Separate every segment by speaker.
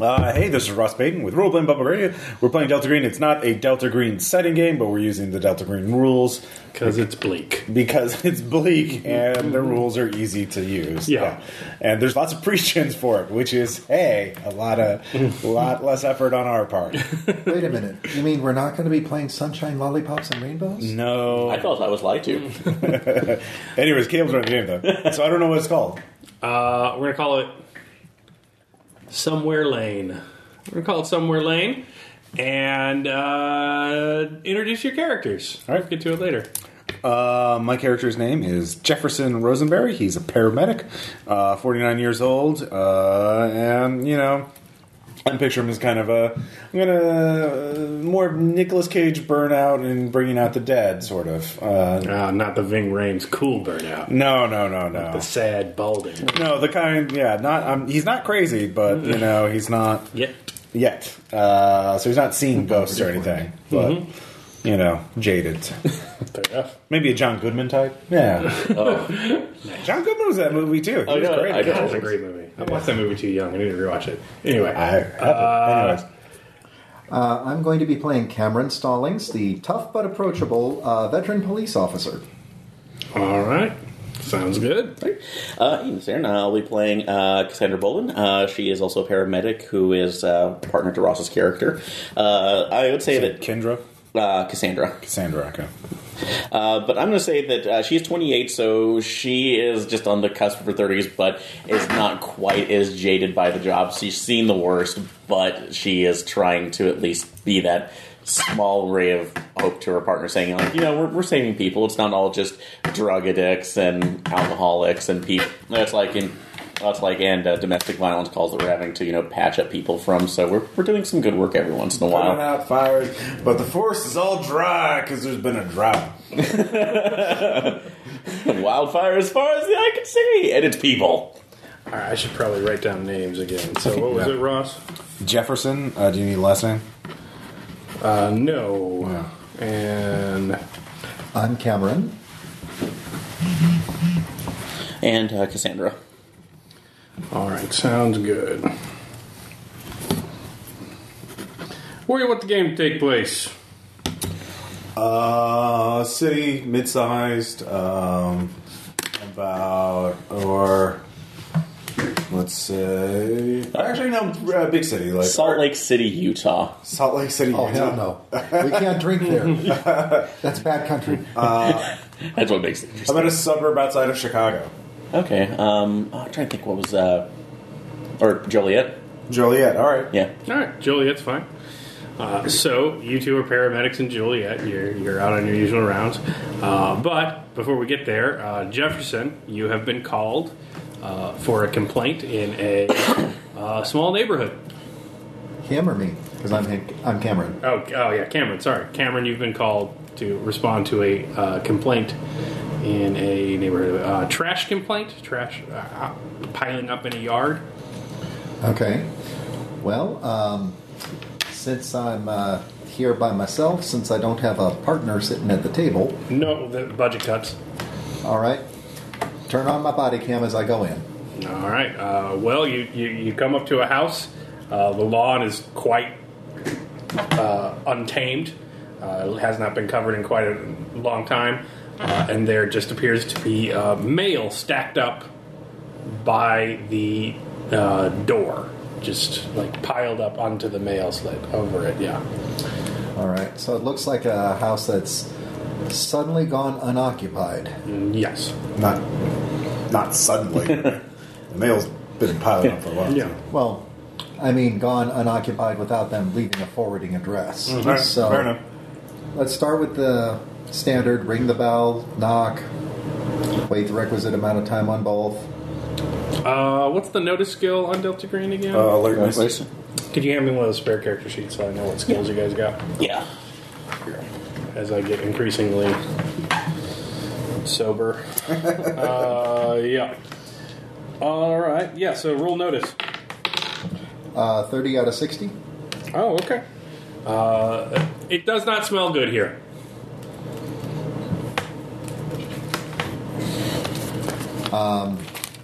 Speaker 1: Uh, hey, this is Ross Payton with Roleplaying Bubble Radio. We're playing Delta Green. It's not a Delta Green setting game, but we're using the Delta Green rules
Speaker 2: Because it's bleak.
Speaker 1: because it's bleak and the rules are easy to use.
Speaker 2: Yeah.
Speaker 1: And there's lots of pre-chins for it, which is, hey, a lot of lot less effort on our part.
Speaker 3: Wait a minute. You mean we're not going to be playing Sunshine, Lollipops, and Rainbows?
Speaker 1: No.
Speaker 4: I felt I was lied to.
Speaker 1: Mm. Anyways, Caleb's running the game, though. So I don't know what it's called.
Speaker 2: Uh, we're going to call it Somewhere Lane. We're going to call it Somewhere Lane. And uh, introduce your characters.
Speaker 1: All right.
Speaker 2: We'll get to it later.
Speaker 1: Uh, my character's name is Jefferson Rosenberry. He's a paramedic, uh, 49 years old, uh, and you know, I picture him as kind of a I'm gonna uh, more Nicolas Cage burnout and bringing out the dead sort of. Uh,
Speaker 2: Uh, not the Ving Rhames cool burnout.
Speaker 1: no, no, no, no,
Speaker 2: The sad balding.
Speaker 1: no. The kind, yeah, not. Um, he's not crazy, but you know, he's not
Speaker 2: Yep.
Speaker 1: yet. Uh, so he's not seeing ghosts or anything, but you know, jaded.
Speaker 2: Fair enough.
Speaker 1: Maybe a John Goodman type. Yeah. John Goodman was in that movie too. He
Speaker 4: I
Speaker 1: was
Speaker 4: know,
Speaker 1: great.
Speaker 4: I know.
Speaker 2: That was a great movie. I watched that movie too young. I need to rewatch it. Anyway.
Speaker 1: I, anyways,
Speaker 3: Uh, I'm going to be playing Cameron Stallings, the tough but approachable uh, veteran police officer.
Speaker 2: All right. Sounds good.
Speaker 4: Uh, hey, Aaron. I'll be playing uh, Cassandra Bolin. Uh, she is also a paramedic who is uh, partner to Ross's character. Uh, I would say that
Speaker 1: Kendra,
Speaker 4: uh, Cassandra.
Speaker 1: Cassandra. Okay.
Speaker 4: Uh, but I'm going to say that uh, she's 28, so she is just on the cusp of her 30s, but is not quite as jaded by the job. She's seen the worst, but she is trying to at least be that small ray of hope to her partner, saying, like, you know, we're, we're saving people. It's not all just drug addicts and alcoholics and people. That's like in. That's like and uh, domestic violence calls that we're having to you know patch up people from. So we're, we're doing some good work every once in a while.
Speaker 1: Putting out fires, but the forest is all dry because there's been a drought.
Speaker 4: Wildfire as far as the eye can see, and it's people.
Speaker 2: All right. I should probably write down names again. So what was
Speaker 1: Yeah.
Speaker 2: it, Ross?
Speaker 1: Jefferson, uh, do you need a last name?
Speaker 2: Uh, no. And
Speaker 3: I'm Cameron.
Speaker 4: and uh, Cassandra.
Speaker 2: All right, sounds good. Where do you want the game to take place?
Speaker 1: Uh, city, mid-sized, um, about or let's say actually no, uh, big city like
Speaker 4: Salt Lake City, Utah.
Speaker 1: Salt Lake City.
Speaker 3: Oh,
Speaker 1: Utah.
Speaker 3: hell no. We can't drink there. That's bad country.
Speaker 4: That's what makes it interesting.
Speaker 1: How about a suburb outside of Chicago?
Speaker 4: Okay, um, I'm trying to think what was, uh, or Joliet?
Speaker 1: Joliet. All right.
Speaker 4: Yeah.
Speaker 2: All right, Juliet's fine. Uh, so you two are paramedics in Juliet. You're you're out on your usual rounds. Uh, but before we get there, uh, Jefferson, you have been called uh, for a complaint in a uh, small neighborhood.
Speaker 3: Him or me? Because I'm, Hank- I'm Cameron.
Speaker 2: Oh, oh yeah, Cameron. Sorry, Cameron. You've been called to respond to a uh, complaint in a neighborhood uh, trash complaint, trash uh, uh, piling up in a yard.
Speaker 3: Okay. Well, um, since I'm uh, here by myself, since I don't have a partner sitting at the table,
Speaker 2: No, the budget cuts.
Speaker 3: all right, turn on my body cam as I go in.
Speaker 2: All right. Uh, well, you, you you come up to a house. Uh, the lawn is quite uh, untamed. Uh, it has not been covered in quite a long time, uh, and there just appears to be uh, mail stacked up by the uh, door, just like piled up onto the mail slit over it. Yeah.
Speaker 3: All right, so it looks like a house that's suddenly gone unoccupied.
Speaker 2: Yes.
Speaker 1: Not, not suddenly. the mail's been piling up for a while.
Speaker 3: Well, I mean, gone unoccupied without them leaving a forwarding address.
Speaker 1: All right,
Speaker 3: So
Speaker 1: Mm-hmm. fair enough.
Speaker 3: let's start with the standard: ring the bell, knock, wait the requisite amount of time on both.
Speaker 2: Uh, what's the notice skill on Delta Green again?
Speaker 1: Uh, alertness.
Speaker 2: Could you hand me one of those spare character sheets so I know what skills you guys got?
Speaker 4: Yeah.
Speaker 2: as I get increasingly sober. uh, yeah. All right. Yeah. So roll notice.
Speaker 3: Uh, Thirty out of sixty.
Speaker 2: Oh, okay. Uh, it does not smell good here.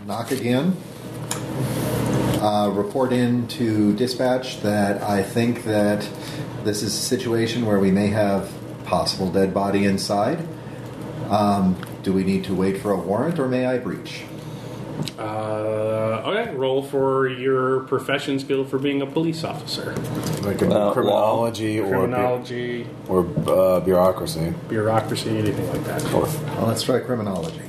Speaker 3: Knock again.
Speaker 5: uh, report in to dispatch that I think that this is a situation where we may have possible dead body inside. Um, do we need to wait for a warrant, or may I breach?
Speaker 2: Uh, okay, roll for your profession skill for being a police officer.
Speaker 1: Like in
Speaker 4: Uh,
Speaker 1: criminology or bu-
Speaker 2: Criminology,
Speaker 1: or uh, bureaucracy.
Speaker 2: bureaucracy, anything like that.
Speaker 1: Or
Speaker 5: Well, let's try criminology.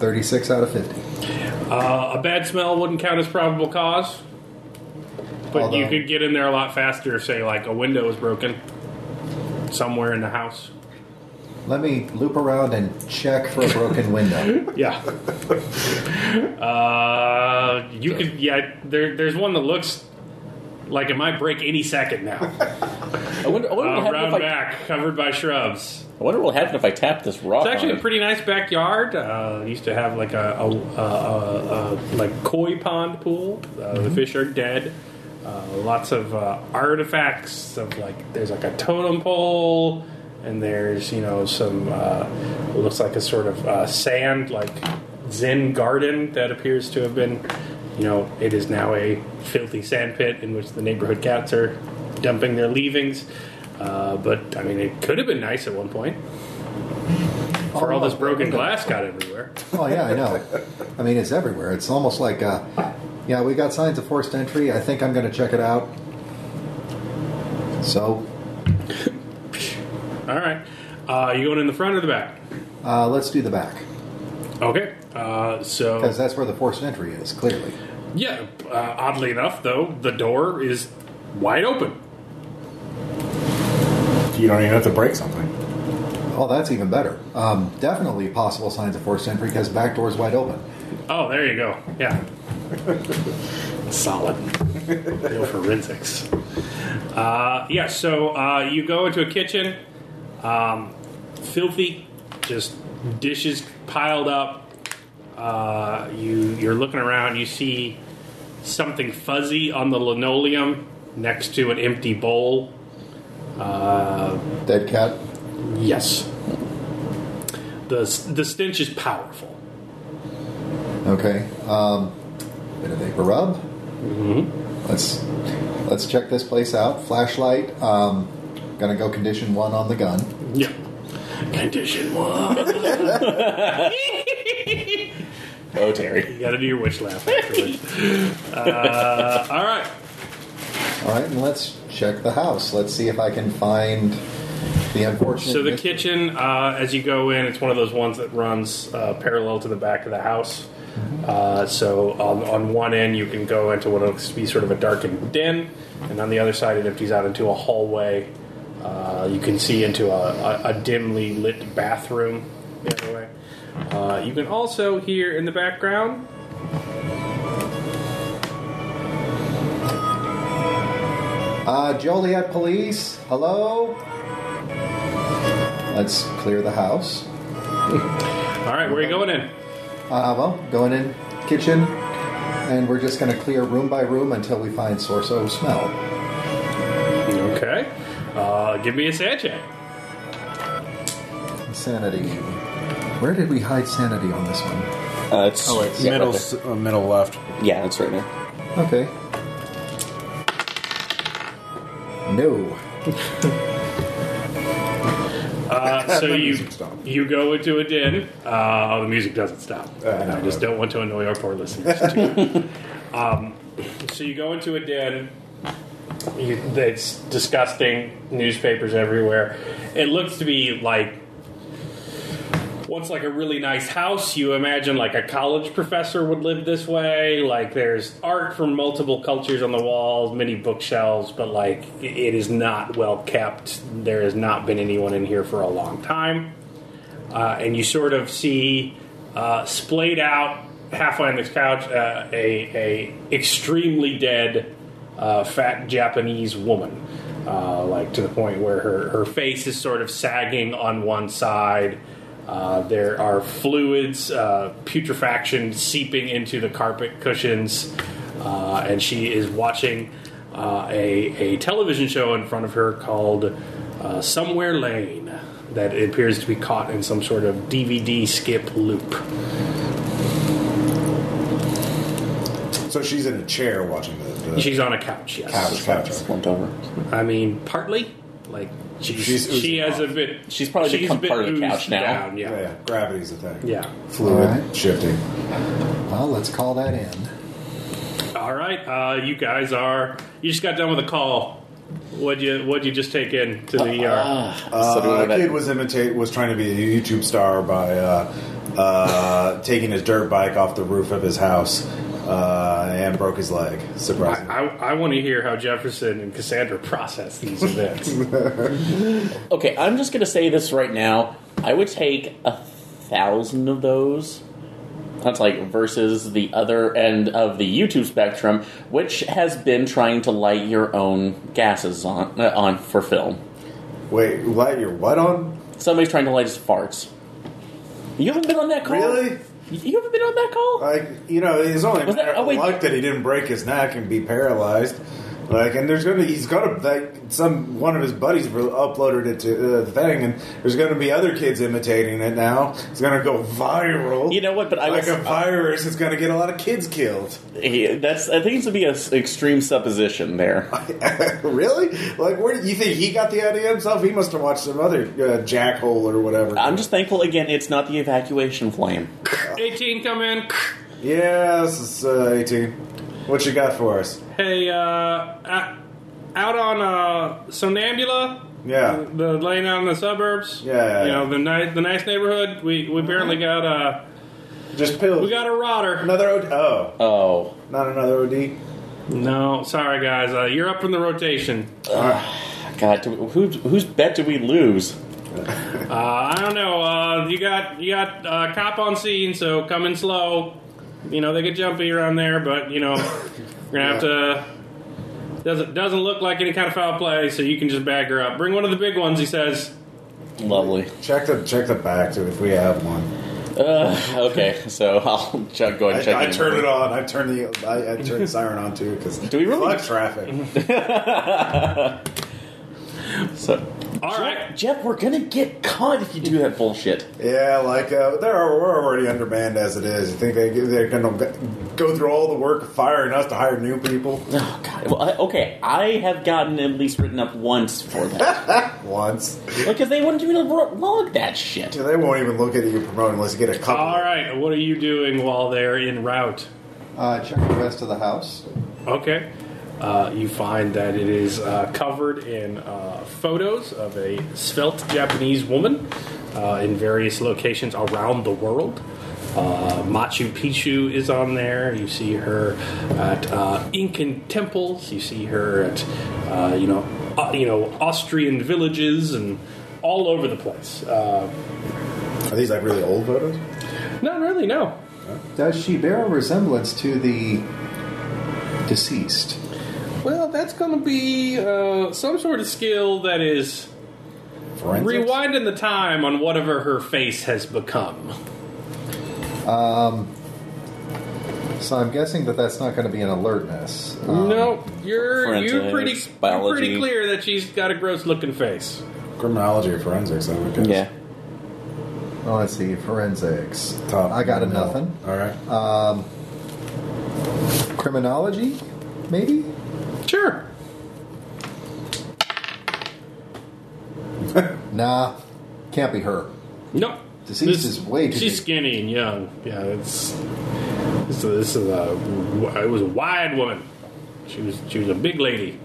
Speaker 5: 36 out of 50.
Speaker 2: Uh, a bad smell wouldn't count as probable cause, but you
Speaker 5: Although-
Speaker 2: could get in there a lot faster. Say, like a window is broken somewhere in the house.
Speaker 5: Let me loop around and check for a broken window.
Speaker 2: Yeah. uh, you could. Yeah. There, there's one that looks like it might break any second now.
Speaker 4: I wonder, I wonder
Speaker 2: Uh,
Speaker 4: what happened
Speaker 2: round
Speaker 4: if I,
Speaker 2: back, covered by shrubs.
Speaker 4: I wonder what will happen if I tap this rock.
Speaker 2: It's actually
Speaker 4: on
Speaker 2: a
Speaker 4: it.
Speaker 2: pretty nice backyard. Uh, it used to have like a, a, a, a, a like koi pond pool. Uh, The
Speaker 4: Mm-hmm.
Speaker 2: fish are dead. Uh, lots of uh, artifacts of like there's like a totem pole, and there's you know some uh, it looks like a sort of uh, sand like Zen garden that appears to have been you know it is now a filthy sand pit in which the neighborhood cats are dumping their leavings. Uh, but I mean, it could have been nice at one point. For all this broken glass got everywhere.
Speaker 5: Oh, yeah, I know. I mean, it's everywhere. It's almost like, uh, yeah, we got signs of forced entry. I think I'm going to check it out. So,
Speaker 2: All right. Uh, you going in the front or the back?
Speaker 5: uh, let's do the back.
Speaker 2: Okay. Uh, so,
Speaker 5: Because that's where the forced entry is, clearly.
Speaker 2: yeah, uh, oddly enough, though, the door is wide open.
Speaker 1: you don't even have to break something.
Speaker 5: Oh, that's even better. Um, definitely possible signs of forced entry because back door's wide open.
Speaker 2: Oh, there you go. Yeah. Solid. Real forensics. Uh, yeah, so uh, you go into a kitchen, um, filthy, just dishes piled up. Uh, you, you're looking around, you see something fuzzy on the linoleum next to an empty bowl. Uh,
Speaker 5: Dead cat.
Speaker 2: yes. The, the stench is powerful.
Speaker 5: Okay. Um, bit of vapor rub. Let's let's check this place out. Flashlight. Um, gonna go condition one on the gun.
Speaker 2: Yeah. Condition one.
Speaker 4: Oh, Terry.
Speaker 2: You gotta do your witch laugh afterwards. uh, all right.
Speaker 5: All right, and let's check the house. Let's see if I can find the unfortunate.
Speaker 2: So the
Speaker 5: mis-
Speaker 2: kitchen, uh, as you go in, it's one of those ones that runs uh, parallel to the back of the house. Uh, so on, on one end, you can go into what looks to be sort of a darkened den, and on the other side, it empties out into a hallway. Uh, you can see into a, a, a dimly lit bathroom the other way. Uh, you can also hear in the background
Speaker 5: Uh, Joliet Police. Hello. Let's clear the house.
Speaker 2: All right, where are you going in?
Speaker 5: Uh, well, going in kitchen, and we're just gonna clear room by room until we find source O smell.
Speaker 2: Okay. Uh, give me a sand check.
Speaker 5: Sanity. Where did we hide sanity on this one?
Speaker 4: Uh, it's,
Speaker 1: Oh, it's
Speaker 4: yeah,
Speaker 1: middle,
Speaker 4: right
Speaker 1: s- uh, middle left.
Speaker 4: there. yeah, it's right there.
Speaker 5: Okay. No.
Speaker 2: Uh, so
Speaker 1: The
Speaker 2: you
Speaker 1: music stopped.
Speaker 2: you go into a den. Uh, oh, the music doesn't stop. And I just don't want to annoy our poor listeners. Too. um, so you go into a den. You, it's disgusting. Newspapers everywhere. It looks to be like what's like a really nice house you imagine like a college professor would live this way like there's art from multiple cultures on the walls many bookshelves but like i- it is not well kept there has not been anyone in here for a long time uh, and you sort of see uh, splayed out halfway on this couch uh, a, a extremely dead uh, fat Japanese woman, uh, like to the point where her, her face is sort of sagging on one side. Uh, there are fluids, uh, putrefaction seeping into the carpet cushions, uh, and she is watching uh, a, a television show in front of her called uh, Somewhere Lane that appears to be caught in some sort of DVD skip loop.
Speaker 1: So she's in a chair watching the, the
Speaker 2: She's on a couch. Yes.
Speaker 1: couch. couch.
Speaker 4: slumped over.
Speaker 2: I mean, partly. Like she's,
Speaker 1: She's oozing
Speaker 2: she has a bit.
Speaker 4: She's probably
Speaker 2: she's
Speaker 4: become
Speaker 2: a bit
Speaker 4: part of the couch
Speaker 2: oozed
Speaker 4: now.
Speaker 2: Down,
Speaker 1: Yeah.
Speaker 2: yeah.
Speaker 1: yeah, gravity's a thing.
Speaker 2: Yeah.
Speaker 1: Fluid
Speaker 3: All right.
Speaker 1: shifting.
Speaker 3: Well, let's call that in.
Speaker 2: All right. Uh, you guys are. You just got done with a call. What you What you just take in to the?
Speaker 4: Uh-uh.
Speaker 2: Uh,
Speaker 4: So do we
Speaker 1: Uh,
Speaker 4: have
Speaker 1: a kid
Speaker 4: that-
Speaker 1: was imitate was trying to be a YouTube star by uh, uh, taking his dirt bike off the roof of his house uh, and broke his leg.
Speaker 2: I,
Speaker 1: Surprising.
Speaker 2: I, I want to hear how Jefferson and Cassandra process these events.
Speaker 4: Oh okay, I'm just gonna say this right now. I would take a thousand of those. That's like versus the other end of the YouTube spectrum, which has been trying to light your own gases on uh, on for film.
Speaker 1: Wait, light your what on?
Speaker 4: Somebody's trying to light his farts. You haven't been on that call.
Speaker 1: Really?
Speaker 4: You haven't been on that call.
Speaker 1: Like you know, it's only a
Speaker 4: Was that-
Speaker 1: matter
Speaker 4: oh,
Speaker 1: of
Speaker 4: wait.
Speaker 1: luck that he didn't break his neck and be paralyzed. Like, and there's gonna he's gonna like some one of his buddies re- uploaded it to uh, the thing, and there's gonna be other kids imitating it now. It's gonna go viral.
Speaker 4: You know what, but I
Speaker 1: like
Speaker 4: was-
Speaker 1: a virus, it's gonna get a lot of kids killed.
Speaker 4: He- that's I think it's gonna be an extreme supposition there.
Speaker 1: really? Like, where you think he got the idea himself? He must have watched some other uh, jackhole or whatever.
Speaker 4: I'm just thankful again. It's not the evacuation flame.
Speaker 2: 18, come in.
Speaker 1: yeah, this is uh, 18. What you got for us?
Speaker 2: Hey, uh, out out on uh, Sonambula,
Speaker 1: Yeah.
Speaker 2: the lane out in the suburbs.
Speaker 1: Yeah, yeah,
Speaker 2: you
Speaker 1: yeah. Mm-hmm.
Speaker 2: know the nice, the nice neighborhood. We we apparently got uh,
Speaker 1: Just pills.
Speaker 2: we got a rotter.
Speaker 1: another OD. Oh,
Speaker 4: Oh,
Speaker 1: not another OD.
Speaker 2: No, sorry guys, uh, you're up from the rotation.
Speaker 4: God! do- Who, whose bet did we lose?
Speaker 2: Uh, I don't know. Uh, you got you got uh, cop on scene, so coming slow. You know they get jumpy around there, but you know you're gonna have to. Doesn't doesn't look like any kind of foul play, so you can just back her up. Bring one of the big ones, he says.
Speaker 4: Lovely.
Speaker 1: Check the check the back to if we have one.
Speaker 4: Uh, okay, so I'll check, go ahead
Speaker 1: I,
Speaker 4: and check.
Speaker 1: I
Speaker 4: in.
Speaker 1: turn it on. I turn the I, I turn the siren on too because do
Speaker 4: we really-
Speaker 1: fuck traffic?
Speaker 4: So,
Speaker 2: All right.
Speaker 4: Jeff, we're gonna get caught if you do that bullshit.
Speaker 1: Yeah, like uh, there are we're already undermanned as it is. You think they they're gonna go through all the work of firing us to hire new people
Speaker 4: Oh God! Well, I, okay, I have gotten at least written up once for that
Speaker 1: once?
Speaker 4: because they wouldn't even log that shit.
Speaker 1: Yeah, they won't even look at you promoting unless you get a couple.
Speaker 2: All right. What are you doing while they're in route?
Speaker 3: Uh, check the rest of the house.
Speaker 2: Okay. Uh, you find that it is uh, covered in uh, photos of a svelte Japanese woman uh, in various locations around the world. Uh, Machu Picchu is on there. You see her at uh, Incan temples. You see her at uh, you know uh, you know Austrian villages and all over the place. Uh,
Speaker 1: Are these like really old photos?
Speaker 2: not really, no.
Speaker 3: Does she bear a resemblance to the deceased?
Speaker 2: Well, that's going to be uh, some sort of skill that is.
Speaker 1: Forensics?
Speaker 2: Rewinding the time on whatever her face has become.
Speaker 3: So I'm guessing that that's not going to be an alertness. Um,
Speaker 2: no, you're you're
Speaker 4: forensics,
Speaker 2: pretty you're
Speaker 4: biology.
Speaker 2: pretty clear that she's got a gross looking face.
Speaker 1: Criminology or forensics? I would guess.
Speaker 4: Yeah.
Speaker 3: Oh, let's see. Forensics.
Speaker 1: Top.
Speaker 3: I got a
Speaker 1: middle.
Speaker 3: nothing.
Speaker 1: All right. Uh,
Speaker 3: Criminology, maybe?
Speaker 2: Sure.
Speaker 3: Nah, can't be her.
Speaker 2: No.
Speaker 3: Deceased is way too
Speaker 2: She's
Speaker 3: big.
Speaker 2: skinny and young. Yeah, it's this, this is a it was a wide woman. She was she was a big lady.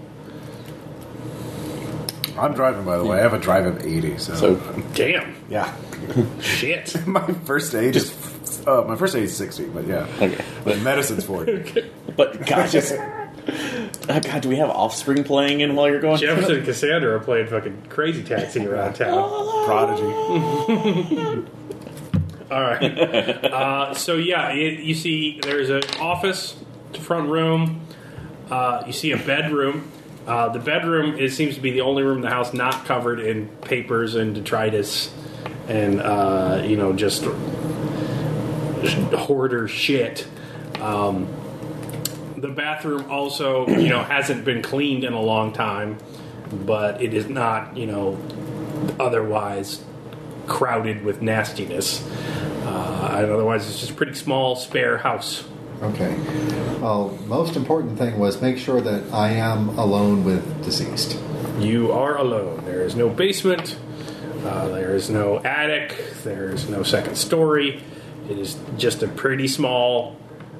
Speaker 1: I'm driving, by the way. I have a drive of 80, so,
Speaker 4: So
Speaker 2: Damn.
Speaker 1: yeah.
Speaker 2: Shit.
Speaker 1: my first age is uh, my first age is 60, but yeah.
Speaker 4: okay,
Speaker 1: But medicine's 40.
Speaker 4: but God, just oh, God, do we have offspring playing in while you're going?
Speaker 2: Jefferson and Cassandra are playing fucking crazy taxi around town.
Speaker 1: Prodigy.
Speaker 2: All right. uh, so yeah, it, you see, there's an office, the front room. Uh, you see a bedroom. Uh, the bedroom it seems to be the only room in the house not covered in papers and detritus, and uh, you know just hoarder shit. Um, the bathroom also, you know, hasn't been cleaned in a long time, but it is not, you know, otherwise crowded with nastiness. Uh, and otherwise, it's just a pretty small, spare house.
Speaker 5: Okay. Well, most important thing was make sure that I am alone with deceased.
Speaker 2: You are alone. There is no basement. Uh, there is no attic. There is no second story. It is just a pretty small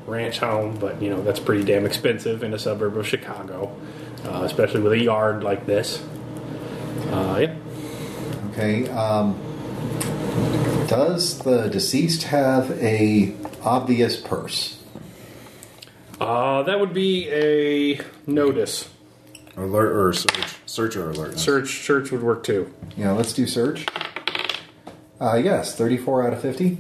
Speaker 2: ranch home, but you know that's pretty damn expensive in a suburb of Chicago, uh, especially with a yard like this. Uh, yeah.
Speaker 5: Okay. Um, does the deceased have a obvious purse?
Speaker 2: Uh, that would be a notice.
Speaker 1: Alert or search, search or alert.
Speaker 2: Search search would work too.
Speaker 5: Yeah, let's do search. Uh, yes, 34 out of 50.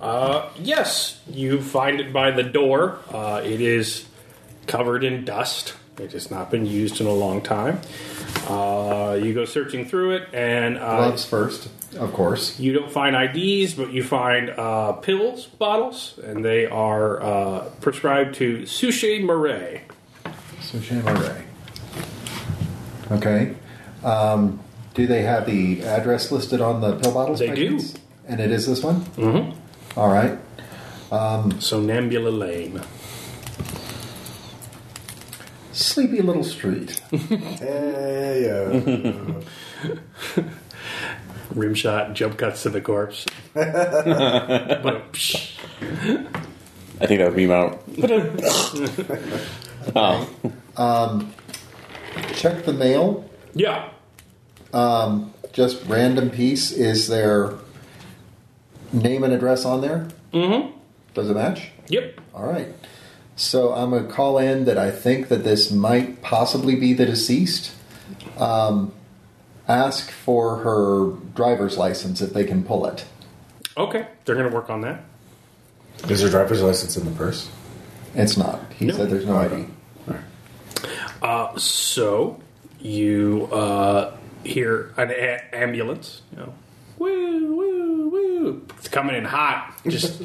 Speaker 2: Uh, yes, you find it by the door. Uh, it is covered in dust. It has not been used in a long time. Uh, you go searching through it, and uh,
Speaker 5: Gloves first, of course.
Speaker 2: you don't find IDs, but you find uh, pills, bottles, and they are uh, prescribed to Suchet Marais.
Speaker 5: So Shane Ray. Okay. Um, do they have the address listed on the pill bottles?
Speaker 2: They
Speaker 5: by
Speaker 2: do.
Speaker 5: chance? And it is this one? Mm-hmm. All right.
Speaker 2: Somnambula Lane.
Speaker 5: Sleepy little street.
Speaker 1: Hey, uh,
Speaker 2: Rim shot, jump cuts to the corpse. but, psh,
Speaker 4: I think that would be my. oh,
Speaker 5: Check the mail.
Speaker 2: yeah.
Speaker 5: Just random piece. Is their name and address on there? Mm-hmm. Does it match?
Speaker 2: Yep.
Speaker 5: All right. So I'm going to call in that I think that this might possibly be the deceased. Um, ask for her driver's license if they can pull it.
Speaker 2: Okay. They're going to work on that.
Speaker 1: is your driver's license in the purse?
Speaker 5: It's not. He
Speaker 2: No.
Speaker 5: said there's no ID.
Speaker 2: Uh, so you uh, hear an a- ambulance. You know, woo, woo, woo. It's coming in hot, just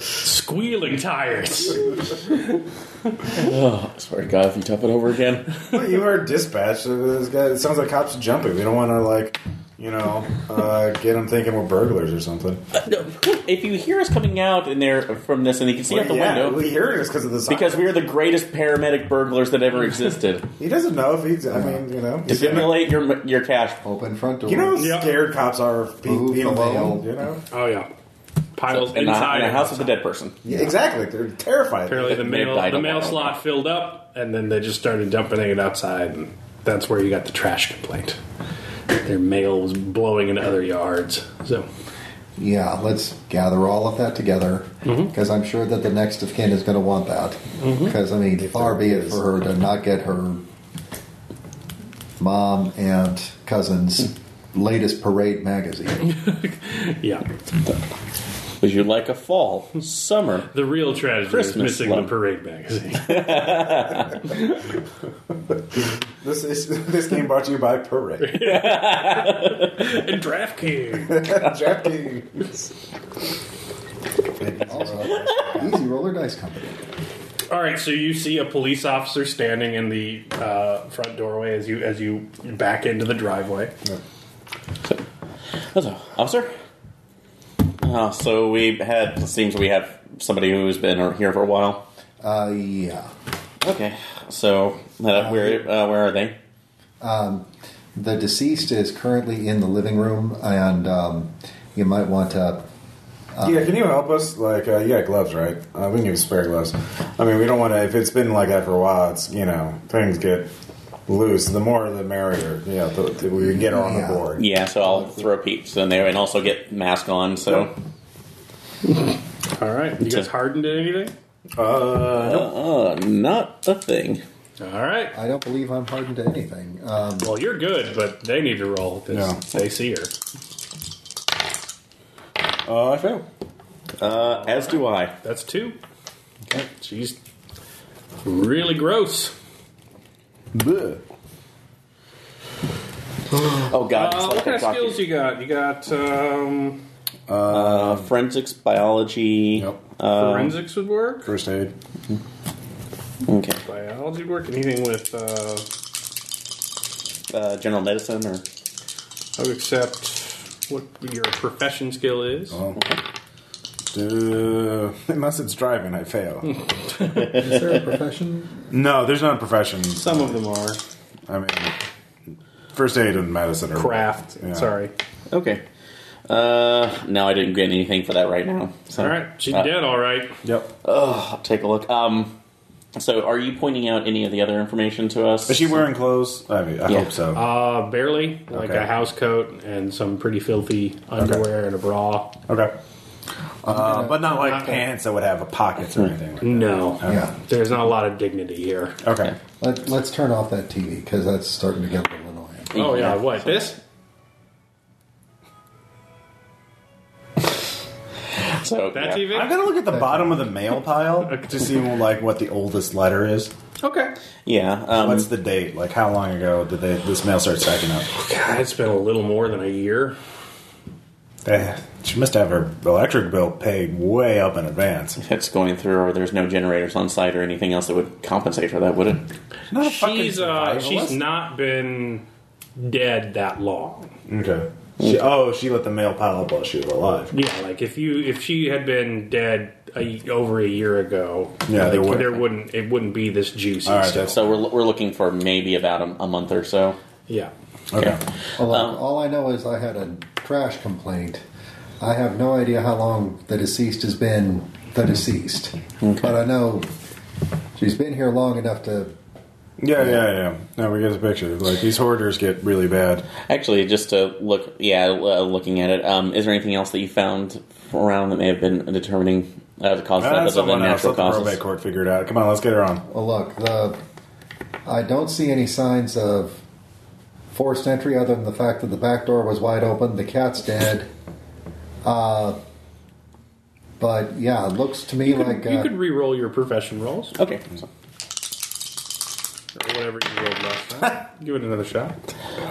Speaker 2: squealing tires.
Speaker 4: I swear to oh, God, if you top it over again,
Speaker 1: Well, you heard dispatch. uh, This guy, it sounds like cops are jumping. We don't want to like, you know, uh, get them thinking we're burglars or something.
Speaker 4: No, if you hear us coming out in there from this, and you can see out the
Speaker 1: Oh, yeah,
Speaker 4: window,
Speaker 1: we hear this because of the sign.
Speaker 4: because we are the greatest paramedic burglars that ever existed.
Speaker 1: he doesn't know if he's. I mean, you know, he's gonna-
Speaker 4: Simulate your your cash.
Speaker 5: Open front door.
Speaker 1: you know, how
Speaker 2: Yep.
Speaker 1: scared cops are of pe-
Speaker 5: Move
Speaker 1: being
Speaker 5: the
Speaker 1: alone.
Speaker 5: mail.
Speaker 1: You know,
Speaker 2: Oh yeah, piles
Speaker 4: In a,
Speaker 2: inside
Speaker 4: in a
Speaker 2: and
Speaker 4: house with a
Speaker 2: outside.
Speaker 4: dead person.
Speaker 1: Yeah, exactly. They're terrified.
Speaker 2: Apparently, the
Speaker 4: They've
Speaker 2: mail
Speaker 4: died
Speaker 2: the
Speaker 4: a
Speaker 2: mail
Speaker 4: while.
Speaker 2: slot filled up, and then they just started dumping it outside, and that's where you got the trash complaint. Their mail was blowing into other yards. So,
Speaker 5: Yeah, let's gather all of that together
Speaker 1: Mm-hmm.
Speaker 5: because I'm sure that the next of kin is going to want that. Because I mean, far be it for her to not get her mom, aunt, cousin's latest parade magazine.
Speaker 2: yeah,
Speaker 4: Would you like a fall, summer?
Speaker 2: the real tragedy
Speaker 4: Christmas
Speaker 2: is missing
Speaker 4: lump.
Speaker 2: the parade magazine.
Speaker 1: This is this game brought to you by Parade.
Speaker 2: and DraftKings.
Speaker 1: DraftKings.
Speaker 5: Also, Easy Roller Dice Company.
Speaker 2: All right, so you see a police officer standing in the uh, front doorway as you as you back into the driveway.
Speaker 4: That's a- Officer. Uh, so we had seems we have somebody who's been here for a while.
Speaker 5: Uh, yeah.
Speaker 4: Okay, so uh, where uh, where are they?
Speaker 5: The deceased is currently in the living room, and um, you might want to.
Speaker 1: yeah, can you help us? Like, uh, you got gloves, right? Uh, we can give you spare gloves. I mean, we don't want to. If it's been like that for a while, it's you know things get loose. The more, the merrier. Yeah, the, the- we can get her on
Speaker 5: Yeah.
Speaker 1: the board.
Speaker 4: Yeah, so I'll throw peeps in there and also get mask on. So
Speaker 2: All right, you guys hardened in anything?
Speaker 1: Uh,
Speaker 4: uh, not a thing.
Speaker 2: All right.
Speaker 5: I don't believe I'm hardened to anything. Um,
Speaker 2: Well, you're good, but they need to roll because
Speaker 1: No.
Speaker 2: they see her.
Speaker 1: uh, I fail.
Speaker 4: Uh, as do I.
Speaker 2: That's two. Okay, she's really gross.
Speaker 1: Bleh.
Speaker 4: Oh god,
Speaker 2: Uh,
Speaker 4: it's
Speaker 2: what
Speaker 4: like
Speaker 2: kind
Speaker 4: a
Speaker 2: of
Speaker 4: docu-
Speaker 2: skills you got? You got um,
Speaker 4: uh, forensics, biology.
Speaker 1: Yep.
Speaker 2: Uh, forensics would work,
Speaker 1: First aid.
Speaker 4: Okay,
Speaker 2: biology would work, anything with uh,
Speaker 4: uh, general medicine or
Speaker 2: Uh-huh. I would accept what your profession skill is.
Speaker 1: Oh. Uh, unless it's driving, I fail.
Speaker 5: Is there a profession?
Speaker 1: no, there's not a profession.
Speaker 6: Some of them are.
Speaker 1: I mean, first aid and medicine. Are
Speaker 2: Craft.
Speaker 1: Yeah.
Speaker 2: Sorry.
Speaker 4: Okay. Uh, no, I didn't get anything for that right now. So,
Speaker 2: All right. She
Speaker 4: Uh,
Speaker 2: did all right.
Speaker 1: Yep.
Speaker 4: Oh, I'll take a look. Um, so are you pointing out any of the other information to us?
Speaker 1: Is she wearing clothes? I mean, I
Speaker 4: Yeah.
Speaker 1: hope so.
Speaker 2: Uh, barely. Like
Speaker 1: Okay.
Speaker 2: a house coat and some pretty filthy underwear and a bra.
Speaker 1: okay. Uh, but not like
Speaker 2: Not-
Speaker 1: pants that would have a pockets or anything. Like that.
Speaker 2: No.
Speaker 5: Yeah.
Speaker 2: There's not a lot of dignity here.
Speaker 1: Okay.
Speaker 5: Let, let's turn off that TV because that's starting to get a little annoying.
Speaker 2: Oh, yeah. What? This?
Speaker 4: So
Speaker 2: That
Speaker 4: yeah.
Speaker 1: I'm
Speaker 2: TV?
Speaker 1: gonna look at the bottom of the mail pile to see like what the oldest letter is.
Speaker 2: Okay.
Speaker 4: Yeah. Um,
Speaker 1: What's the date? Like how long ago did they, this mail start stacking up?
Speaker 2: God, it's been a little more than a year.
Speaker 1: Eh, she must have her electric bill paid way up in advance.
Speaker 4: it's going through, or there's no generators on site, or anything else that would compensate for that, would it?
Speaker 1: Not a fucking
Speaker 2: She's uh, she's
Speaker 1: survivalist.
Speaker 2: not been dead that long.
Speaker 1: Okay. She, oh, she let the mail pile up while she was alive.
Speaker 2: Yeah, like if you if she had been dead a, over a year ago,
Speaker 1: Yeah,
Speaker 2: like,
Speaker 1: there would-
Speaker 2: there wouldn't it wouldn't be this juicy.
Speaker 1: All right,
Speaker 2: still.
Speaker 1: that's-
Speaker 4: So we're, we're looking for maybe about a, a month or so.
Speaker 2: yeah.
Speaker 1: Okay.
Speaker 5: Well, look, all I know is I had a trash complaint. I have no idea how long the deceased has been the deceased, but I know she's been here long enough to.
Speaker 1: Yeah, yeah, yeah. No, we get the picture. Like these hoarders get really bad.
Speaker 4: Actually, just to look, yeah, uh, looking at it, um, is there anything else that you found around that may have been determining uh, the cause of that
Speaker 1: That's
Speaker 4: other
Speaker 1: Ah, someone
Speaker 4: than
Speaker 1: else.
Speaker 4: natural
Speaker 1: Let the
Speaker 4: causes?
Speaker 1: probate court figure it out. Come on, let's get her on.
Speaker 5: Well, look, the I don't see any signs of forced entry other than the fact that the back door was wide open. The cat's dead. Uh, but yeah, it looks to me like
Speaker 2: you
Speaker 5: uh,
Speaker 2: could re-roll your profession rolls or
Speaker 4: Okay.
Speaker 2: whatever you rolled last time. Give it another shot.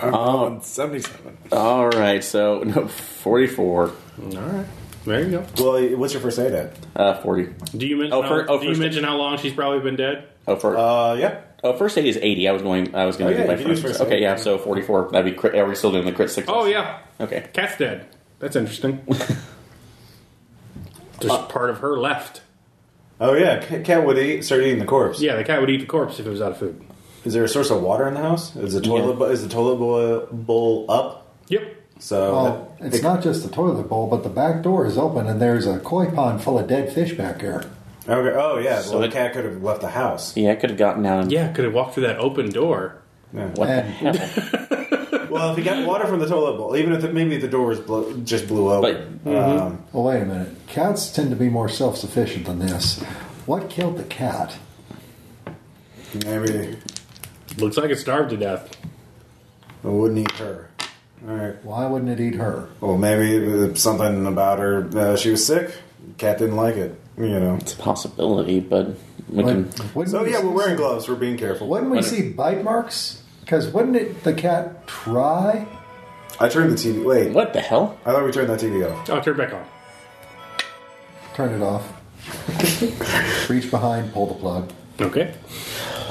Speaker 1: Oh, seventy-seven.
Speaker 4: All right. So no, forty-four,
Speaker 2: All right, there you go.
Speaker 1: Well, what's your first aid at?
Speaker 4: uh, forty.
Speaker 2: Do you mention
Speaker 4: Oh, for-
Speaker 2: how,
Speaker 4: oh,
Speaker 2: do you
Speaker 4: first-
Speaker 2: mention how long she's probably been dead?
Speaker 4: Oh, for,
Speaker 1: Uh, yeah.
Speaker 4: oh, first aid is eighty. I was going. I was
Speaker 1: Oh,
Speaker 4: going to
Speaker 1: yeah,
Speaker 4: do
Speaker 1: you
Speaker 4: my
Speaker 1: can use
Speaker 4: first.
Speaker 1: first aid.
Speaker 4: okay, yeah. So forty-four. That'd be. Crit, are we still doing the crit success?
Speaker 2: Oh yeah,
Speaker 4: Okay.
Speaker 2: cat's dead. That's interesting. There's part of her left.
Speaker 1: Oh yeah. Ca- Cat would eat. Start eating the corpse.
Speaker 2: Yeah, the cat would eat the corpse if it was out of food.
Speaker 1: Is there a source of water in the house? Is the toilet
Speaker 4: Yeah.
Speaker 1: bu- is the toilet bowl, bowl up?
Speaker 2: Yep.
Speaker 1: So
Speaker 5: Well,
Speaker 1: that-
Speaker 5: it's not just the toilet bowl, but the back door is open, and there's a koi pond full of dead fish back here.
Speaker 1: Okay. Oh yeah. well, the
Speaker 4: it-
Speaker 1: cat could have left the house.
Speaker 4: Yeah, I could have gotten out. And,
Speaker 2: Yeah, could have walked through that open door.
Speaker 1: Yeah.
Speaker 4: What the
Speaker 5: And-
Speaker 4: hell?
Speaker 1: Well, if he got water from the toilet bowl, even if it, maybe the doors blew, just blew open.
Speaker 4: mm-hmm.
Speaker 1: Um,
Speaker 5: Well, oh, wait a minute. Cats tend to be more self-sufficient than this. What killed the cat?
Speaker 1: maybe
Speaker 2: Looks like it starved to death.
Speaker 1: it wouldn't eat her. All right.
Speaker 5: Why wouldn't it eat her?
Speaker 1: Well, maybe it was something about her. Uh, she was sick. Cat didn't like it. You know.
Speaker 4: It's a possibility, but we can.
Speaker 5: Wouldn't- wouldn't
Speaker 1: So
Speaker 5: we
Speaker 1: yeah,
Speaker 5: see-
Speaker 1: we're wearing gloves. We're being careful.
Speaker 5: Wouldn't we see bite marks? Because wouldn't it the cat try?
Speaker 1: I turned the TV. Wait,
Speaker 4: What the hell?
Speaker 1: I thought we turned that TV off.
Speaker 2: Oh, turn it back on.
Speaker 5: Turn it off. Reach behind, pull the plug.
Speaker 2: Okay.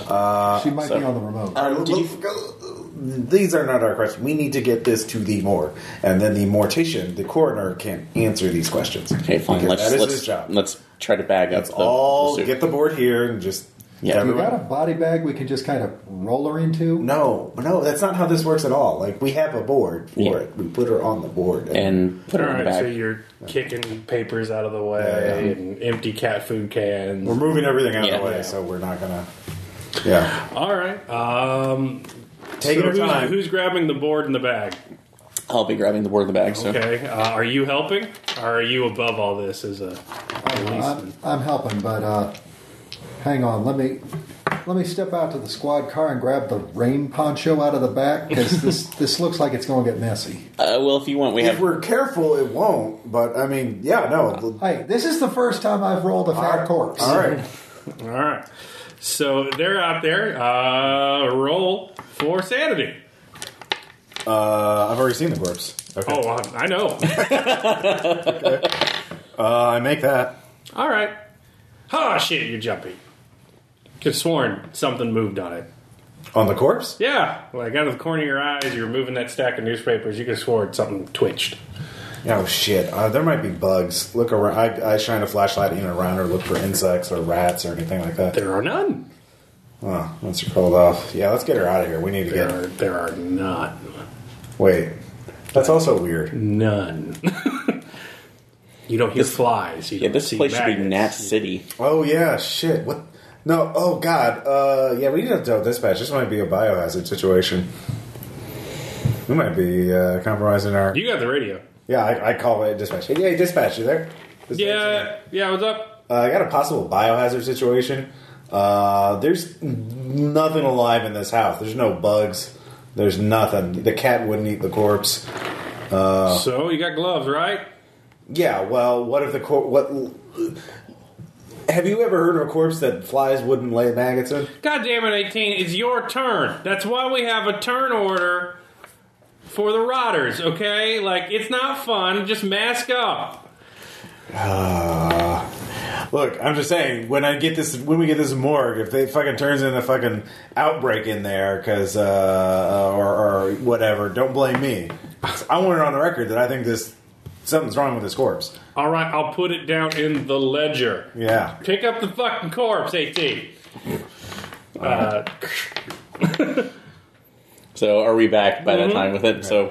Speaker 1: Uh,
Speaker 5: she might
Speaker 4: so-
Speaker 5: be on the remote.
Speaker 1: All right,
Speaker 4: did
Speaker 1: look- These are not our questions. We need to get this to the more, and then the mortician, the coroner, can answer these questions.
Speaker 4: Okay, fine.
Speaker 1: Because
Speaker 4: Let's
Speaker 1: that is his
Speaker 4: let's
Speaker 1: job.
Speaker 4: let's try to bag up.
Speaker 1: Let's
Speaker 4: the-
Speaker 1: all
Speaker 4: the soup.
Speaker 1: get the board here and just
Speaker 4: Yeah.
Speaker 5: We
Speaker 1: everyone-
Speaker 5: got a body bag we can just kind of roll her into.
Speaker 1: No, no, that's not how this works at all. Like we have a board for
Speaker 4: Yeah.
Speaker 1: it. We put her on the board,
Speaker 4: and put
Speaker 2: All
Speaker 4: her in the
Speaker 2: right,
Speaker 4: bag.
Speaker 2: so you're kicking papers out of the way
Speaker 1: Yeah, yeah.
Speaker 2: and empty cat food
Speaker 1: we're
Speaker 2: cans.
Speaker 1: moving everything out
Speaker 4: Yeah.
Speaker 1: of the way,
Speaker 4: Yeah.
Speaker 1: so we're not gonna. Yeah,
Speaker 2: All right. Um,
Speaker 1: taking
Speaker 2: so
Speaker 1: her
Speaker 2: who's,
Speaker 1: time.
Speaker 2: who's grabbing the board and the bag?
Speaker 4: I'll be grabbing the board in the bag. So
Speaker 2: Okay. Uh, are you helping, or are you above all this as a
Speaker 5: I'm,
Speaker 2: policeman?
Speaker 5: I'm helping, but uh, hang on. Let me let me step out to the squad car and grab the rain poncho out of the back because this this looks like it's going to get messy.
Speaker 4: Uh, well, if you want, we
Speaker 1: if
Speaker 4: have.
Speaker 1: we're careful, it won't. But I mean, yeah, no.
Speaker 5: Hey, this is the first time I've rolled a fat corpse.
Speaker 1: All right.
Speaker 2: All right. So they're out there. Uh, roll for sanity.
Speaker 1: Uh, I've already seen the corpse. Okay.
Speaker 2: Oh, I I know.
Speaker 1: Uh, I make that.
Speaker 2: All right. Oh shit, you're jumpy. Could have sworn something moved on it.
Speaker 1: On the corpse?
Speaker 2: Yeah, like out of the corner of your eyes, you were moving that stack of newspapers. You could have sworn something twitched.
Speaker 1: Oh shit! Uh, there might be bugs. Look around. I, I shine a flashlight in and around her, look for insects or rats or anything like that.
Speaker 2: There are none.
Speaker 1: Oh, once you're called off, yeah, let's get her out of here. We need to
Speaker 2: There
Speaker 1: get.
Speaker 2: are there are not
Speaker 1: Wait, that's also weird.
Speaker 2: none. you don't hear flies. You
Speaker 4: Yeah,
Speaker 2: don't
Speaker 4: this
Speaker 2: see
Speaker 4: place should be
Speaker 2: maggots.
Speaker 4: Nat City.
Speaker 1: Oh yeah, shit. What? No. Oh god. Uh, yeah, we need to tell dispatch. This might be a biohazard situation. We might be uh, compromising our.
Speaker 2: You got the radio.
Speaker 1: Yeah, I, I call it dispatch. Hey, hey, dispatch, you there? Dispatch,
Speaker 2: Yeah, yeah. What's up?
Speaker 1: Uh, I got a possible biohazard situation. Uh, there's nothing alive in this house. There's no bugs. There's nothing. The cat wouldn't eat the corpse.
Speaker 2: So you got gloves, right?
Speaker 1: Yeah. Well, what if the cor- what? Have you ever heard of a corpse that flies wouldn't lay maggots in?
Speaker 2: God damn it, 18, it's your turn. That's why we have a turn order for the rotters, okay? Like, it's not fun. Just mask up.
Speaker 1: Uh, look, I'm just saying. When I get this, when we get this morgue, if they fucking turns into fucking outbreak in there, because uh, or, or whatever, don't blame me. I want it on the record that I think this something's wrong with this corpse.
Speaker 2: All right, I'll put it down in the ledger.
Speaker 1: Yeah.
Speaker 2: Pick up the fucking corpse, 18. Uh,
Speaker 4: So are we back by
Speaker 2: Mm-hmm.
Speaker 4: that time with it? So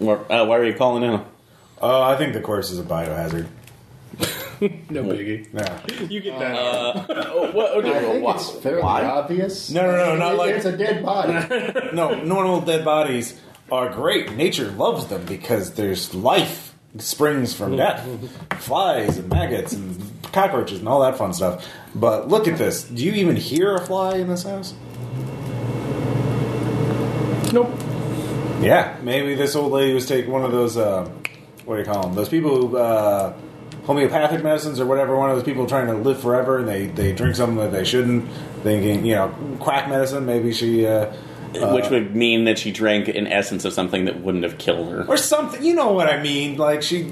Speaker 4: wh- uh, why are you calling in?
Speaker 1: Oh, I think the corpse is a biohazard.
Speaker 2: no biggie.
Speaker 1: Yeah.
Speaker 2: You get that.
Speaker 4: Oh, what,
Speaker 5: I think
Speaker 4: why?
Speaker 5: it's fairly obvious.
Speaker 1: No, no, no, not
Speaker 5: It-
Speaker 1: like-
Speaker 5: it's a dead body.
Speaker 1: No, normal dead bodies are great. Nature loves them because there's life springs from death. Flies and maggots and cockroaches and all that fun stuff. But look at this. Do you even hear a fly in this house?
Speaker 2: nope.
Speaker 1: Yeah. Maybe this old lady was taking one of those, uh, what do you call them? Those people who, uh, homeopathic medicines or whatever, one of those people trying to live forever and they, they drink something that they shouldn't, thinking, you know, quack medicine. Maybe she, uh,
Speaker 4: Which would mean that she drank an essence of something that wouldn't have killed her.
Speaker 1: or something. You know what I mean? Like she,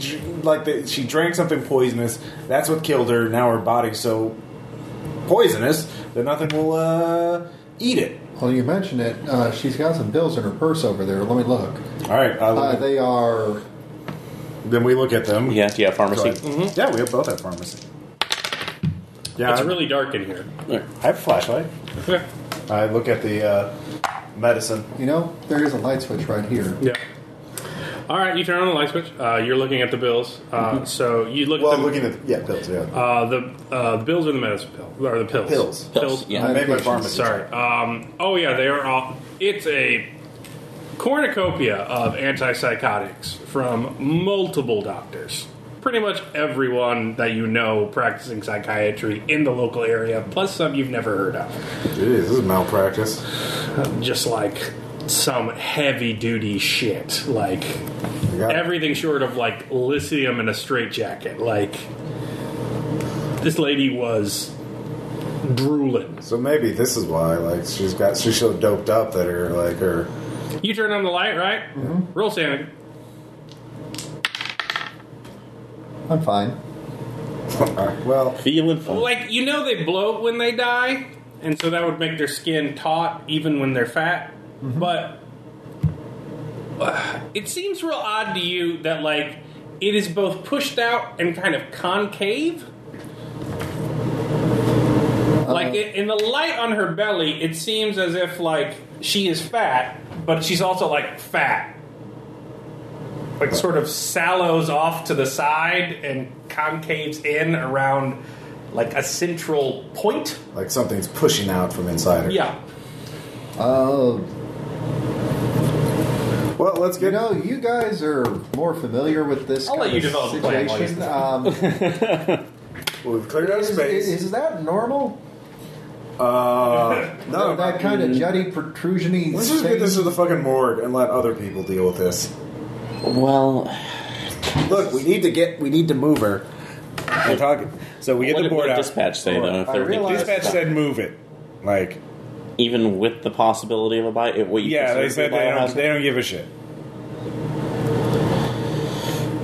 Speaker 1: like the, she drank something poisonous. That's what killed her. Now her body's so poisonous that nothing will uh, eat it.
Speaker 5: well, you mentioned it. Uh, she's got some bills in her purse over there. Let me look.
Speaker 1: All right. I
Speaker 5: Uh, they are
Speaker 1: then we look at them.
Speaker 4: Yeah, yeah,
Speaker 1: Go
Speaker 4: pharmacy.
Speaker 1: ahead.
Speaker 5: Mm-hmm.
Speaker 1: Yeah, we have both have pharmacy. Yeah,
Speaker 2: It's
Speaker 1: I-
Speaker 2: really dark in here.
Speaker 1: I have a flashlight.
Speaker 2: Yeah.
Speaker 1: I look at the uh, medicine.
Speaker 5: You know, there is a light switch right here.
Speaker 2: Yeah. All right, you turn on the light switch. Uh, you're looking at the bills. Uh, so you look
Speaker 1: Well,
Speaker 2: at
Speaker 1: I'm
Speaker 2: the
Speaker 1: looking at yeah pills. Yeah,
Speaker 2: Uh, the uh, bills or the medicine pill or the pills?
Speaker 1: Pills.
Speaker 4: Pills, yeah.
Speaker 1: I made my
Speaker 5: medications.
Speaker 1: pharmacy.
Speaker 2: Sorry. Um, oh yeah, they are all. It's a cornucopia of antipsychotics from multiple doctors. Pretty much everyone that you know practicing psychiatry in the local area, plus some you've never heard of.
Speaker 1: Jeez, this is malpractice.
Speaker 2: Just like some heavy duty shit, like
Speaker 1: I got it.
Speaker 2: everything short of like lithium in a straitjacket. Like this lady was drooling.
Speaker 1: so maybe this is why. Like she's got she's so doped up that her like her
Speaker 2: You turn on the light, right? Roll sanity.
Speaker 5: I'm fine.
Speaker 1: well
Speaker 4: Feeling fun.
Speaker 2: Like you know, they bloat when they die, and so that would make their skin taut even when they're fat. But uh, it seems real odd to you that like it is both pushed out and kind of concave. Like it, in the light on her belly, it seems as if like she is fat, but she's also like fat. Like sort of sallows off to the side and concaves in around like a central point.
Speaker 1: like something's pushing out from inside her.
Speaker 2: Yeah.
Speaker 5: Uh,
Speaker 1: Well, let's
Speaker 5: you
Speaker 1: get
Speaker 5: know, you guys are more familiar with this
Speaker 2: I'll
Speaker 5: kind
Speaker 2: let you
Speaker 5: of
Speaker 2: develop the plan while you-
Speaker 5: situation. Um,
Speaker 1: We've cleared out
Speaker 5: is,
Speaker 1: space.
Speaker 5: is, is that normal?
Speaker 1: uh, no,
Speaker 5: that kind of jutty protrusiony.
Speaker 1: let's just
Speaker 5: thing?
Speaker 1: get this to the fucking morgue and let other people deal with this.
Speaker 4: Well,
Speaker 1: Look, we need to get, we need to move her. We're talking. So we get the
Speaker 4: what did
Speaker 1: board
Speaker 4: what
Speaker 1: out.
Speaker 4: did dispatch say though? If
Speaker 5: I
Speaker 4: they're-
Speaker 5: realize-
Speaker 1: Dispatch said move it. Like,
Speaker 4: even with the possibility of a bite, it, what you
Speaker 1: yeah, they
Speaker 4: consider
Speaker 1: said
Speaker 4: to be
Speaker 1: they
Speaker 4: a
Speaker 1: don't,
Speaker 4: biohazard?
Speaker 1: they don't give a shit.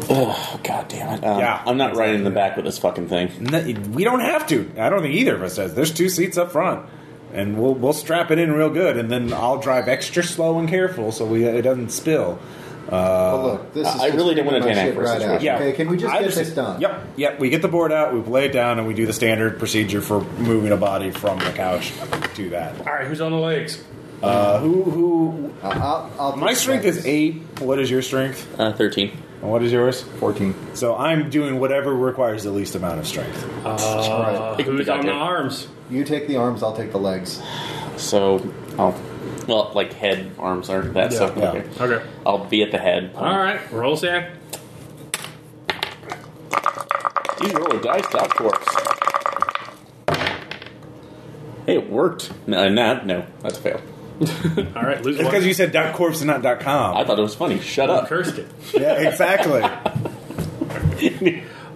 Speaker 4: Oh god damn it! Um,
Speaker 1: Yeah.
Speaker 4: I'm not right in the back with this fucking thing.
Speaker 1: No, we don't have to. I don't think either of us does. There's two seats up front, and we'll we'll strap it in real good, and then I'll drive extra slow and careful so we it doesn't spill.
Speaker 5: Oh,
Speaker 3: Well, look, this is
Speaker 4: I really
Speaker 3: just
Speaker 4: didn't want to
Speaker 3: my
Speaker 4: take
Speaker 3: shit
Speaker 4: that
Speaker 3: right
Speaker 4: first
Speaker 3: out.
Speaker 4: situation.
Speaker 3: Okay, can we just get
Speaker 1: I understand.
Speaker 3: this done?
Speaker 1: Yep, yep. We get the board out, we lay it down, and we do the standard procedure for moving a body from the couch to that.
Speaker 2: All right, who's on the legs?
Speaker 1: Uh, who, who?
Speaker 3: I- I'll, I'll
Speaker 1: My strength is eight. What is your strength?
Speaker 4: Uh, 13.
Speaker 1: And what is yours?
Speaker 3: fourteen.
Speaker 1: So I'm doing whatever requires the least amount of strength.
Speaker 2: Uh, who's on the arms?
Speaker 3: You take the arms, I'll take the legs.
Speaker 4: So, I'll, well, like head, arms, or that
Speaker 2: Yeah.
Speaker 4: stuff.
Speaker 1: Yeah.
Speaker 4: Okay.
Speaker 2: Okay.
Speaker 4: I'll be at the head.
Speaker 2: All right, roll sand.
Speaker 4: These roll a dice, top corpse. Hey, it worked. No, no, no that's a fail.
Speaker 2: All right, lose
Speaker 1: It's
Speaker 2: one.
Speaker 1: because you said dot corpse and not dot
Speaker 4: I
Speaker 1: com.
Speaker 4: thought it was funny. Shut up.
Speaker 2: cursed it.
Speaker 1: yeah, exactly.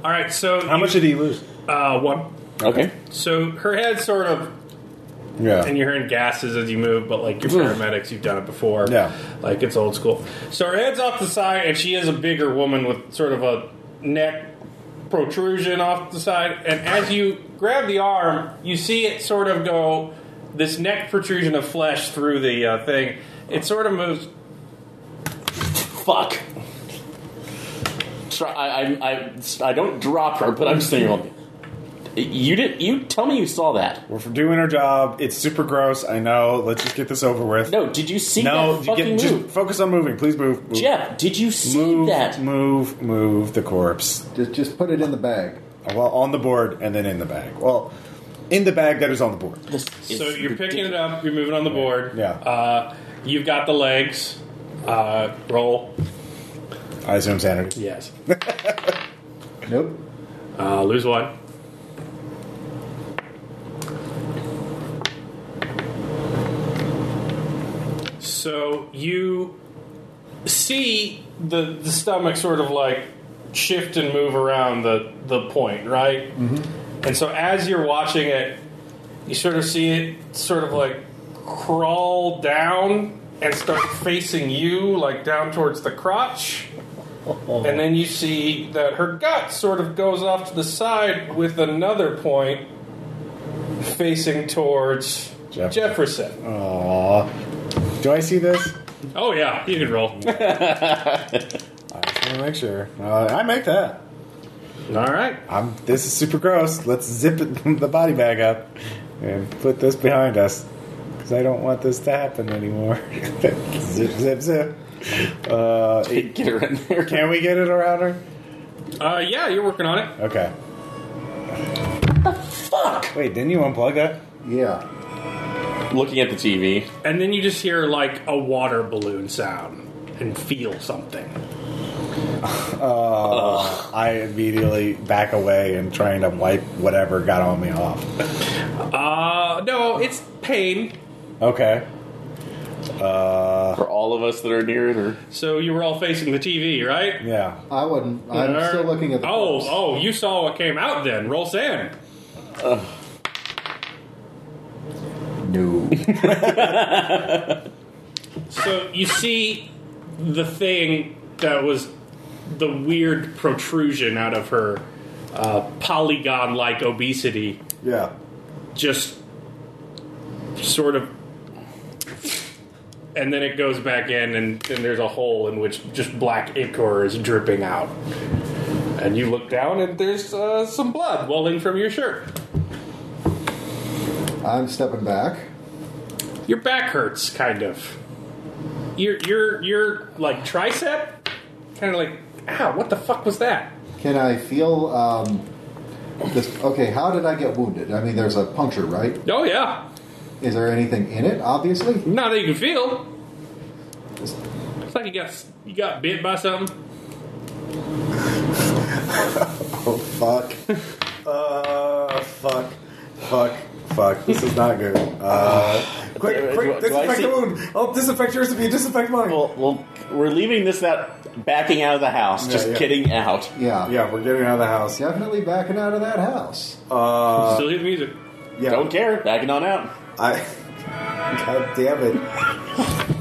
Speaker 2: All right, so
Speaker 1: How much did he lose?
Speaker 2: uh, one.
Speaker 4: Okay.
Speaker 2: So her head sort of,
Speaker 1: Yeah.
Speaker 2: and you're hearing gases as you move, but like your paramedics, you've done it before.
Speaker 1: Yeah.
Speaker 2: like it's old school. So her head's off the side, and she is a bigger woman with sort of a neck protrusion off the side. And as you grab the arm, you see it sort of go this neck protrusion of flesh through the uh, thing. It sort of moves
Speaker 4: Fuck. Try, I, I, I, I don't drop her, but I'm sitting on. You did. You tell me you saw that.
Speaker 1: We're doing our job. It's super gross. I know. Let's just get this over with.
Speaker 4: No, did you see
Speaker 1: No,
Speaker 4: that
Speaker 1: you
Speaker 4: fucking
Speaker 1: get, just
Speaker 4: move?
Speaker 1: focus on moving. Please move. move.
Speaker 4: Jeff, did you see
Speaker 1: move,
Speaker 4: that?
Speaker 1: move, move the corpse.
Speaker 3: Just, just put it in the bag.
Speaker 1: Well, on the board and then in the bag. Well, in the bag that is on the board.
Speaker 4: This is
Speaker 2: So you're picking it
Speaker 4: ridiculous.
Speaker 2: up. You're moving on the board.
Speaker 1: Yeah.
Speaker 2: Uh, you've got the legs. Uh, roll.
Speaker 1: I assume sanity.
Speaker 2: Yes.
Speaker 3: Nope.
Speaker 2: Uh, lose one. So you see the the stomach sort of like shift and move around the the point, right? Mm-hmm. And so as you're watching it, you sort of see it sort of like crawl down and start facing you, like down towards the crotch. And then you see that her gut sort of goes off to the side with another point facing towards
Speaker 1: Jeff-
Speaker 2: Jefferson.
Speaker 1: Aww. Do I see this?
Speaker 2: Oh, yeah, you can roll.
Speaker 1: I just want to make sure. Uh, I make that.
Speaker 2: All right.
Speaker 1: I'm, this is super gross. Let's zip it, the body bag up and put this behind us because I don't want this to happen anymore. zip, zip, zip. Uh,
Speaker 4: Get her in there.
Speaker 1: can we get it around her?
Speaker 2: Uh, yeah, you're working on it.
Speaker 1: Okay. fuck? Wait, didn't you unplug that?
Speaker 3: Yeah.
Speaker 4: Looking at the TV.
Speaker 2: And then you just hear like a water balloon sound and feel something.
Speaker 1: I immediately back away and trying to wipe whatever got on me off.
Speaker 2: Uh, no, it's pain.
Speaker 1: Okay. Uh,
Speaker 4: For all of us that are near it, or
Speaker 2: So you were all facing the TV, right?
Speaker 1: yeah.
Speaker 3: I wouldn't. I'm
Speaker 2: All
Speaker 3: still
Speaker 2: right.
Speaker 3: looking at the.
Speaker 2: Oh,
Speaker 3: corpse.
Speaker 2: oh, you saw what came out then. Roll sand.
Speaker 3: No.
Speaker 2: So you see the thing that was the weird protrusion out of her uh, polygon like obesity
Speaker 1: Yeah.
Speaker 2: just sort of. And then it goes back in, and, and there's a hole in which just black ichor is dripping out. And you look down, and there's uh, some blood welling from your shirt.
Speaker 3: I'm stepping back.
Speaker 2: Your back hurts, kind of. Your your your like tricep, kind of like, ow, what the fuck was that?
Speaker 3: Can I feel um, this? Okay, how did I get wounded? I mean, there's a puncture, right?
Speaker 2: Oh yeah,
Speaker 3: Is there anything in it? Obviously.
Speaker 2: not that you can feel. It's like you got you got bit by something.
Speaker 1: Oh, fuck. uh, fuck. Fuck. Fuck. This is not good. Uh, quick,
Speaker 4: Do-
Speaker 1: quick,
Speaker 4: do- do I
Speaker 1: disinfect
Speaker 4: see-
Speaker 1: the wound. Oh, disinfect yours if you disinfect mine.
Speaker 4: well, well, we're leaving this out, backing out of the house,
Speaker 1: Yeah,
Speaker 4: just
Speaker 1: yeah.
Speaker 4: kidding out.
Speaker 3: Yeah.
Speaker 1: yeah, we're getting out of the house.
Speaker 3: Definitely backing out of that house.
Speaker 1: Uh,
Speaker 2: Still hear the music.
Speaker 1: yeah.
Speaker 4: Don't care, backing on out.
Speaker 1: I. God damn it.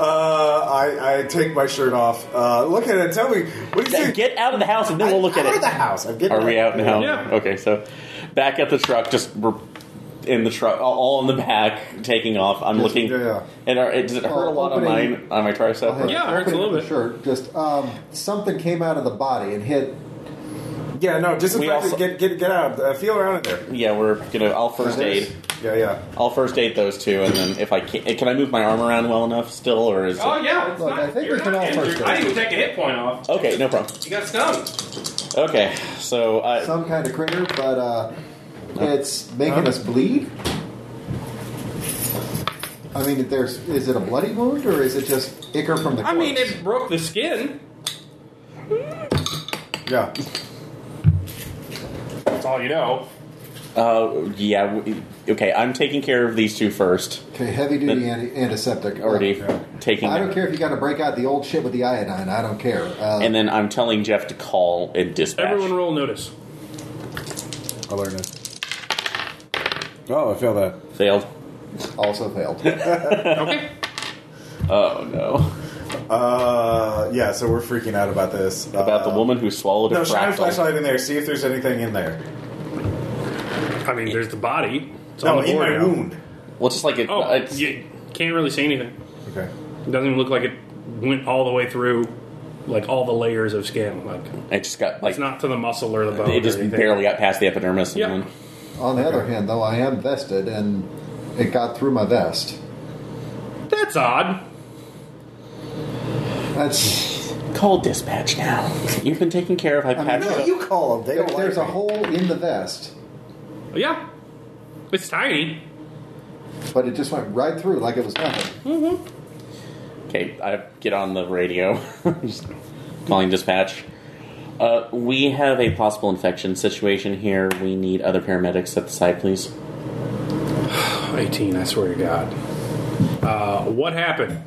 Speaker 1: Uh, I, I take my shirt off. Uh, look at it. Tell me, what do you think?
Speaker 4: Get out of the house, and then we'll look
Speaker 1: I'm
Speaker 4: at
Speaker 1: out
Speaker 4: it.
Speaker 1: of the house. I'm getting
Speaker 4: Are we out now?
Speaker 2: Yeah.
Speaker 4: Okay, so back at the truck, just we're in the truck, all- all in the back, taking off. I'm looking.
Speaker 7: yeah.
Speaker 4: And are, does it hurt
Speaker 5: Well,
Speaker 4: a lot on
Speaker 5: opening-
Speaker 4: my on my tricep?
Speaker 5: I'll have-
Speaker 2: Yeah, it
Speaker 5: I'll
Speaker 2: hurts
Speaker 5: put
Speaker 2: a little
Speaker 5: in
Speaker 2: bit.
Speaker 5: the Shirt. Just um, something came out of the body and hit.
Speaker 1: Yeah, no, disinfect
Speaker 4: also-
Speaker 1: it. Get, get, get out. Uh, feel around in there.
Speaker 4: Yeah, we're gonna. I'll first aid.
Speaker 1: Yeah, yeah.
Speaker 4: I'll first aid those two, and then if I eh, can, can I move my arm around well enough still, or is
Speaker 2: Oh
Speaker 4: it,
Speaker 2: yeah, it's
Speaker 7: Look,
Speaker 2: not,
Speaker 7: I think
Speaker 2: you're
Speaker 7: we can
Speaker 2: not
Speaker 7: all
Speaker 2: injured.
Speaker 7: first
Speaker 2: I didn't even take a hit point off.
Speaker 4: okay? No problem.
Speaker 2: You got stung.
Speaker 4: Okay, so uh,
Speaker 5: Some kind of critter, but uh, it's making us bleed. I mean, there's is it a bloody wound or is it just ichor from the?
Speaker 2: I mean,
Speaker 5: corpse?
Speaker 2: it broke the skin.
Speaker 1: Yeah.
Speaker 2: That's all you know.
Speaker 4: uh, yeah, w- okay. I'm taking care of these two first.
Speaker 5: okay, heavy duty anti- antiseptic
Speaker 4: Already
Speaker 1: Yeah.
Speaker 4: taking.
Speaker 5: I
Speaker 4: them.
Speaker 5: don't care if you got to break out the old shit with the iodine. I don't care. Uh,
Speaker 4: And then I'm telling Jeff to call and dispatch.
Speaker 2: Everyone roll notice.
Speaker 1: Alertness. Oh, I feel that.
Speaker 4: failed.
Speaker 5: also failed.
Speaker 2: okay.
Speaker 4: Oh no!
Speaker 1: Uh, yeah. So we're freaking out about this.
Speaker 4: About
Speaker 1: Uh,
Speaker 4: the woman who swallowed
Speaker 1: No,
Speaker 4: a
Speaker 1: shine a
Speaker 4: fractal.
Speaker 1: flashlight in there. See if there's anything in there.
Speaker 2: I mean, there's the body. It's
Speaker 1: no,
Speaker 2: on the
Speaker 1: in
Speaker 2: board
Speaker 1: my
Speaker 2: now.
Speaker 1: wound.
Speaker 4: Well, just like it. uh,
Speaker 2: Oh,
Speaker 4: it's,
Speaker 2: you can't really see anything.
Speaker 1: Okay.
Speaker 2: It doesn't even look like it went all the way through, like all the layers of skin. Like
Speaker 4: it just got like
Speaker 2: it's not to the muscle or the bone.
Speaker 4: it just
Speaker 2: or anything.
Speaker 4: barely got past the epidermis.
Speaker 2: Yep.
Speaker 4: And then,
Speaker 5: On the other hand, though, I am vested, and it got through my vest.
Speaker 2: That's odd.
Speaker 5: That's
Speaker 4: Call dispatch now. You've been taken care of. I patched
Speaker 5: no,
Speaker 4: up.
Speaker 1: You call them. They
Speaker 5: there-
Speaker 1: don't
Speaker 5: there's a
Speaker 1: like me.
Speaker 5: hole in the vest,
Speaker 2: Yeah, it's tiny.
Speaker 5: but it just went right through like it was nothing.
Speaker 4: Okay, I get on the radio. Just calling dispatch. Uh, we have a possible infection situation here. We need other paramedics at the site, please.
Speaker 2: 18. I swear to God. Uh, what happened?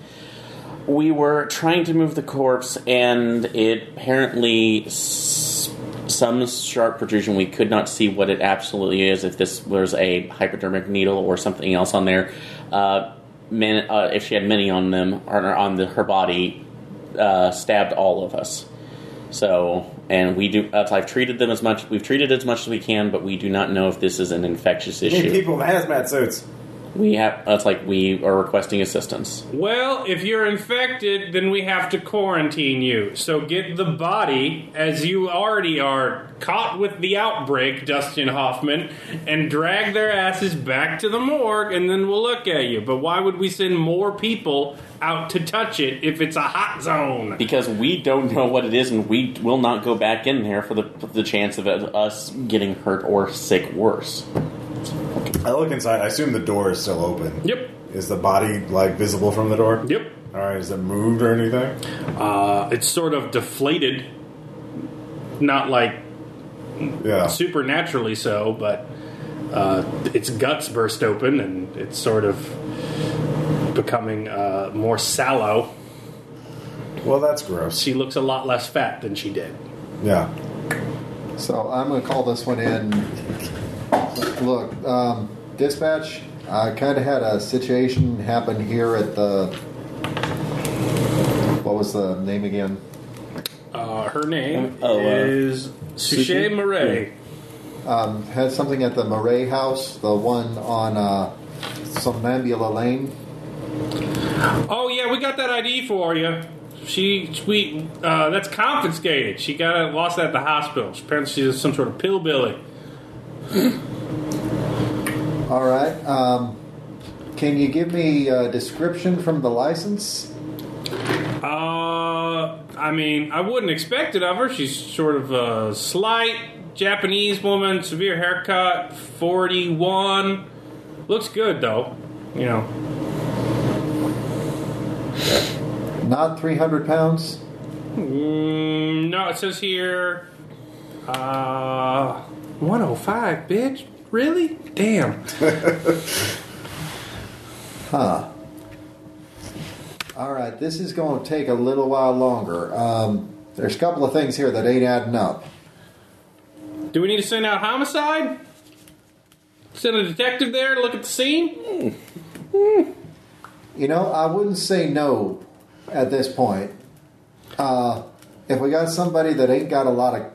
Speaker 4: We were trying to move the corpse, and it apparently s- some sharp protrusion. We could not see what it absolutely is. If this was a hypodermic needle or something else on there, uh, man, uh, if she had many on them or on the, her body, uh, stabbed all of us. So, and we do. Uh, I've treated them as much. We've treated as much as we can, but we do not know if this is an infectious
Speaker 1: You need
Speaker 4: issue.
Speaker 1: people in hazmat suits.
Speaker 4: We have. It's like we are requesting assistance.
Speaker 2: Well, if you're infected, then we have to quarantine you. So get the body, as you already are caught with the outbreak, Dustin Hoffman, and drag their asses back to the morgue, and then we'll look at you. But why would we send more people out to touch it if it's a hot zone?
Speaker 4: because we don't know what it is, and we will not go back in there for the for the chance of us getting hurt or sick worse.
Speaker 1: I look inside. I assume the door is still open.
Speaker 2: Yep.
Speaker 1: Is the body like visible from the door?
Speaker 2: Yep.
Speaker 1: All right. Is it moved or anything?
Speaker 2: Uh, it's sort of deflated. Not like
Speaker 1: Yeah.
Speaker 2: supernaturally so, but uh, its guts burst open and it's sort of becoming uh, more sallow.
Speaker 1: Well, that's gross.
Speaker 2: She looks a lot less fat than she did.
Speaker 1: Yeah.
Speaker 5: So I'm going to call this one in. Look, um, dispatch. I kind of had a situation happen here at the. What was the name again?
Speaker 2: Uh, her name
Speaker 4: Oh, uh,
Speaker 2: is
Speaker 4: Sushi? Hmm.
Speaker 2: Suchet Murray.
Speaker 5: Um, had something at the Murray House, the one on uh, Somnambula Lane.
Speaker 2: Oh yeah, we got that ID for you. She, we, uh, that's confiscated. She got it, lost that at the hospital. Apparently, she's some sort of pillbilly.
Speaker 5: All right. Um, can you give me a description from the license?
Speaker 2: Uh, I mean, I wouldn't expect it of her. She's sort of a slight Japanese woman, severe haircut, 41. Looks good, though. You know,
Speaker 5: Not 300 pounds?
Speaker 2: mm, no, it says here, uh, 105, bitch. Really? Damn.
Speaker 5: Huh. All right. This is going to take a little while longer. Um, there's a couple of things here that ain't adding up.
Speaker 2: Do we need to send out homicide? Send a detective there to look at the scene?
Speaker 5: You know, I wouldn't say no at this point. Uh, if we got somebody that ain't got a lot of.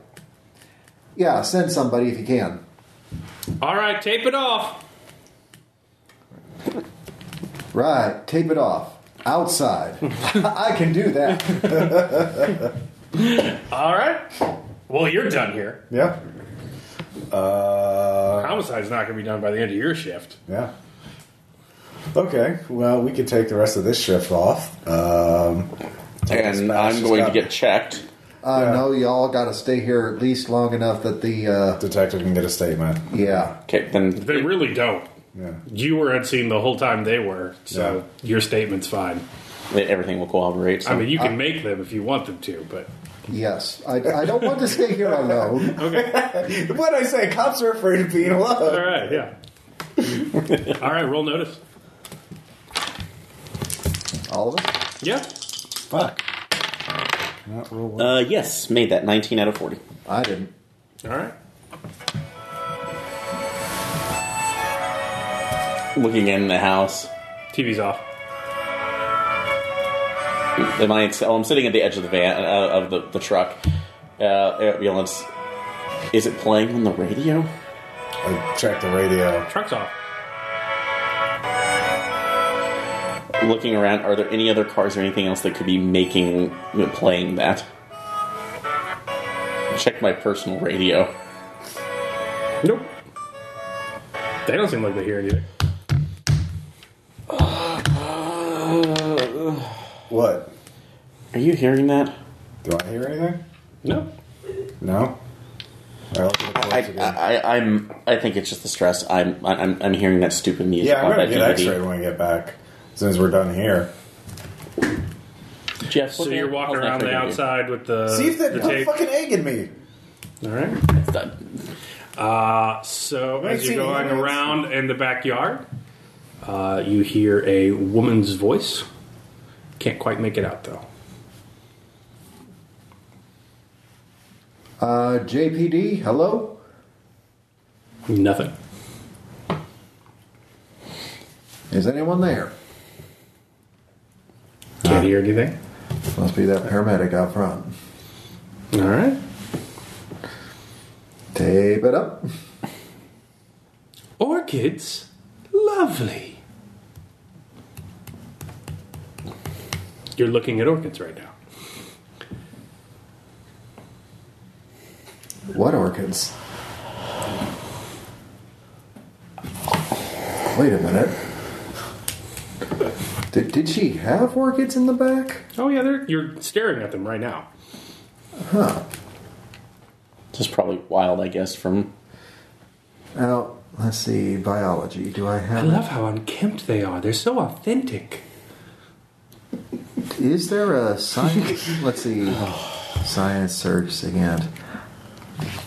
Speaker 5: Yeah, send somebody if you can.
Speaker 2: All right, tape it off.
Speaker 5: Right, tape it off. Outside. I can do that.
Speaker 2: All right. Well, you're done here.
Speaker 1: Yeah. Uh,
Speaker 2: Homicide's not going to be done by the end of your shift.
Speaker 1: yeah. Okay. Well, we could take the rest of this shift off. Um,
Speaker 4: and
Speaker 1: Dispatch
Speaker 4: I'm
Speaker 1: has
Speaker 4: going to
Speaker 1: got-
Speaker 4: get checked.
Speaker 5: Uh, No, y'all got to stay here at least long enough that the. Uh,
Speaker 1: detective can get a statement.
Speaker 5: yeah.
Speaker 4: Okay, then
Speaker 2: They really don't.
Speaker 1: Yeah.
Speaker 2: You were unseen the whole time they were, so your statement's fine.
Speaker 4: everything will cooperate. So.
Speaker 2: I mean, you can make them if you want them to, but
Speaker 5: Yes. I, I don't want to stay here alone.
Speaker 2: okay.
Speaker 1: What I say? Cops are afraid of being
Speaker 2: All
Speaker 1: alone.
Speaker 2: right, yeah. All right, roll notice.
Speaker 5: All of us?
Speaker 2: Yeah.
Speaker 1: Fuck. Not real well.
Speaker 4: uh, yes, made that 19 out of 40.
Speaker 5: I didn't.
Speaker 2: All right.
Speaker 4: Looking in the house,
Speaker 2: TV's off.
Speaker 4: am I? Oh, I'm sitting at the edge of the van uh, of the, the truck. Uh, ambulance. Is it playing on the radio?
Speaker 1: I checked the radio.
Speaker 2: Truck's off.
Speaker 4: Looking around, are there any other cars or anything else that could be making playing that? Check my personal radio.
Speaker 2: Nope. They don't seem like they hear anything.
Speaker 1: What?
Speaker 4: Are you hearing that?
Speaker 1: Do I hear anything?
Speaker 2: No.
Speaker 1: No. All right, I'll look at
Speaker 4: I,
Speaker 1: the clothes again.
Speaker 4: I, I, I'm. I think it's just the stress. I'm. I'm. I'm hearing that stupid music.
Speaker 1: yeah, I'm
Speaker 4: on
Speaker 1: gonna
Speaker 4: that
Speaker 1: get
Speaker 4: DVD.
Speaker 1: X-rayed when I get back. As soon as we're done here.
Speaker 4: Jeff,
Speaker 2: So
Speaker 4: what
Speaker 2: you're
Speaker 4: the-
Speaker 2: walking
Speaker 4: how's that
Speaker 2: around
Speaker 4: thing
Speaker 2: the
Speaker 4: gonna do?
Speaker 2: outside with the,
Speaker 1: See if that
Speaker 2: the
Speaker 1: put
Speaker 2: tape.
Speaker 1: fucking egg in me.
Speaker 2: All right.
Speaker 4: It's done.
Speaker 2: Uh, so
Speaker 1: I
Speaker 2: as
Speaker 1: see
Speaker 2: you're going
Speaker 1: anything else?
Speaker 2: around in the backyard, uh, you hear a woman's voice. Can't quite make it out though.
Speaker 5: Uh, JPD, hello?
Speaker 2: Nothing.
Speaker 5: Is anyone there?
Speaker 2: Can't hear anything.
Speaker 5: Must be that paramedic out front.
Speaker 2: All right.
Speaker 5: Tape it up.
Speaker 2: Orchids, lovely. You're looking at orchids right now.
Speaker 5: What orchids? Wait a minute. Did, did she have orchids in the back?
Speaker 2: Oh yeah, they're, you're staring at them right now.
Speaker 4: Just probably wild, I guess. From
Speaker 5: Now, let's see, biology. Do I
Speaker 2: I
Speaker 5: have
Speaker 2: love how unkempt they are. They're so authentic.
Speaker 5: Is there a science? let's see. Science search again.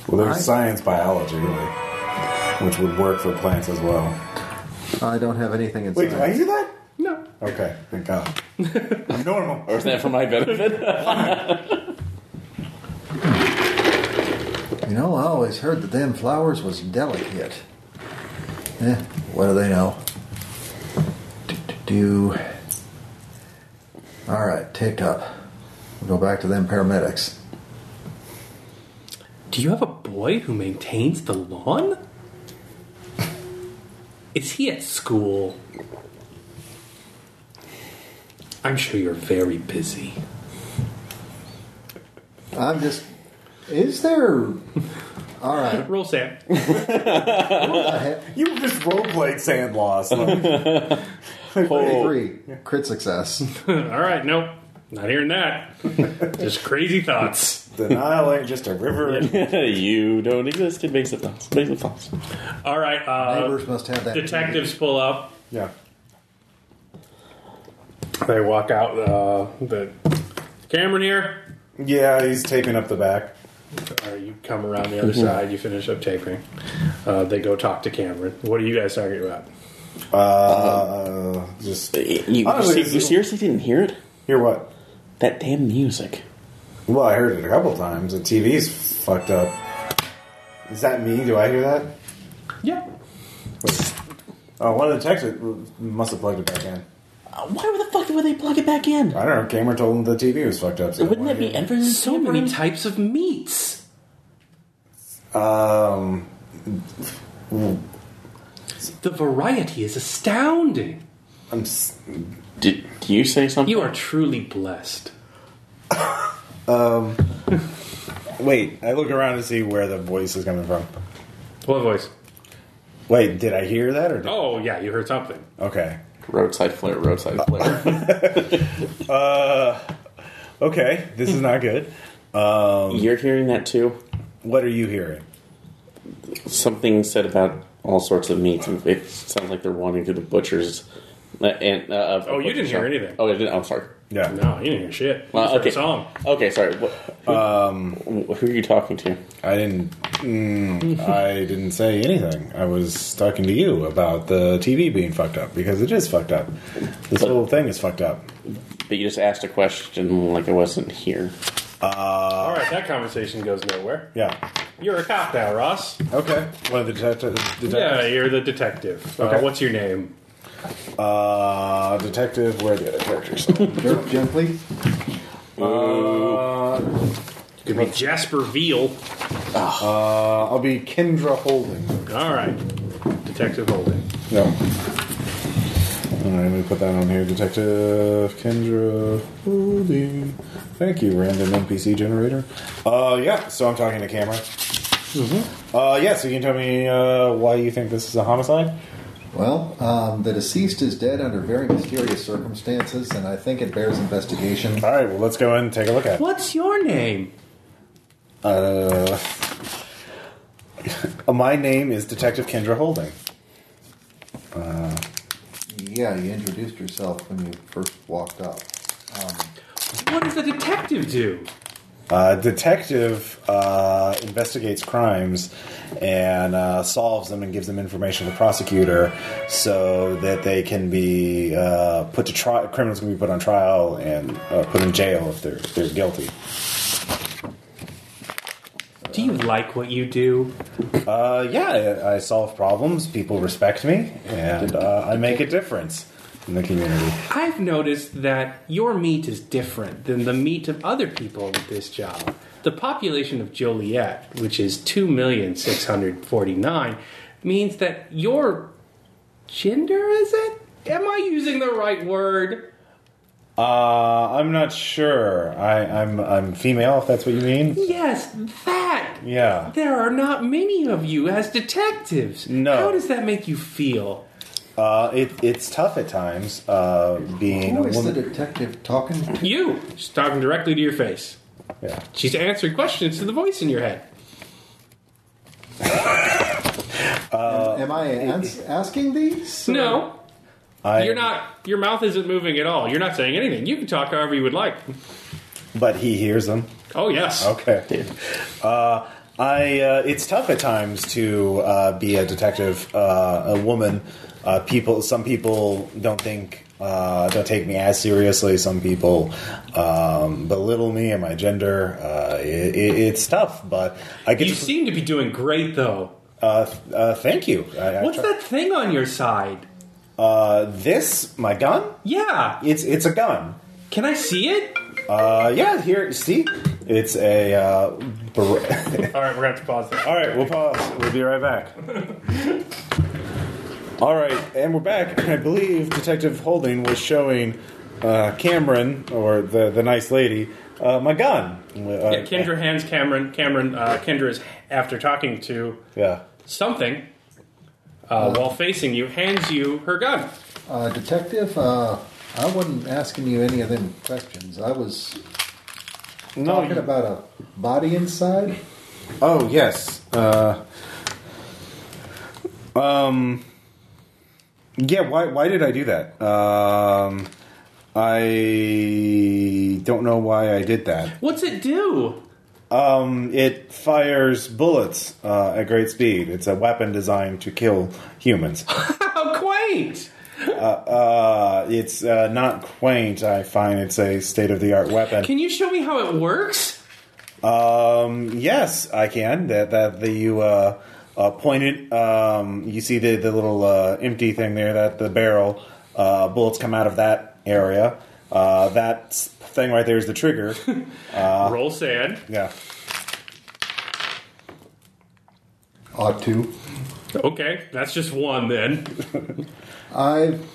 Speaker 1: Well, there's
Speaker 5: Alright.
Speaker 1: science biology, really, which would work for plants as well.
Speaker 5: I don't have anything in
Speaker 1: Wait, do I
Speaker 5: science.
Speaker 1: hear that?
Speaker 2: No.
Speaker 1: Okay, thank God. I'm normal.
Speaker 4: or is that for my benefit?
Speaker 5: You know, I always heard that them flowers was delicate. Eh, what do they know? Do- Do. do. All right, taped up. We'll go back to them paramedics.
Speaker 2: Do you have a boy who maintains the lawn? Is he at school? I'm sure you're very busy.
Speaker 5: I'm just. Is there? All right.
Speaker 2: Uh, Roll Sam.
Speaker 5: I have
Speaker 1: You just role played sand loss. Like,
Speaker 5: three crit success.
Speaker 2: All right, nope. Not hearing that. Just crazy thoughts.
Speaker 1: denial ain't just a river.
Speaker 4: you don't exist. It makes it false. Makes it false.
Speaker 2: All right, uh,
Speaker 5: Neighbors must have that.
Speaker 2: detectives pull up.
Speaker 1: Yeah.
Speaker 2: They walk out. Uh, the Cameron here.
Speaker 1: Yeah, he's taping up the back.
Speaker 2: All right, you come around the other side. You finish up taping. Uh, they go talk to Cameron. What are you guys talking about?
Speaker 1: Uh, just
Speaker 4: You, you
Speaker 1: Honestly,
Speaker 4: se- you seriously didn't hear it?
Speaker 1: hear what?
Speaker 4: That damn music.
Speaker 1: Well, I heard it a couple times. The TV's fucked up. Is that me? Do I hear that?
Speaker 2: Yeah.
Speaker 1: Oh, one of the detectives must have plugged it back in.
Speaker 4: Uh, Why the fuck would they plug it back in?
Speaker 1: I don't know. Cameron told him the TV was fucked up. So
Speaker 4: Wouldn't that be every
Speaker 2: So many types of meats.
Speaker 1: Um,
Speaker 2: The variety is astounding.
Speaker 1: I'm s-
Speaker 4: Did you say something?
Speaker 2: You are truly blessed.
Speaker 1: wait. I look around to see where the voice is coming from.
Speaker 2: What voice?
Speaker 1: Wait, did I hear that or? Did,
Speaker 2: Oh, yeah, you heard something.
Speaker 1: Okay.
Speaker 4: roadside flare, roadside flare.
Speaker 1: Okay. This is not good.
Speaker 2: Um,
Speaker 4: You're hearing that too.
Speaker 1: What are you hearing?
Speaker 4: Something said about all sorts of meats. and It sounds like they're wandering through the butchers. uh, And, uh, of-
Speaker 2: Oh, you didn't hear anything.
Speaker 4: Oh, I didn't. I'm sorry.
Speaker 1: Yeah.
Speaker 2: No, you didn't hear shit. You
Speaker 4: Uh,
Speaker 2: just heard
Speaker 4: okay.
Speaker 2: a song.
Speaker 4: Okay, sorry. um, who are you talking to?
Speaker 1: I didn't. Mm, I didn't say anything. I was talking to you about the TV being fucked up because it is fucked up. This whole thing is fucked up.
Speaker 4: But you just asked a question like I wasn't here.
Speaker 2: Uh, All right, that conversation goes nowhere.
Speaker 1: Yeah.
Speaker 2: You're a cop now, Ross.
Speaker 1: Okay. One of the detectives.
Speaker 2: Yeah, you're the detective. Uh,
Speaker 1: Okay.
Speaker 2: what's your name?
Speaker 1: Uh, detective. Where are the other characters? Uh,
Speaker 3: Dirk gently.
Speaker 2: Could be Jasper Veal.
Speaker 1: uh, I'll be Kendra Holding.
Speaker 2: All right, Detective Holding.
Speaker 1: No. All right, let me put that on here. Detective Kendra Holding. Thank you, random NPC generator. Uh, yeah, so I'm talking to camera. Uh, yeah, so you can tell me uh, why you think this is a homicide?
Speaker 3: Well, um, the deceased is dead under very mysterious circumstances, and I think it bears investigation.
Speaker 1: All right, well, let's go in and take a look at it.
Speaker 2: What's your name?
Speaker 1: Uh, my name is Detective Kendra Holding.
Speaker 3: Yeah, you introduced yourself when you first walked up.
Speaker 2: What does a detective do?
Speaker 1: Uh, detective uh, investigates crimes and uh, solves them and gives them information to the prosecutor so that they can be uh, put to trial. Criminals can be put on trial and uh, put in jail if they're if they're guilty.
Speaker 2: Do you like what you do?
Speaker 1: Uh, yeah, I, I solve problems. People respect me, and uh, I make a difference in the community.
Speaker 2: I've noticed that your meat is different than the meat of other people with this job. The population of Joliet, which is 2,649, means that your gender is it? Am I using the right word?
Speaker 1: Uh, I'm not sure. I, I'm I'm female. If that's what you mean.
Speaker 2: Yes, that.
Speaker 1: Yeah.
Speaker 2: There are not many of you as detectives.
Speaker 1: No.
Speaker 2: How does that make you feel?
Speaker 1: Uh, it, it's tough at times. Uh, being
Speaker 3: Who
Speaker 1: a
Speaker 3: is the
Speaker 1: woman.
Speaker 3: detective talking to?
Speaker 2: You. She's talking directly to your face.
Speaker 1: yeah.
Speaker 2: She's answering questions to the voice in your head.
Speaker 1: Uh,
Speaker 3: Am I ans- asking these?
Speaker 2: No,
Speaker 1: I,
Speaker 2: You're not. Your mouth isn't moving at all. You're not saying anything. You can talk however you would like.
Speaker 1: But he hears them.
Speaker 2: Oh yes.
Speaker 1: Okay. Uh, I. Uh, it's tough at times to uh, be a detective, uh, a woman. Uh, people. Some people don't think. Uh, don't take me as seriously. Some people um, belittle me and my gender. Uh, it, it, it's tough, but I get.
Speaker 2: You
Speaker 1: to-
Speaker 2: seem to be doing great though.
Speaker 1: uh, uh, thank you. I, I
Speaker 2: What's
Speaker 1: try-
Speaker 2: that thing on your side?
Speaker 1: Uh, this my gun.
Speaker 2: Yeah.
Speaker 1: It's it's a gun.
Speaker 2: Can I see it?
Speaker 1: Uh, yeah. Here, see, it's a. Uh, beret.
Speaker 2: All right, we're gonna have to pause that.
Speaker 1: All right, we'll pause. We'll be right back. All right, and we're back. I believe Detective Holding was showing uh, Cameron, or the the nice lady, uh, my gun. Uh,
Speaker 2: Yeah, Kendra hands Cameron. Cameron. Uh, Kendra is after talking to
Speaker 1: Yeah.
Speaker 2: something uh, while facing you, hands you her gun.
Speaker 3: Uh, detective, uh, I wasn't asking you any of them questions. I was
Speaker 1: No.
Speaker 3: talking
Speaker 1: Oh, You,
Speaker 3: about a body inside.
Speaker 1: oh yes. Uh, um. Yeah. Why? Why did I do that? Um. I don't know why I did that.
Speaker 2: What's it do?
Speaker 1: Um, it fires bullets uh, at great speed. It's a weapon designed to kill humans.
Speaker 2: How Oh, quaint!
Speaker 1: Uh, it's uh, not quaint. I find it's a state of the art weapon.
Speaker 2: Can you show me how it works?
Speaker 1: Um, yes, I can. That that the you uh, uh, point it. Um, you see the the little uh, empty thing there. That the barrel uh, bullets come out of that area. Uh, that thing right there is the trigger.
Speaker 2: Roll sand.
Speaker 1: yeah.
Speaker 3: Ought to.
Speaker 2: Okay, that's just one then.
Speaker 3: I've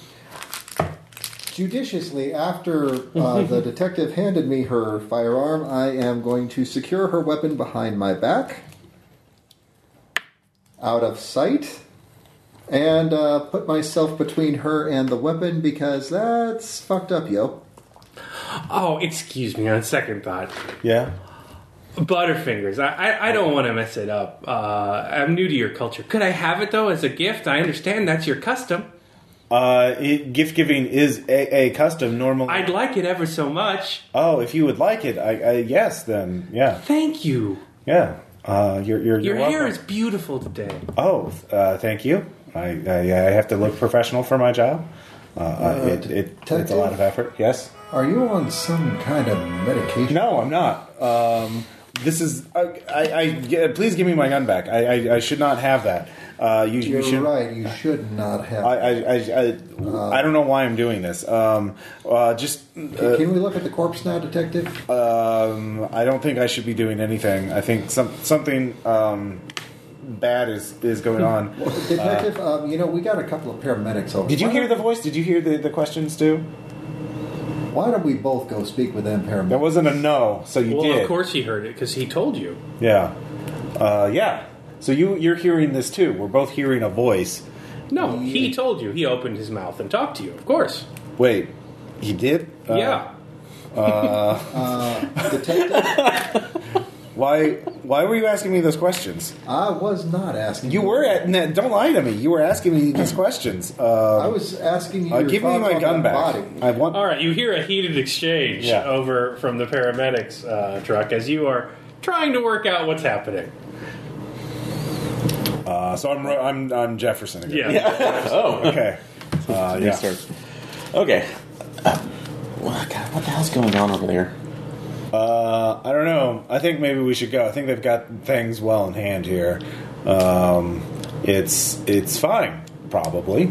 Speaker 5: judiciously, after uh,
Speaker 1: Mm-hmm.
Speaker 5: the detective handed me her firearm, I am going to secure her weapon behind my back, out of sight, and uh, put myself between her and the weapon because that's fucked up, yo.
Speaker 2: Oh, excuse me on second thought.
Speaker 1: Yeah.
Speaker 2: Butterfingers. I, I, I don't want to mess it up. Uh, I'm new to your culture. Could I have it, though, as a gift? I understand that's your custom.
Speaker 1: Uh, it, gift giving is a, a custom normally.
Speaker 2: I'd like it ever so much.
Speaker 1: oh, if you would like it, I, I yes, then yeah,
Speaker 2: Thank you.
Speaker 1: yeah. Uh, you're, you're, you're
Speaker 2: Your
Speaker 1: welcome.
Speaker 2: hair is beautiful today.
Speaker 1: Oh, uh, thank you. I, I I have to look professional for my job. Uh, uh, it, it, it's a
Speaker 5: detective?
Speaker 1: lot of effort. Yes.
Speaker 5: Are you on some kind of medication?
Speaker 1: No, I'm not. Um, this is. uh, I, I, I yeah, please give me my gun back. I, I, I should not have that. Uh, you, you
Speaker 5: You're
Speaker 1: should.
Speaker 5: right. Uh-huh. You should not have.
Speaker 1: I, I, I, I, I don't know why I'm doing this. Um, uh, just,
Speaker 5: Can- Can we look at the corpse now, detective?
Speaker 1: um, I don't think I should be doing anything. I think some something um, bad is is going on.
Speaker 5: detective, um, you know we got a couple of paramedics over.
Speaker 1: Did you
Speaker 5: Why
Speaker 1: hear the
Speaker 5: don't-
Speaker 1: voice? Did you hear the, the question, Stu?
Speaker 5: Why don't we both go speak with them paramedics?
Speaker 1: That wasn't a no, so you
Speaker 2: Well,
Speaker 1: did.
Speaker 2: of course he heard it because he told you.
Speaker 1: Yeah. Uh, yeah. So you you're hearing this too. We're both hearing a voice.
Speaker 2: No, he told you. He opened his mouth and talked to you, of course.
Speaker 1: Wait, he did? Uh,
Speaker 2: yeah.
Speaker 5: detective,
Speaker 1: Why why were you asking me those questions?
Speaker 5: I was not asking.
Speaker 1: You were at no, don't lie to me. You were asking me these questions. Uh,
Speaker 5: I was asking you.
Speaker 1: uh,
Speaker 5: your
Speaker 1: give me
Speaker 5: thoughts
Speaker 1: my
Speaker 5: on
Speaker 1: gun
Speaker 5: that
Speaker 1: back.
Speaker 5: Body.
Speaker 1: I want
Speaker 2: All right, you hear a heated exchange
Speaker 1: Yeah.
Speaker 2: over from the paramedics uh, truck as you are trying to work out what's happening.
Speaker 1: uh, so I'm Ro- I'm I'm Jefferson again.
Speaker 2: Yeah.
Speaker 4: Oh,
Speaker 1: Okay. Uh,
Speaker 4: yeah.
Speaker 1: yeah.
Speaker 4: Okay. Uh, God, what the hell's going on over there?
Speaker 1: Uh, I don't know. I think maybe we should go. I think they've got things well in hand here. Um, it's it's fine, probably,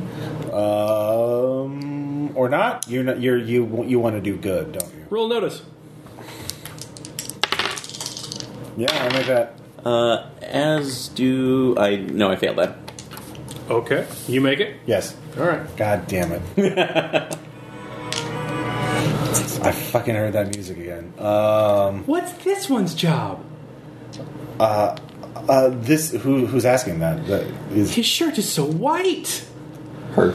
Speaker 1: um, or not. You're not. You're you you want to do good, don't you?
Speaker 2: Roll notice.
Speaker 1: Yeah, I make that.
Speaker 4: Uh, as do I. No, I failed that.
Speaker 2: Okay. You make it?
Speaker 1: Yes.
Speaker 2: All right.
Speaker 1: God damn it. I fucking heard that music again. Um,
Speaker 2: What's this one's job?
Speaker 1: uh, this who who's asking that? that is
Speaker 2: His shirt is so white.
Speaker 4: Her.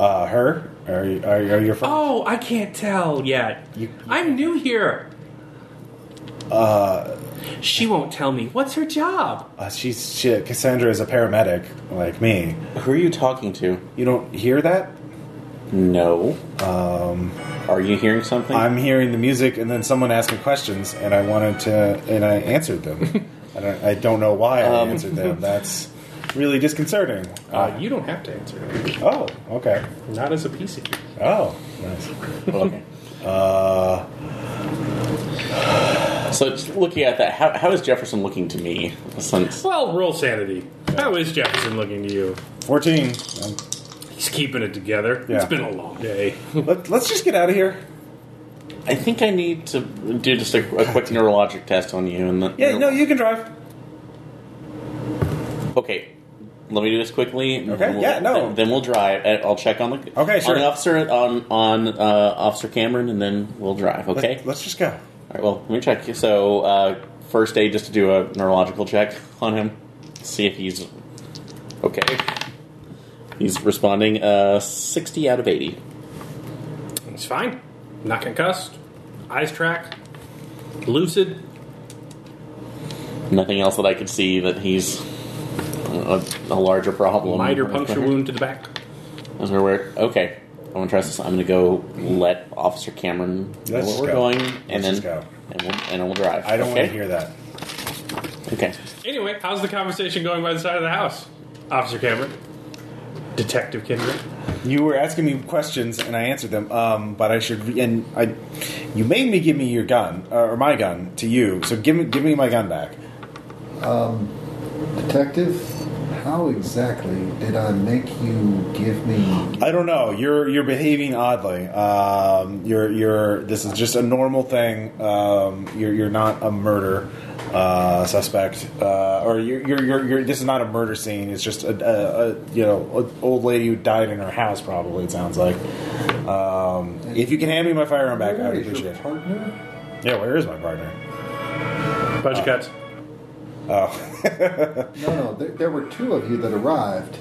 Speaker 1: uh, her? Are you, are, you- are your friend?
Speaker 2: Oh, I can't tell yet.
Speaker 1: You-
Speaker 2: I'm new here. Uh. She won't tell me. What's her job?
Speaker 1: Uh, she's she, Cassandra is a paramedic like me.
Speaker 4: Who are you talking to?
Speaker 1: You don't hear that?
Speaker 4: No. Um. Are you hearing something?
Speaker 1: I'm hearing the music, and then someone asked me questions, and I wanted to, and I answered them. I don't, I don't know why
Speaker 4: Um.
Speaker 1: I answered them. That's really disconcerting.
Speaker 2: Uh, you don't have to answer.
Speaker 1: Oh, okay.
Speaker 2: Not as a PC.
Speaker 1: Oh, nice.
Speaker 4: okay.
Speaker 1: Uh,
Speaker 4: So just looking at that, how, how is Jefferson looking to me? Since
Speaker 2: Well, roll sanity. How is Jefferson looking to you?
Speaker 1: fourteen. Um,
Speaker 2: He's keeping it together.
Speaker 1: Yeah.
Speaker 2: It's been a long day.
Speaker 1: let, let's just get out of here.
Speaker 4: I think I need to do just a, a quick neurologic test on you, and then
Speaker 1: Yeah, no, you can drive.
Speaker 4: Okay, let me do this quickly. and
Speaker 1: Okay,
Speaker 4: then we'll-
Speaker 1: yeah, no.
Speaker 4: Then, then we'll drive. I- I'll check on the
Speaker 1: Okay, sure.
Speaker 4: on the officer on on uh, Officer Cameron, and then we'll drive.
Speaker 1: Let,
Speaker 4: Okay.
Speaker 1: Let's just go.
Speaker 4: All right. Well, let me check. So uh, first aid, just to do a neurological check on him, see if he's okay. He's responding. Uh, sixty out of eighty.
Speaker 2: It's fine. Not concussed. Eyes track. Lucid.
Speaker 4: Nothing else that I could see that he's a, a larger problem.
Speaker 2: Minor puncture wound to the back.
Speaker 4: Those are where- Okay. I'm gonna try this. I'm gonna go let Officer Cameron know
Speaker 1: Let's
Speaker 4: where we're
Speaker 1: go.
Speaker 4: going,
Speaker 1: Let's
Speaker 4: and
Speaker 1: just
Speaker 4: then
Speaker 1: go.
Speaker 4: and we'll and we'll drive.
Speaker 1: I don't
Speaker 4: okay?
Speaker 1: want to hear that.
Speaker 4: Okay.
Speaker 2: Anyway, how's the conversation going by the side of the house? Officer Cameron. Detective Kendrick.
Speaker 1: You were asking me questions, and I answered them. Um, but I should, re- and I, you made me give me your gun uh, or my gun to you. So give me, give me my gun back.
Speaker 5: Detective, how exactly did I make you give me?
Speaker 1: I don't know. You're you're behaving oddly. Um, you're you're. This is just a normal thing. Um, you're you're not a murder. uh, suspect, uh, or you're, you're, you're, you're, this is not a murder scene. It's just a, a, a you know an old lady who died in her house. Probably it sounds like. Um, if you can hand me my firearm back, I would
Speaker 5: Is your
Speaker 1: appreciate it.
Speaker 5: partner?
Speaker 1: Yeah, where is my partner?
Speaker 2: Budget cuts.
Speaker 5: No, no. There, there were two of you that arrived,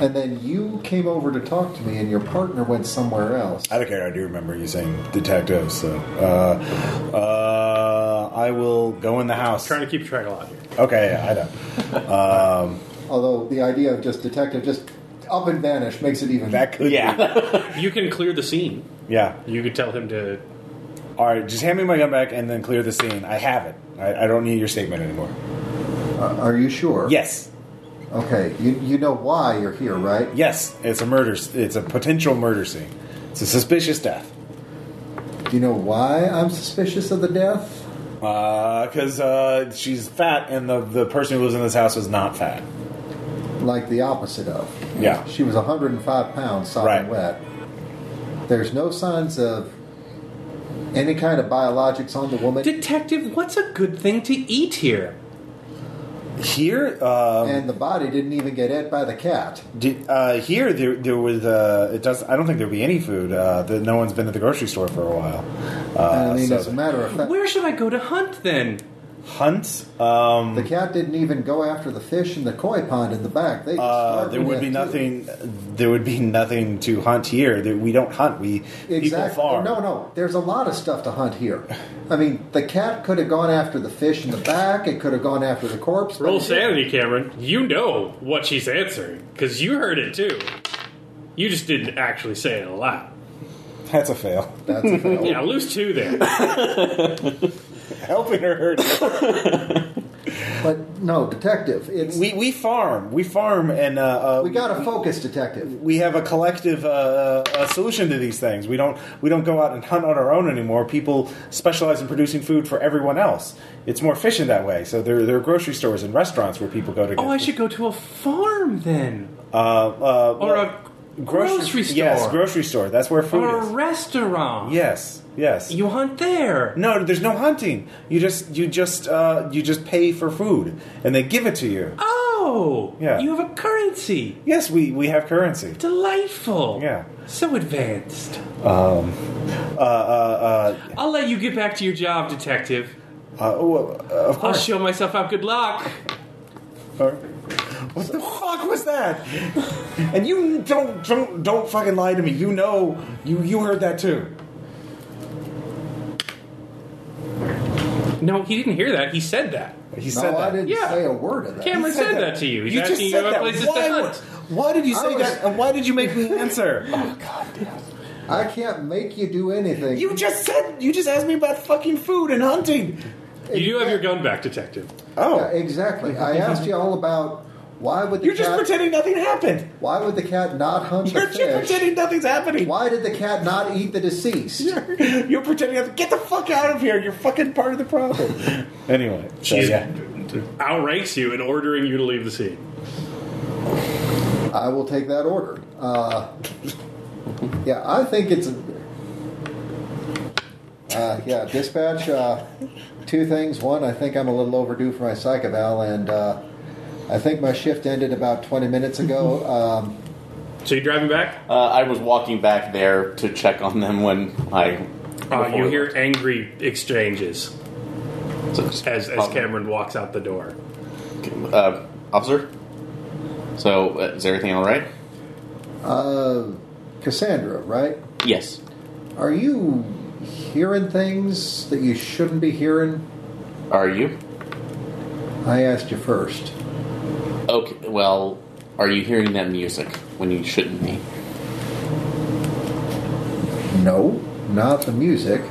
Speaker 5: and then you came over to talk to me, and your partner went somewhere else.
Speaker 1: I don't care. I do remember you saying detective. So uh, uh, I will go in the house.
Speaker 2: Trying to keep track a lot here.
Speaker 1: Okay, yeah, I know.
Speaker 5: Although the idea of just detective just up and vanish makes it even
Speaker 1: That could be.
Speaker 4: Yeah.
Speaker 2: You can clear the scene.
Speaker 1: Yeah.
Speaker 2: You could tell him to.
Speaker 1: All right, just hand me my gun back and then clear the scene. I have it. I, I don't need your statement anymore.
Speaker 5: Uh, are you sure?
Speaker 1: Yes,
Speaker 5: Okay. You you know why you're here, right?
Speaker 1: yes, it's a murder. s- It's a potential murder scene. It's a suspicious death.
Speaker 5: Do you know why I'm suspicious of the death?
Speaker 1: Because uh, she's fat, and the the person who lives in this house is not fat.
Speaker 5: Like the opposite of.
Speaker 1: Yeah.
Speaker 5: She was 105 pounds,
Speaker 1: Right.
Speaker 5: sopping wet. There's no signs of any kind of biologics on the woman,
Speaker 2: Detective, what's a good thing to eat here?
Speaker 1: Here, um,
Speaker 5: and the body didn't even get ate by the cat.
Speaker 1: Did, uh, here there there was uh, it does I don't think there'll be any food. Uh, the, no one's been at the grocery store for a while. Uh,
Speaker 5: I mean,
Speaker 1: so
Speaker 5: as a matter of fact,
Speaker 2: Where should I go to hunt then?
Speaker 1: hunts. Um,
Speaker 5: the cat didn't even go after the fish in the koi pond in the back. They just
Speaker 1: uh,
Speaker 5: starved
Speaker 1: there
Speaker 5: to
Speaker 1: would be
Speaker 5: death, too.
Speaker 1: nothing. There would be nothing to hunt here. There, we don't hunt. We people
Speaker 5: Exactly.
Speaker 1: farm.
Speaker 5: No, no. There's a lot of stuff to hunt here. I mean, the cat could have gone after the fish in the back. It could have gone after the corpse. but
Speaker 2: Roll
Speaker 5: it didn't.
Speaker 2: sanity, Cameron. You know what she's answering because you heard it too. You just didn't actually say it a lot.
Speaker 1: That's a fail.
Speaker 5: That's a fail.
Speaker 2: Yeah, lose two there.
Speaker 1: Helping her hurt.
Speaker 5: But no, detective. It's we,
Speaker 1: we we farm. We farm, and uh, uh,
Speaker 5: got to focus, detective.
Speaker 1: we have a collective uh, uh, solution to these things. We don't we don't go out and hunt on our own anymore. People specialize in producing food for everyone else. It's more efficient that way. So there, there are grocery stores and restaurants where people go to. Get
Speaker 2: Oh, I should go to a farm then,
Speaker 1: Uh, uh,
Speaker 2: or
Speaker 1: well,
Speaker 2: a grocery, store,
Speaker 1: Yes, grocery store. That's where food
Speaker 2: or a
Speaker 1: is.
Speaker 2: restaurant.
Speaker 1: yes, yes.
Speaker 2: you hunt there.
Speaker 1: no, there's no hunting. You just you just uh, you just pay for food, and they give it to you.
Speaker 2: Oh,
Speaker 1: Yeah.
Speaker 2: You have a currency.
Speaker 1: Yes, we we have currency.
Speaker 2: Delightful.
Speaker 1: Yeah.
Speaker 2: So advanced.
Speaker 1: Uh, uh,
Speaker 2: I'll let you get back to your job, detective.
Speaker 1: uh, uh, oh, uh, of
Speaker 2: I'll
Speaker 1: course.
Speaker 2: show myself out. Good luck.
Speaker 1: Or- What the fuck was that? And you don't don't don't fucking lie to me. You know you you heard that too.
Speaker 2: No, he didn't hear that. He said that.
Speaker 1: He
Speaker 5: No,
Speaker 1: said
Speaker 5: I
Speaker 1: that.
Speaker 5: didn't
Speaker 2: Yeah.
Speaker 5: say a word of that.
Speaker 2: Cameron
Speaker 1: He
Speaker 2: said, that. to you. He's
Speaker 1: you
Speaker 2: asking
Speaker 1: just
Speaker 2: you
Speaker 1: said
Speaker 2: about
Speaker 1: that.
Speaker 2: places
Speaker 1: why,
Speaker 2: to hunt.
Speaker 1: would- why did you
Speaker 5: I
Speaker 1: say
Speaker 5: was-
Speaker 1: that? And why did you make me answer?
Speaker 5: I can't make you do anything.
Speaker 1: you just said you just asked me about fucking food and hunting.
Speaker 2: You do have your gun back, detective.
Speaker 1: Oh,
Speaker 5: Yeah, exactly. I asked you all about why would the
Speaker 1: you're
Speaker 5: cat
Speaker 1: just pretending nothing happened.
Speaker 5: why would the cat not hunt
Speaker 1: You're
Speaker 5: the
Speaker 1: just
Speaker 5: fish?
Speaker 1: pretending nothing's happening.
Speaker 5: Why did the cat not eat the deceased?
Speaker 1: You're pretending. Get the fuck out of here. You're fucking part of the problem. anyway, so,
Speaker 2: She's
Speaker 1: yeah.
Speaker 2: outranks you in ordering you to leave the scene.
Speaker 5: I will take that order. Uh, yeah, I think it's. Uh, yeah, dispatch. Uh, two things. One, I think I'm a little overdue for my psych eval, and uh, I think my shift ended about 20 minutes ago. Um,
Speaker 2: So you drive him back.
Speaker 4: Uh, I was walking back there to check on them when I.
Speaker 2: Uh,
Speaker 4: before
Speaker 2: you
Speaker 4: I
Speaker 2: hear
Speaker 4: left.
Speaker 2: angry exchanges
Speaker 4: So just-
Speaker 2: as, as
Speaker 4: um,
Speaker 2: Cameron walks out the door.
Speaker 4: Uh, officer? So, uh, is everything alright?
Speaker 5: uh, Cassandra, right?
Speaker 4: Yes.
Speaker 5: Are you hearing things that you shouldn't be hearing?
Speaker 4: Are you?
Speaker 5: I asked you first.
Speaker 4: Okay, well, are you hearing that music when you shouldn't be?
Speaker 5: No, not the music.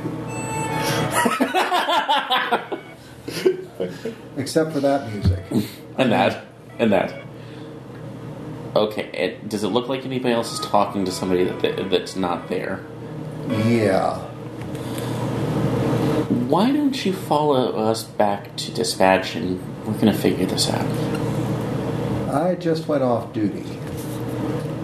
Speaker 5: Except for that music.
Speaker 4: And that. And that. Okay, it, does it look like anybody else is talking to somebody that, that, that's not there?
Speaker 5: Yeah.
Speaker 4: Why don't you follow us back to dispatch and we're gonna figure this out?
Speaker 5: I just went off duty.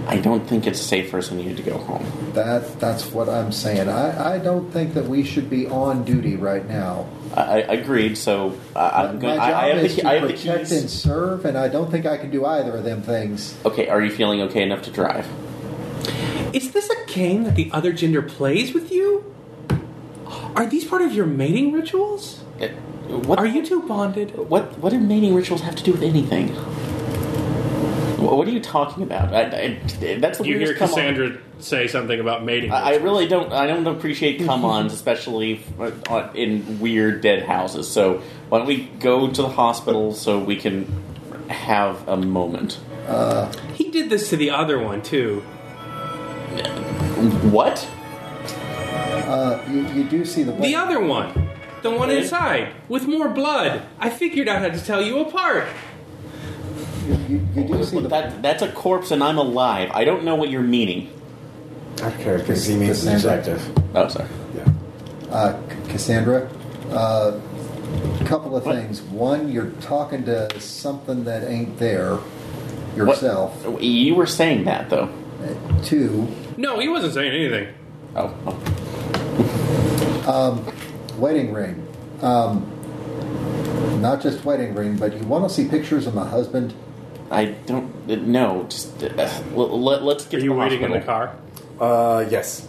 Speaker 4: I don't think it's safe for you to go home.
Speaker 5: That that's what I'm saying. I, I don't think that we should be on duty right now.
Speaker 4: I, I agreed. So I, I'm
Speaker 5: My
Speaker 4: going.
Speaker 5: job
Speaker 4: I, I have
Speaker 5: is
Speaker 4: the,
Speaker 5: to
Speaker 4: I have the
Speaker 5: protect
Speaker 4: keys.
Speaker 5: and serve, and I don't think I can do either of them things.
Speaker 4: Okay, are you feeling okay enough to drive?
Speaker 8: Is this a game that the other gender plays with you? Are these part of your mating rituals?
Speaker 4: Uh, What
Speaker 8: Are you two bonded?
Speaker 4: What what do mating rituals have to do with anything? Wh- What are you talking about? I, I, that's the
Speaker 2: You
Speaker 4: weirdest
Speaker 2: hear
Speaker 4: come on.
Speaker 2: Cassandra say something about mating.
Speaker 4: I I really don't. I don't appreciate come-ons, especially uh, on- in weird dead houses. So why don't we go to the hospital so we can have a moment?
Speaker 8: He did this to the other one too.
Speaker 4: What?
Speaker 5: Uh, you, you do see the
Speaker 8: The other one. The one inside. With more blood. I figured out how to tell you apart.
Speaker 5: You, you, you do see the
Speaker 4: That, that's a corpse, and I'm alive. I don't know what you're meaning.
Speaker 1: Our character, he means the
Speaker 5: Cassandra.
Speaker 1: detective.
Speaker 4: Oh, sorry.
Speaker 1: Yeah.
Speaker 5: uh, Cassandra. Uh, couple of things. One, you're talking to something that ain't there yourself.
Speaker 4: What? You were saying that though.
Speaker 5: Uh, Two,
Speaker 2: no, he wasn't saying anything.
Speaker 4: Oh, oh.
Speaker 5: wedding ring. Um, not just wedding ring, but you want to see pictures of my husband.
Speaker 4: I don't uh, no. Just uh, let, us
Speaker 2: Are
Speaker 4: get. to
Speaker 2: you
Speaker 4: the
Speaker 2: waiting in
Speaker 4: hospital.
Speaker 2: the car?
Speaker 1: Uh, yes.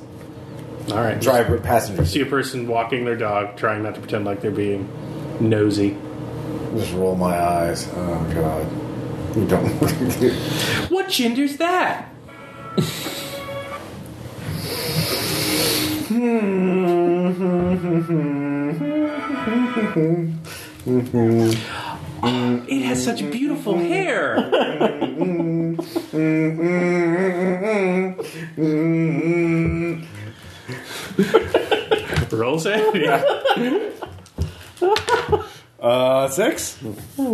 Speaker 2: All right.
Speaker 1: Driver, passenger.
Speaker 2: See a person walking their dog, trying not to pretend like they're being nosy.
Speaker 1: Just roll my eyes. Oh god. You don't.
Speaker 8: What gender's that? Oh, It has such beautiful hair.
Speaker 1: Mm-hmm.
Speaker 2: Roll sanity.
Speaker 1: uh, six.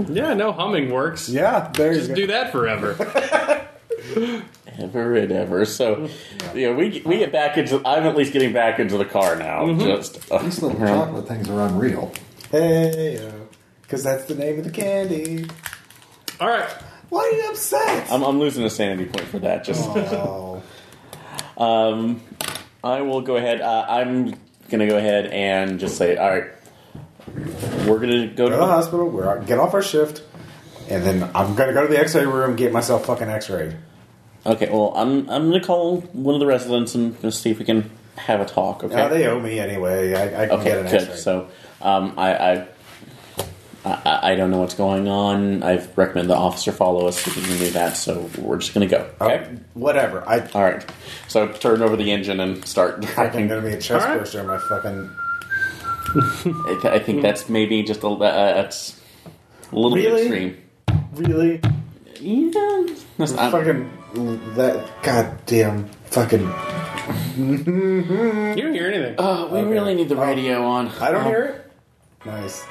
Speaker 2: yeah, no humming works.
Speaker 1: Yeah, there you
Speaker 2: Just
Speaker 1: go.
Speaker 2: do that forever.
Speaker 4: ever and ever. So, yeah, we we get back into. I'm at least getting back into the car now.
Speaker 2: Mm-hmm.
Speaker 4: Just uh,
Speaker 5: These little chocolate things are unreal.
Speaker 1: Hey, because that's the name of the candy.
Speaker 2: All right.
Speaker 1: Why are you upset?
Speaker 4: I'm, I'm losing a sanity point for that. Just
Speaker 1: oh,
Speaker 4: um, I will go ahead. Uh, I'm gonna go ahead and just say, all right, we're gonna
Speaker 1: go
Speaker 4: go
Speaker 1: to the
Speaker 4: to.
Speaker 1: hospital. We're get off our shift, and then I'm gonna go to the X-ray room get myself fucking X-rayed.
Speaker 4: Okay, well, I'm I'm gonna call one of the residents and gonna see if we can have a talk. Okay.
Speaker 1: Now Oh, they owe me anyway. I, I can get
Speaker 4: Okay,
Speaker 1: an X-ray.
Speaker 4: good. So, um, I, I, I, I don't know what's going on. I've recommended the officer follow us. We can do that. So we're just gonna go.
Speaker 1: Oh,
Speaker 4: Okay.
Speaker 1: whatever. I
Speaker 4: All right. So turn over the engine and start
Speaker 1: fucking
Speaker 4: driving.
Speaker 1: gonna be a chest
Speaker 2: All right.
Speaker 1: burster in my fucking.
Speaker 4: I, th- I think that's maybe just a, uh, that's a little
Speaker 1: Hmm. Really?
Speaker 4: bit
Speaker 1: Really?
Speaker 4: extreme. Yeah. That's not-
Speaker 1: Fucking that goddamn fucking.
Speaker 2: You don't hear anything.
Speaker 8: Um,
Speaker 4: Uh, we really need the radio on.
Speaker 1: I don't hear it. Nice.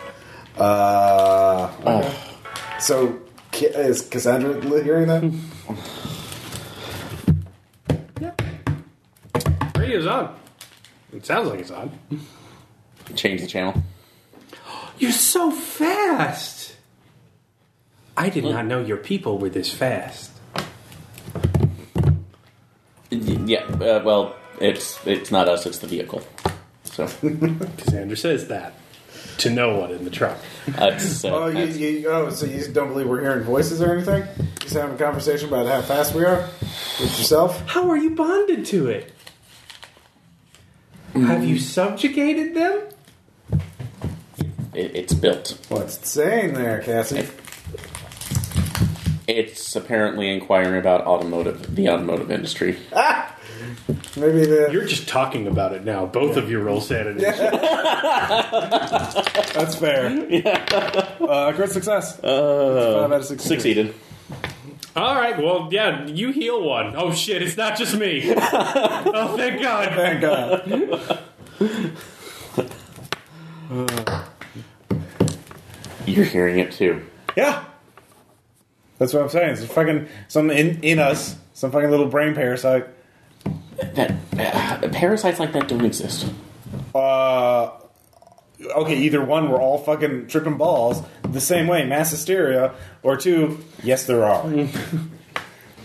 Speaker 1: Uh. Okay.
Speaker 4: Oh.
Speaker 1: So Ca- is Cassandra li- hearing that?
Speaker 2: Radio's on. It sounds like it's on.
Speaker 4: Change the channel.
Speaker 8: You're so fast. I did not know your people were this fast.
Speaker 4: Y- Yeah. Uh, well, it's it's not us. It's the vehicle. So
Speaker 2: Cassandra says that to no one in the truck.
Speaker 4: that's. Uh,
Speaker 1: Oh, you,
Speaker 4: that's-
Speaker 1: you, oh, so you don't believe we're hearing voices or anything? Just having a conversation about how fast we are with yourself?
Speaker 8: How are you bonded to it? Have you subjugated them?
Speaker 4: it, it's built.
Speaker 1: What's it saying there, Cassie?
Speaker 4: It's apparently inquiring about automotive, the automotive industry.
Speaker 1: Maybe the,
Speaker 2: You're just talking about it now. Both of you roll sanity.
Speaker 1: that's fair. Uh, great success.
Speaker 4: Uh,
Speaker 1: Five out of six.
Speaker 4: Succeeded.
Speaker 2: All right. Well, yeah. You heal one. Oh shit! It's not just me. oh, thank God.
Speaker 1: Thank God.
Speaker 4: You're hearing it too.
Speaker 1: Yeah. That's what I'm saying. It's fucking some in, in us, some fucking little brain parasite.
Speaker 4: That uh, parasites like that don't exist.
Speaker 1: Uh, okay, either one, we're all fucking tripping
Speaker 4: Mm-hmm.
Speaker 1: balls the same way, mass hysteria, or two, yes, there are.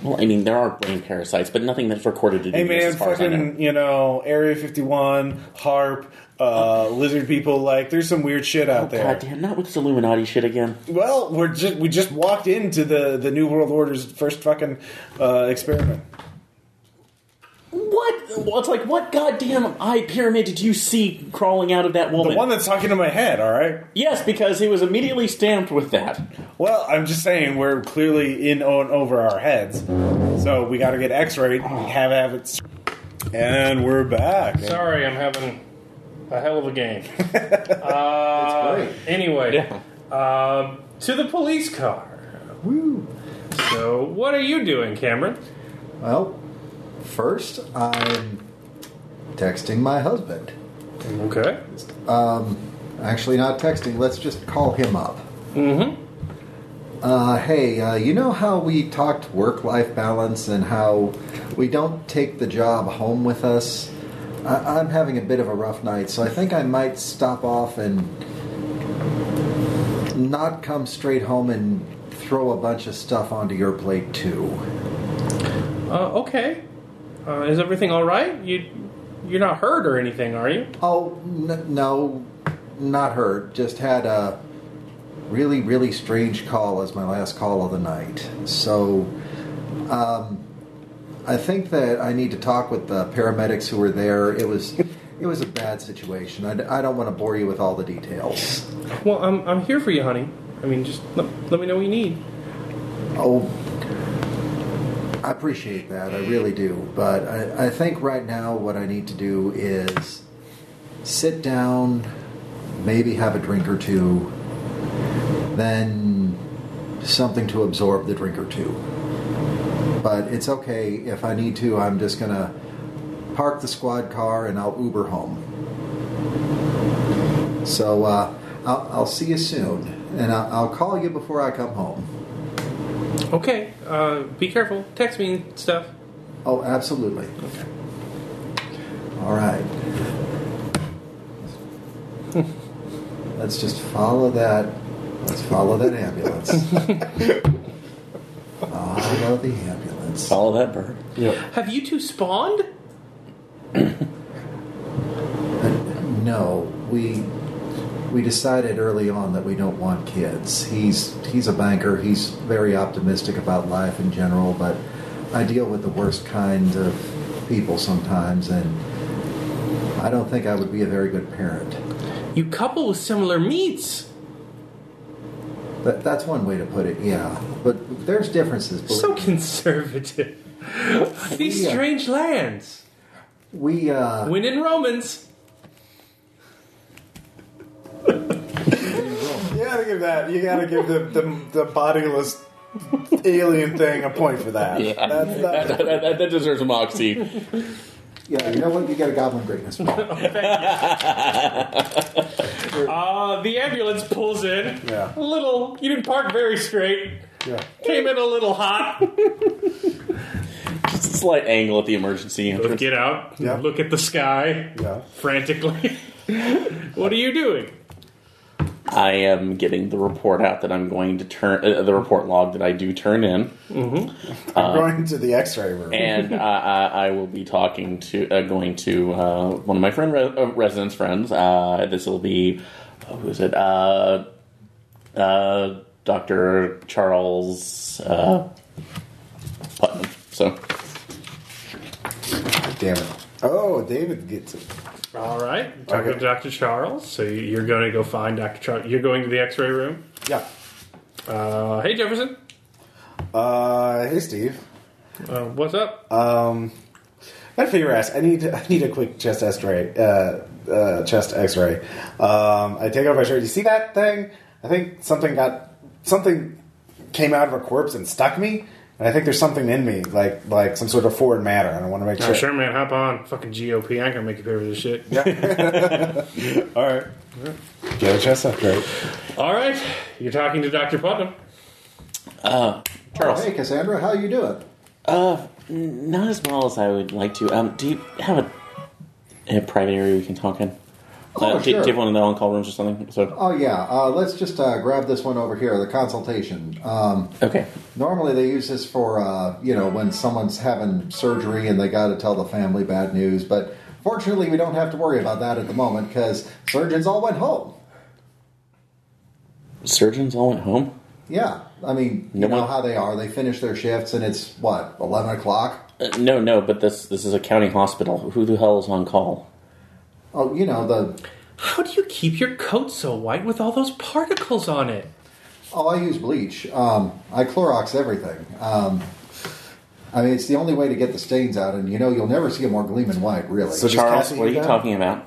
Speaker 4: Well, I mean, there are brain parasites, but nothing that's recorded to do
Speaker 1: Hey
Speaker 4: this,
Speaker 1: man,
Speaker 4: as far as I know.
Speaker 1: fucking you know Area 51, harp, uh, lizard people. Like there's some weird shit out there.
Speaker 4: God damn, not with this Illuminati shit again.
Speaker 1: Well, we're just we just walked into the the New World Order's first fucking uh, experiment.
Speaker 4: What? Well, it's like, what goddamn eye pyramid did you see crawling out of that woman?
Speaker 1: The one that's talking to my head. All right.
Speaker 4: yes, because he was immediately stamped with that.
Speaker 1: Well, I'm just saying we're clearly in on over our heads, so we got to get X-rayed. Have have it. s- And we're back.
Speaker 2: Sorry, I'm having a hell of a game. uh,
Speaker 5: It's
Speaker 2: Anyway, um, to the police car.
Speaker 5: Woo.
Speaker 2: So, what are you doing, Cameron?
Speaker 5: Well, first I'm texting my husband.
Speaker 2: Okay.
Speaker 5: Um, actually, not texting. Let's just call him up.
Speaker 2: Mm-hmm.
Speaker 5: Uh, hey, uh, you know how we talked work life balance and how we don't take the job home with us? I- I'm having a bit of a rough night, so I think I might stop off and not come straight home and throw a bunch of stuff onto your plate, too.
Speaker 2: Uh, okay. Uh, is everything all right? You, you're not hurt or anything, are you?
Speaker 5: Oh, n- no, not hurt. Just had a really, really strange call as my last call of the night. So, um, I think that I need to talk with the paramedics who were there. It was, it was a bad situation. I, d- I don't want to bore you with all the details.
Speaker 2: Well, I'm, I'm here for you, honey. I mean, just let, let me know what you need.
Speaker 5: Oh, I appreciate that. I really do. But I, I think right now what I need to do is sit down, maybe have a drink or two, then something to absorb the drink or two. But it's okay. If I need to, I'm just going to park the squad car and I'll Uber home. So uh, I'll, I'll see you soon. And I'll, I'll call you before I come home.
Speaker 2: Okay. Uh, be careful. Text me and stuff.
Speaker 5: Oh, absolutely.
Speaker 2: Okay.
Speaker 5: All right. Let's just follow that. Let's follow that ambulance. follow the ambulance.
Speaker 4: Follow that bird.
Speaker 2: Have you two spawned?
Speaker 5: No, we we decided early on that we don't want kids. He's he's a banker. He's very optimistic about life in general, but I deal with the worst kind of people sometimes, and I don't think I would be a very good parent.
Speaker 2: You couple with similar meats.
Speaker 5: That, that's one way to put it, yeah. But there's differences. believe
Speaker 2: So
Speaker 5: me.
Speaker 2: conservative. These
Speaker 5: Yeah.
Speaker 2: strange lands.
Speaker 5: we, uh,
Speaker 2: When in Romans.
Speaker 1: You gotta give that. You gotta give the the, the bodiless alien thing a point for that.
Speaker 4: Yeah.
Speaker 1: That's,
Speaker 4: That,
Speaker 1: that's,
Speaker 4: that- that- that deserves some oxy.
Speaker 5: yeah, you know what? You got a goblin greatness. Paul.
Speaker 2: Uh, the ambulance pulls in.
Speaker 1: Yeah.
Speaker 2: A little. You didn't park very straight.
Speaker 1: yeah.
Speaker 2: Came in a little hot.
Speaker 4: Just a slight angle at the emergency entrance.
Speaker 2: Get out.
Speaker 1: Yeah.
Speaker 2: Look at the sky.
Speaker 1: Yeah.
Speaker 2: Frantically. what are you doing?
Speaker 4: I am getting the report out that I'm going to turn uh, the report log that I do turn in,
Speaker 1: I'm going to the X-ray room.
Speaker 4: and uh, I, I will be talking to uh, going to uh, one of my friend re- uh, residence friends. Uh, this will be oh, who is it? Uh, uh, Doctor Charles uh, Putnam. So
Speaker 1: Damn it. Oh, David gets it.
Speaker 2: All right. Talking
Speaker 1: Okay.
Speaker 2: to Dr. Charles. So you- you're going to go find Dr. Charles. You're going to the x ray room.
Speaker 1: Yeah.
Speaker 2: Uh, hey, Jefferson.
Speaker 1: Uh, hey, Steve.
Speaker 2: Uh, what's up?
Speaker 1: Um, gotta figure your ass. I need I need a quick chest X-ray. Uh, uh, chest X-ray. Um, I take off my shirt. You see that thing? I think something got something came out of a corpse and stuck me. And I think there's something in me, like like some sort of foreign matter. And I want to make
Speaker 2: Oh, sure, man. Hop on. Fucking GOP. I ain't gonna make you pay for this shit.
Speaker 1: All right. Get a chest X-ray.
Speaker 2: All right. You're talking to Dr. Putnam.
Speaker 4: Charles,
Speaker 5: hey, Cassandra, how you doing?
Speaker 4: uh, n- not as well as I would like to. Um, do you have a, a private area we can talk in? uh,
Speaker 5: Oh,
Speaker 4: do,
Speaker 5: sure.
Speaker 4: do you have one in the on-call rooms or something? So
Speaker 5: Oh yeah, uh, let's just uh, grab this one over here. The consultation. Um,
Speaker 4: okay,
Speaker 5: normally they use this for uh, you know when someone's having surgery and they got to tell the family bad news. But fortunately, we don't have to worry about that at the moment because surgeons all went home.
Speaker 4: surgeons all went home.
Speaker 5: Yeah, I mean you
Speaker 4: No
Speaker 5: know
Speaker 4: one-
Speaker 5: how they are. They finish their shifts and it's what eleven o'clock.
Speaker 4: Uh, no, no, but this this is a county hospital. Who the hell is on call?
Speaker 5: Oh, you know the.
Speaker 8: How do you keep your coat so white with all those particles on it?
Speaker 5: Oh, I use bleach. Um, I Clorox everything. Um, I mean, it's the only way to get the stains out, and you know you'll never see a more gleaming white, really.
Speaker 1: So- Does
Speaker 4: Charles,
Speaker 1: Cassie
Speaker 4: what are
Speaker 1: hear
Speaker 4: you
Speaker 1: that?
Speaker 4: talking about?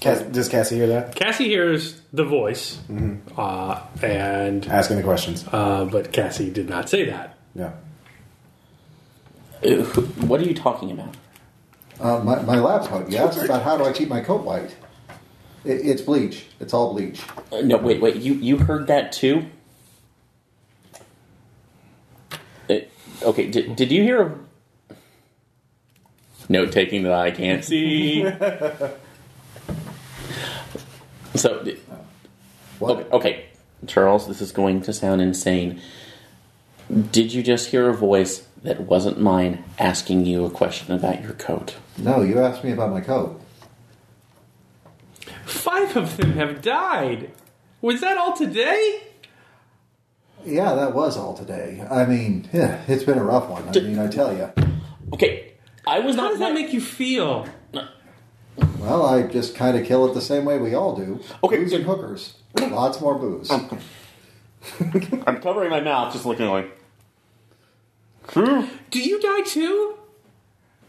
Speaker 1: Cass- does Cassie hear that?
Speaker 2: Cassie hears the voice, uh, and
Speaker 1: Asking the questions.
Speaker 2: uh, but Cassie did not say that.
Speaker 1: Yeah.
Speaker 4: Uh, who- What are you talking about?
Speaker 5: Uh, my, my lab coat, yeah. It's about how do I keep my coat white. It, it's bleach. It's all bleach.
Speaker 4: Uh, no, wait, wait. You you heard that too? Uh, okay. Did did you hear? a- Note taking that I can't see. so d-
Speaker 5: What?
Speaker 4: okay, okay, Charles, this is going to sound insane. Did you just hear a voice that wasn't mine asking you a question about your coat?
Speaker 5: No, you asked me about my coat.
Speaker 8: Five of them have died. Was that all today?
Speaker 5: Yeah, that was all today. I mean, yeah, it's been a rough one. I mean, I tell you.
Speaker 4: Okay, I was
Speaker 8: How
Speaker 4: not.
Speaker 8: does that make you feel?
Speaker 5: Well, I just kind of kill it the same way we all do.
Speaker 4: Okay. Um,
Speaker 5: Booze and hookers. Lots more booze.
Speaker 4: I'm covering my mouth, just looking like.
Speaker 8: Do you die too?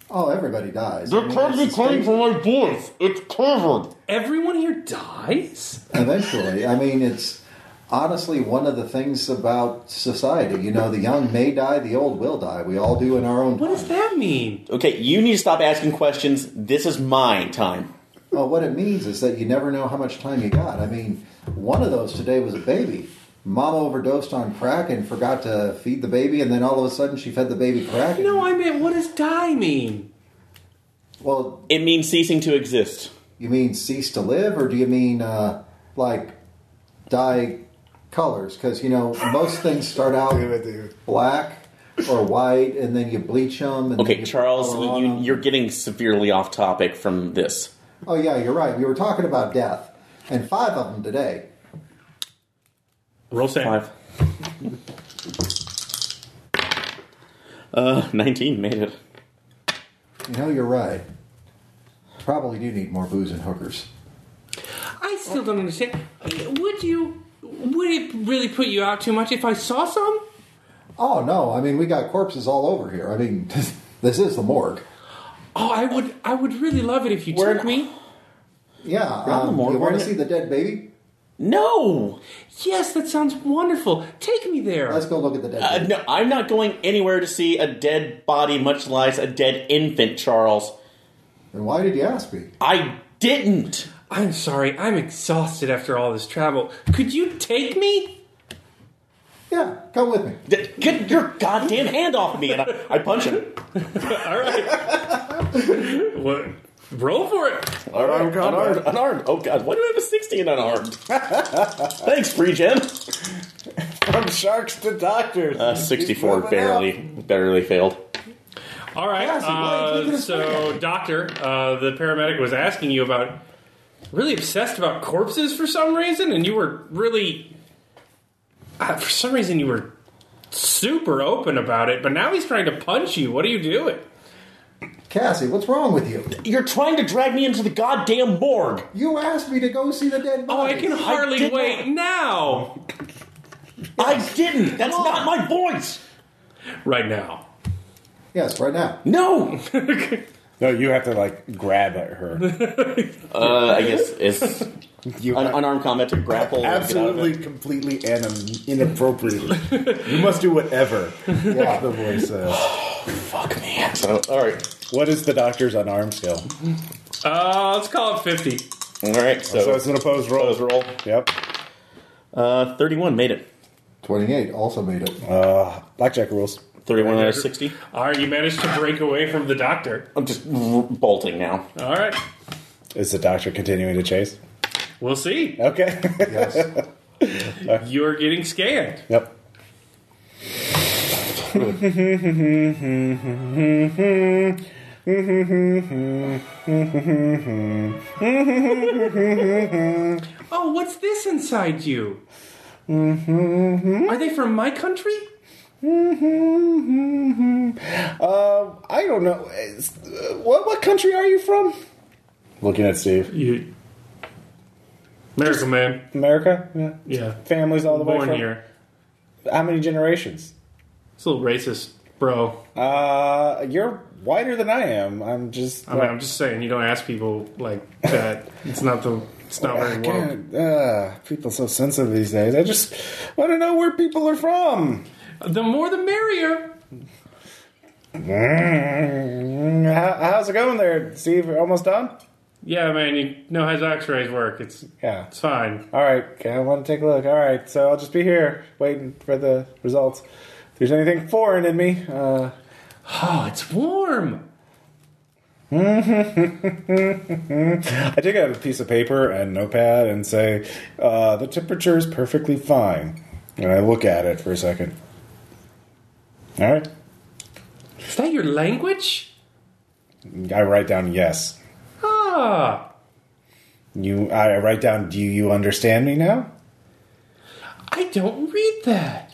Speaker 5: Oh, everybody dies. I
Speaker 9: They're
Speaker 5: mean,
Speaker 9: trying to
Speaker 5: it's the state-
Speaker 9: claim for my voice. It's covered.
Speaker 8: Everyone here dies?
Speaker 5: Eventually, I mean, it's honestly one of the things about society. You know, the young may die, the old will die. We all do in our own.
Speaker 8: What does that mean?
Speaker 4: Okay, you need to stop asking questions. This is my time.
Speaker 5: Well, what it means is that you never know how much time you got. I mean, one of those today was a baby. Mama overdosed on crack and forgot to feed the baby, and then all of a sudden she fed the baby crack.
Speaker 8: No, I meant what does die mean?
Speaker 5: Well,
Speaker 4: It means ceasing to exist.
Speaker 5: you mean cease to live, or do you mean uh, like dye colors? Because you know most things start out black or white, and then you bleach them. And then
Speaker 4: Okay,
Speaker 5: you
Speaker 4: Charles,
Speaker 5: color on
Speaker 4: you,
Speaker 5: 'em.
Speaker 4: you're getting severely off topic from this.
Speaker 5: Oh yeah, you're right. We were talking about death, and five of them today.
Speaker 2: Roll save.
Speaker 4: Five. Uh, 19 made it.
Speaker 5: You know, you're right. Probably do need more booze and hookers.
Speaker 8: I still don't understand. Would you would it really put you out too much if I saw some?
Speaker 5: Oh no, I mean we got corpses all over here. I mean, this is the morgue.
Speaker 8: Oh, I would I would really love it if you took me.
Speaker 5: Yeah,
Speaker 4: the
Speaker 5: um,
Speaker 4: morgue,
Speaker 5: you want
Speaker 4: we're
Speaker 5: to
Speaker 4: in-
Speaker 5: see the dead baby?
Speaker 4: No!
Speaker 8: Yes, that sounds wonderful. Take me there.
Speaker 5: Let's go look at the dead.
Speaker 4: Uh,
Speaker 5: baby.
Speaker 4: no, I'm not going anywhere to see a dead body, much less a dead infant, Charles.
Speaker 5: And why did you ask me?
Speaker 4: I didn't!
Speaker 8: I'm sorry, I'm exhausted after all this travel. Could you take me?
Speaker 5: Yeah, come with me.
Speaker 4: D- Get your goddamn hand off me! And I, I punch him.
Speaker 2: All right. what? Roll for it.
Speaker 4: Unarmed, unarmed, unarmed. Oh god, why do I have a 60 and unarmed? Thanks, free gen.
Speaker 1: From sharks to doctors.
Speaker 4: Uh, 64 barely, barely failed.
Speaker 2: All right.
Speaker 5: Cassie, why did you
Speaker 2: uh,
Speaker 5: get us
Speaker 2: so, doctor, uh, the paramedic was asking you about really obsessed about corpses for some reason, and you were really uh, for some reason you were super open about it. But now he's trying to punch you. What are you doing?
Speaker 5: Cassie, what's wrong with you?
Speaker 4: You're trying to drag me into the goddamn morgue.
Speaker 5: You asked me to go see the dead
Speaker 8: Oh,
Speaker 5: body.
Speaker 8: I can hardly
Speaker 4: did
Speaker 8: wait now.
Speaker 4: I didn't. That's not my voice.
Speaker 2: Right now.
Speaker 5: Yes, right now.
Speaker 4: No.
Speaker 1: No, you have to like grab at her.
Speaker 4: Uh, I guess it's an
Speaker 1: You have-
Speaker 4: unarmed combat to grapple. or get out of
Speaker 1: absolutely,
Speaker 4: it.
Speaker 1: completely, and um, inappropriately. you must do whatever the voice says.
Speaker 4: Fuck me. So, all right.
Speaker 1: What is the doctor's unarmed skill?
Speaker 2: Uh, let's call it fifty.
Speaker 4: All right. So,
Speaker 1: So it's an opposed roll.
Speaker 4: those roll.
Speaker 1: Yep.
Speaker 4: Uh, 31 made it.
Speaker 5: 28 also made it.
Speaker 1: Uh, blackjack rules.
Speaker 4: 31 out of 60.
Speaker 2: All right, you managed to break away from the doctor.
Speaker 4: I'm just r- bolting now.
Speaker 2: All right.
Speaker 1: Is the doctor continuing to chase?
Speaker 2: We'll see.
Speaker 1: Okay.
Speaker 5: Yes.
Speaker 2: You're getting scanned.
Speaker 1: yep.
Speaker 8: Oh, what's this inside you? Are they from my country?
Speaker 1: Uh, I don't know. Is- uh, What, what country are you from? Looking at Steve.
Speaker 2: You, Miracle Man.
Speaker 1: America? Yeah.
Speaker 2: Yeah.
Speaker 1: Families all the way
Speaker 2: Born
Speaker 1: from.
Speaker 2: here.
Speaker 1: How many generations?
Speaker 2: It's a little racist, bro.
Speaker 1: Uh, you're whiter than I am. I'm just.
Speaker 2: I mean, I'm just saying, you don't ask people like that. It's not the. It's not very woke.
Speaker 1: God, uh, people so sensitive these days. I just want to know where people are from.
Speaker 2: The more, the merrier.
Speaker 1: Mm, how- How's it going there, Steve? Almost done?
Speaker 2: Yeah, man. You know how X-rays work. It's
Speaker 1: Yeah.
Speaker 2: it's fine.
Speaker 1: All right. Okay, I want to take a look. All right. So I'll just be here waiting for the results. If there's anything foreign in me, uh,
Speaker 8: Oh, it's warm.
Speaker 1: I take out a piece of paper and notepad and say, uh, the temperature is perfectly fine. And I look at it for a second. All right.
Speaker 8: Is that your language?
Speaker 1: I write down yes.
Speaker 8: Ah,
Speaker 1: You, I write down, do you understand me now?
Speaker 8: I don't read that.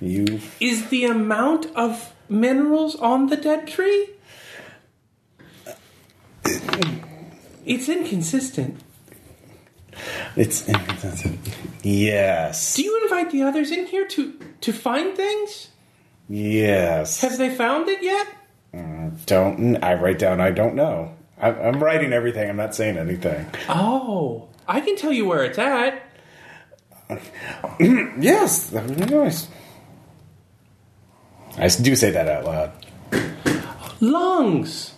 Speaker 1: You
Speaker 8: Is the amount of minerals on the dead tree? It's inconsistent.
Speaker 1: It's yes,
Speaker 8: Do you invite the others in here to to find things?
Speaker 1: yes.
Speaker 8: Have they found it yet?
Speaker 1: Don't I write down? I don't know. I, I'm writing everything. I'm not saying anything.
Speaker 8: Oh, I can tell you where it's at.
Speaker 1: Yes, that would be nice. I do say that out loud.
Speaker 8: Lungs.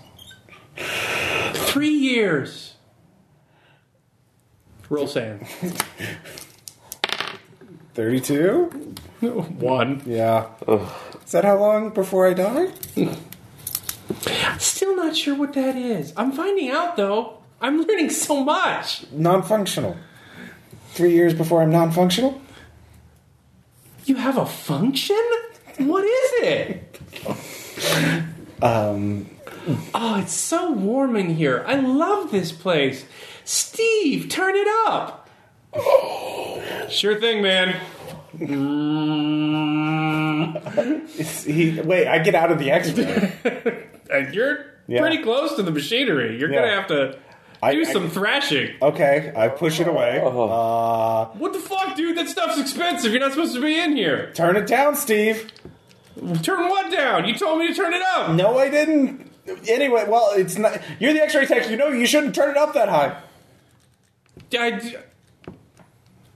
Speaker 8: Three years.
Speaker 2: Roll sand.
Speaker 1: Thirty-two.
Speaker 2: One.
Speaker 1: Yeah. Is that how long before I die?
Speaker 8: Still not sure what that is. I'm finding out though. I'm learning so much.
Speaker 1: Non-functional. Three years before I'm non-functional.
Speaker 8: You have a function? What is it? Um. Oh, it's so warm in here. I love this place. Steve, turn it up.
Speaker 2: Sure thing, man.
Speaker 1: It's, he, wait, I get out of the X-ray.
Speaker 2: And you're
Speaker 1: Yeah.
Speaker 2: pretty close to the machinery. You're
Speaker 1: Yeah.
Speaker 2: gonna have to
Speaker 1: I- Uh,
Speaker 2: do
Speaker 1: I-
Speaker 2: some thrashing.
Speaker 1: okay, I push it away. Uh,
Speaker 2: What the fuck, dude? That stuff's expensive. You're not supposed to be in here.
Speaker 1: turn it down, Steve.
Speaker 2: Turn what down? You told me to turn it up.
Speaker 1: No, I didn't. Anyway, well, it's not. You're the X-ray tech. You know you shouldn't turn it up that high.
Speaker 2: I,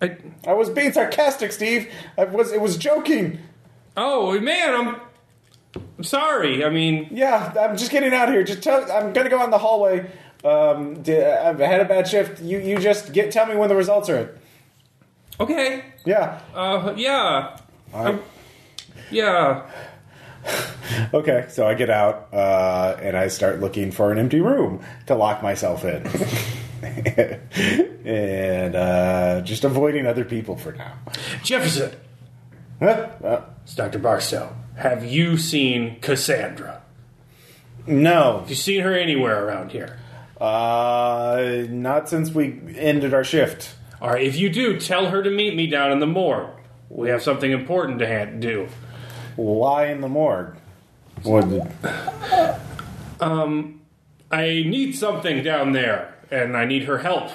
Speaker 2: I,
Speaker 1: I was being sarcastic, Steve. I was. It was joking.
Speaker 2: oh man, I'm, I'm sorry. I mean,
Speaker 1: Yeah, I'm just getting out of here. Just tell. I'm gonna go out in the hallway. Um, d- I've had a bad shift. You, you just get. Tell me when the results are. in.
Speaker 2: okay.
Speaker 1: Yeah.
Speaker 2: Uh, yeah, Um,
Speaker 1: All right.
Speaker 2: yeah.
Speaker 1: Okay. So I get out uh, and I start looking for an empty room to lock myself in, and uh, just avoiding other people for now.
Speaker 2: Jefferson,
Speaker 1: Huh? Uh,
Speaker 2: it's Dr. Barstow. Have you seen Cassandra?
Speaker 1: no,
Speaker 2: Have you seen her anywhere around here?
Speaker 1: Uh, not since we ended our shift.
Speaker 2: All right, if you do, tell her to meet me down in the morgue. We have something important to ha- do.
Speaker 1: Why in the morgue? What?
Speaker 2: I need something down there, and I need her help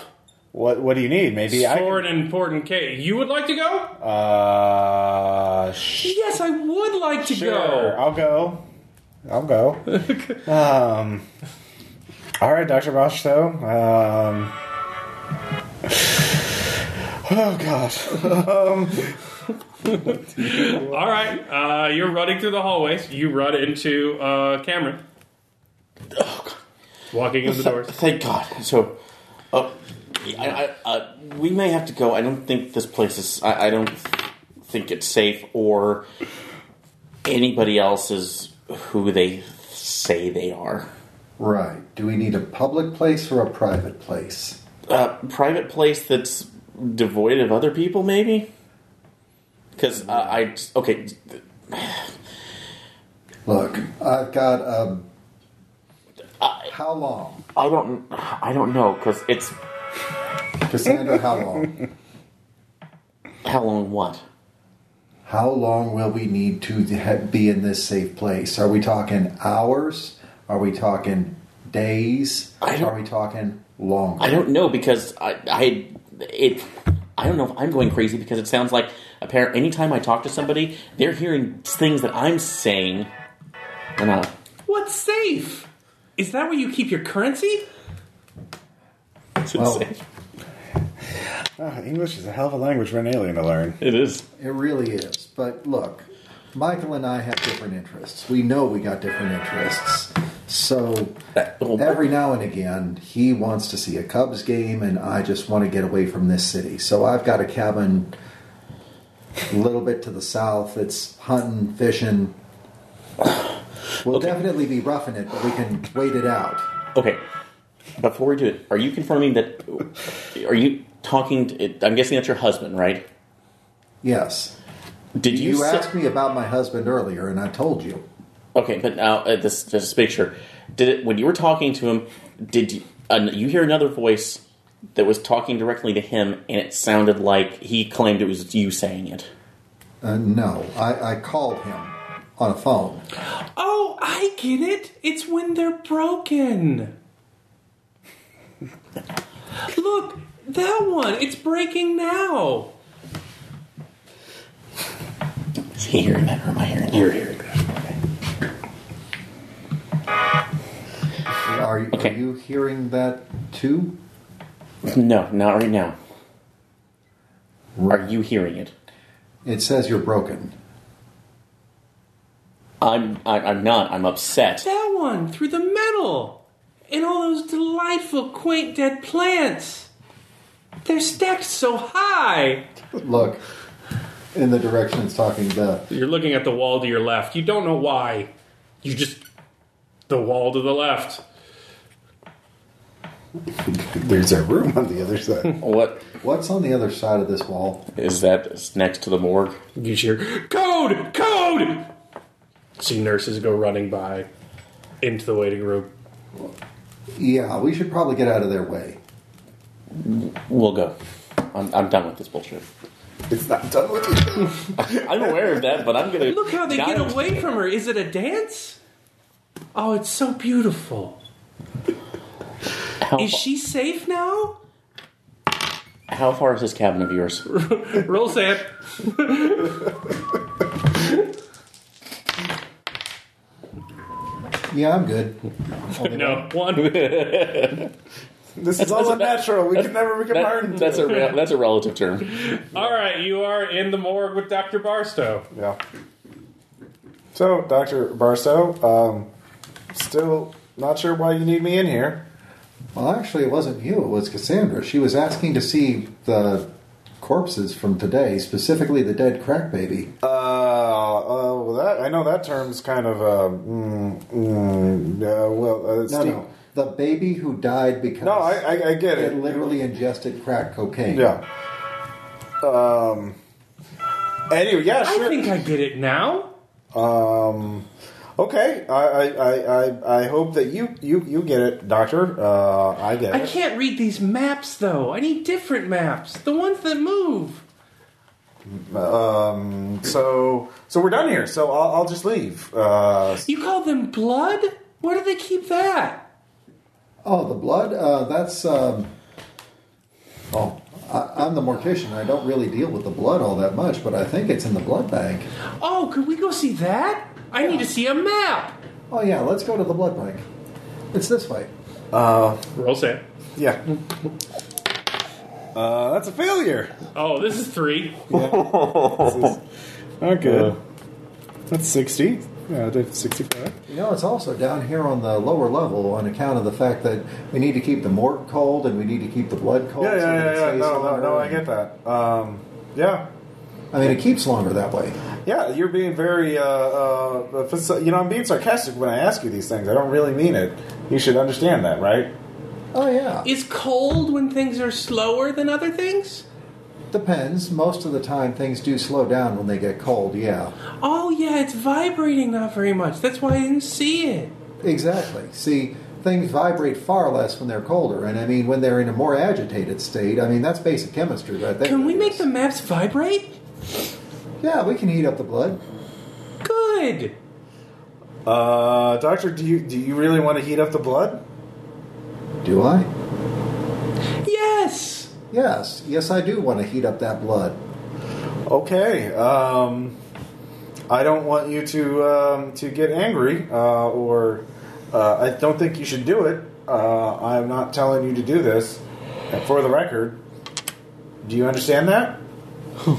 Speaker 1: What? What do you need? Maybe I.
Speaker 2: for an important case. You would like to go?
Speaker 1: Uh, sh-
Speaker 8: Yes, I would like to
Speaker 1: sure.
Speaker 8: go.
Speaker 1: I'll go. I'll go. um. All right, Doctor Bostow. Um. Oh God. Um.
Speaker 2: All right, uh, you're running through the hallways. You run into uh, Cameron. Walking in the doors.
Speaker 4: Thank God. So, uh, I, I, uh, we may have to go. I don't think this place is. I, I don't think it's safe or anybody else is who they say they are.
Speaker 5: Right. Do we need a public place or a private place?
Speaker 4: Uh, private place that's devoid of other people, maybe. Because uh, I okay,
Speaker 5: Look, I've got a. How long?
Speaker 4: I don't, I don't know. Because it's
Speaker 5: Cassandra, how long?
Speaker 4: how long? What?
Speaker 5: How long will we need to ha- be in this safe place? Are we talking hours? Are we talking days?
Speaker 4: I don't-
Speaker 5: Are we talking longer?
Speaker 4: I don't know because I, I it I don't know if I'm going crazy because it sounds like apparently anytime I talk to somebody, they're hearing things that I'm saying. And I,
Speaker 8: What's safe? Is that where you keep your currency?
Speaker 4: it's
Speaker 5: Well-
Speaker 4: insane.
Speaker 1: Ah, English is a hell of a language for an alien to learn.
Speaker 4: It is.
Speaker 5: It really is. But look, Michael and I have different interests. We know we got different interests. So
Speaker 4: Oh,
Speaker 5: every now and again, he wants to see a Cubs game, and I just want to get away from this city. So I've got a cabin a little bit to the south. It's hunting, fishing. We'll definitely be roughing it, but we can wait it out.
Speaker 4: Okay. Before we do it, are you confirming that? Are you talking? To, I'm guessing that's your husband, right?
Speaker 5: Yes.
Speaker 4: Did you,
Speaker 5: You
Speaker 4: se-
Speaker 5: asked me about my husband earlier, and I told you.
Speaker 4: Okay, but now uh, this this picture. Did it when you were talking to him? Did you, uh, you hear another voice that was talking directly to him, and it sounded like he claimed it was you saying it?
Speaker 5: Uh, no, I, I called him on a phone.
Speaker 8: Oh, I get it. It's when they're broken. Look, that one. It's breaking now.
Speaker 4: Is he hearing that, or am I hearing? You're hearing.
Speaker 5: Are,
Speaker 4: Okay.
Speaker 5: are you hearing that too?
Speaker 4: No, not right now. Are you hearing it?
Speaker 5: It says you're broken.
Speaker 4: I'm. I, I'm not. I'm upset.
Speaker 8: That one through the metal. And all those delightful, quaint dead plants. They're stacked so high.
Speaker 5: Look in the direction it's talking to.
Speaker 2: You're looking at the wall to your left. You don't know why. You just the wall to the left.
Speaker 1: There's a room on the other side.
Speaker 4: What
Speaker 5: What's on the other side of this wall?
Speaker 4: is that? It's next to the morgue.
Speaker 2: You hear code, code. See nurses go running by into the waiting room.
Speaker 5: Yeah, we should probably get out of their way.
Speaker 4: We'll go. I'm, I'm done with this bullshit.
Speaker 1: it's not done with you.
Speaker 4: I'm aware of that, but I'm gonna
Speaker 8: Look how they get away from her. Is it a dance? Oh, it's so beautiful.
Speaker 4: How,
Speaker 8: Is she safe now?
Speaker 4: how far is this cabin of yours?
Speaker 2: Roll sand.
Speaker 5: Yeah, I'm good.
Speaker 2: No one.
Speaker 1: This is all unnatural. We can never become hardened.
Speaker 4: that's a re- that's a relative term.
Speaker 2: All right, you are in the morgue with Doctor Barstow.
Speaker 1: Yeah. So, Dr. Barstow, um, still not sure why you need me in here.
Speaker 5: Well, actually, it wasn't you. It was Cassandra. She was asking to see the corpses from today, specifically the dead crack baby.
Speaker 1: Uh, uh well, that I know that term's kind of uh, mm, mm, uh well, uh,
Speaker 5: No, no, the baby who died because
Speaker 1: no, I, I, I get
Speaker 5: it
Speaker 1: it.
Speaker 5: literally ingested crack cocaine.
Speaker 1: Yeah. Um. Anyway, yeah,
Speaker 8: I
Speaker 1: sure.
Speaker 8: think I get it now.
Speaker 1: Um. Okay, I, I, I, I, I hope that you, you, you get it, Doctor. Uh, I get
Speaker 8: I
Speaker 1: it.
Speaker 8: can't read these maps though. I need different maps. The ones that move.
Speaker 1: Um. So, so we're done here. So I'll, I'll just leave. Uh.
Speaker 8: You call them blood? Where do they keep that?
Speaker 5: Oh, the blood? Uh, that's. Um, oh, I, I'm the mortician. I don't really deal with the blood all that much, but I think it's in the blood bank.
Speaker 8: Oh, could we go see that? I need to see a map.
Speaker 5: Oh, yeah, let's go to the blood bank. It's this way.
Speaker 2: Roll sand.
Speaker 1: Yeah. Uh, that's a failure.
Speaker 2: Oh, this is three.
Speaker 1: Not good. that's sixty. Yeah, they have sixty-five.
Speaker 5: You know, it's also down here on the lower level on account of the fact that we need to keep the morgue cold and we need to keep the blood cold.
Speaker 1: Yeah,
Speaker 5: so
Speaker 1: yeah,
Speaker 5: that it
Speaker 1: yeah, yeah.
Speaker 5: stays
Speaker 1: No, no,
Speaker 5: longer.
Speaker 1: no. I get that. Um, yeah.
Speaker 5: I mean, it keeps longer that way.
Speaker 1: Yeah, you're being very, uh, uh, faci- you know, I'm being sarcastic when I ask you these things. I don't really mean it. You should understand that, right?
Speaker 5: Oh yeah,
Speaker 2: Is cold when things are slower than other things?
Speaker 5: depends. Most of the time, things do slow down when they get cold. Yeah,
Speaker 2: Oh, yeah, it's vibrating not very much. That's why I didn't see it.
Speaker 5: exactly. See, things vibrate far less when they're colder, and I mean when they're in a more agitated state. I mean that's basic chemistry right there.
Speaker 2: Can we make
Speaker 5: Yes.
Speaker 2: the maps vibrate?
Speaker 5: Yeah, we can heat up the blood.
Speaker 2: Good.
Speaker 1: Uh, doctor, do you do you really want to heat up the blood?
Speaker 5: Do I?
Speaker 2: Yes.
Speaker 5: Yes, yes, I do want to heat up that blood.
Speaker 1: Okay. Um, I don't want you to um, to get angry, uh, or uh, I don't think you should do it. Uh, I'm not telling you to do this. And for the record, do you understand that?
Speaker 8: Uh,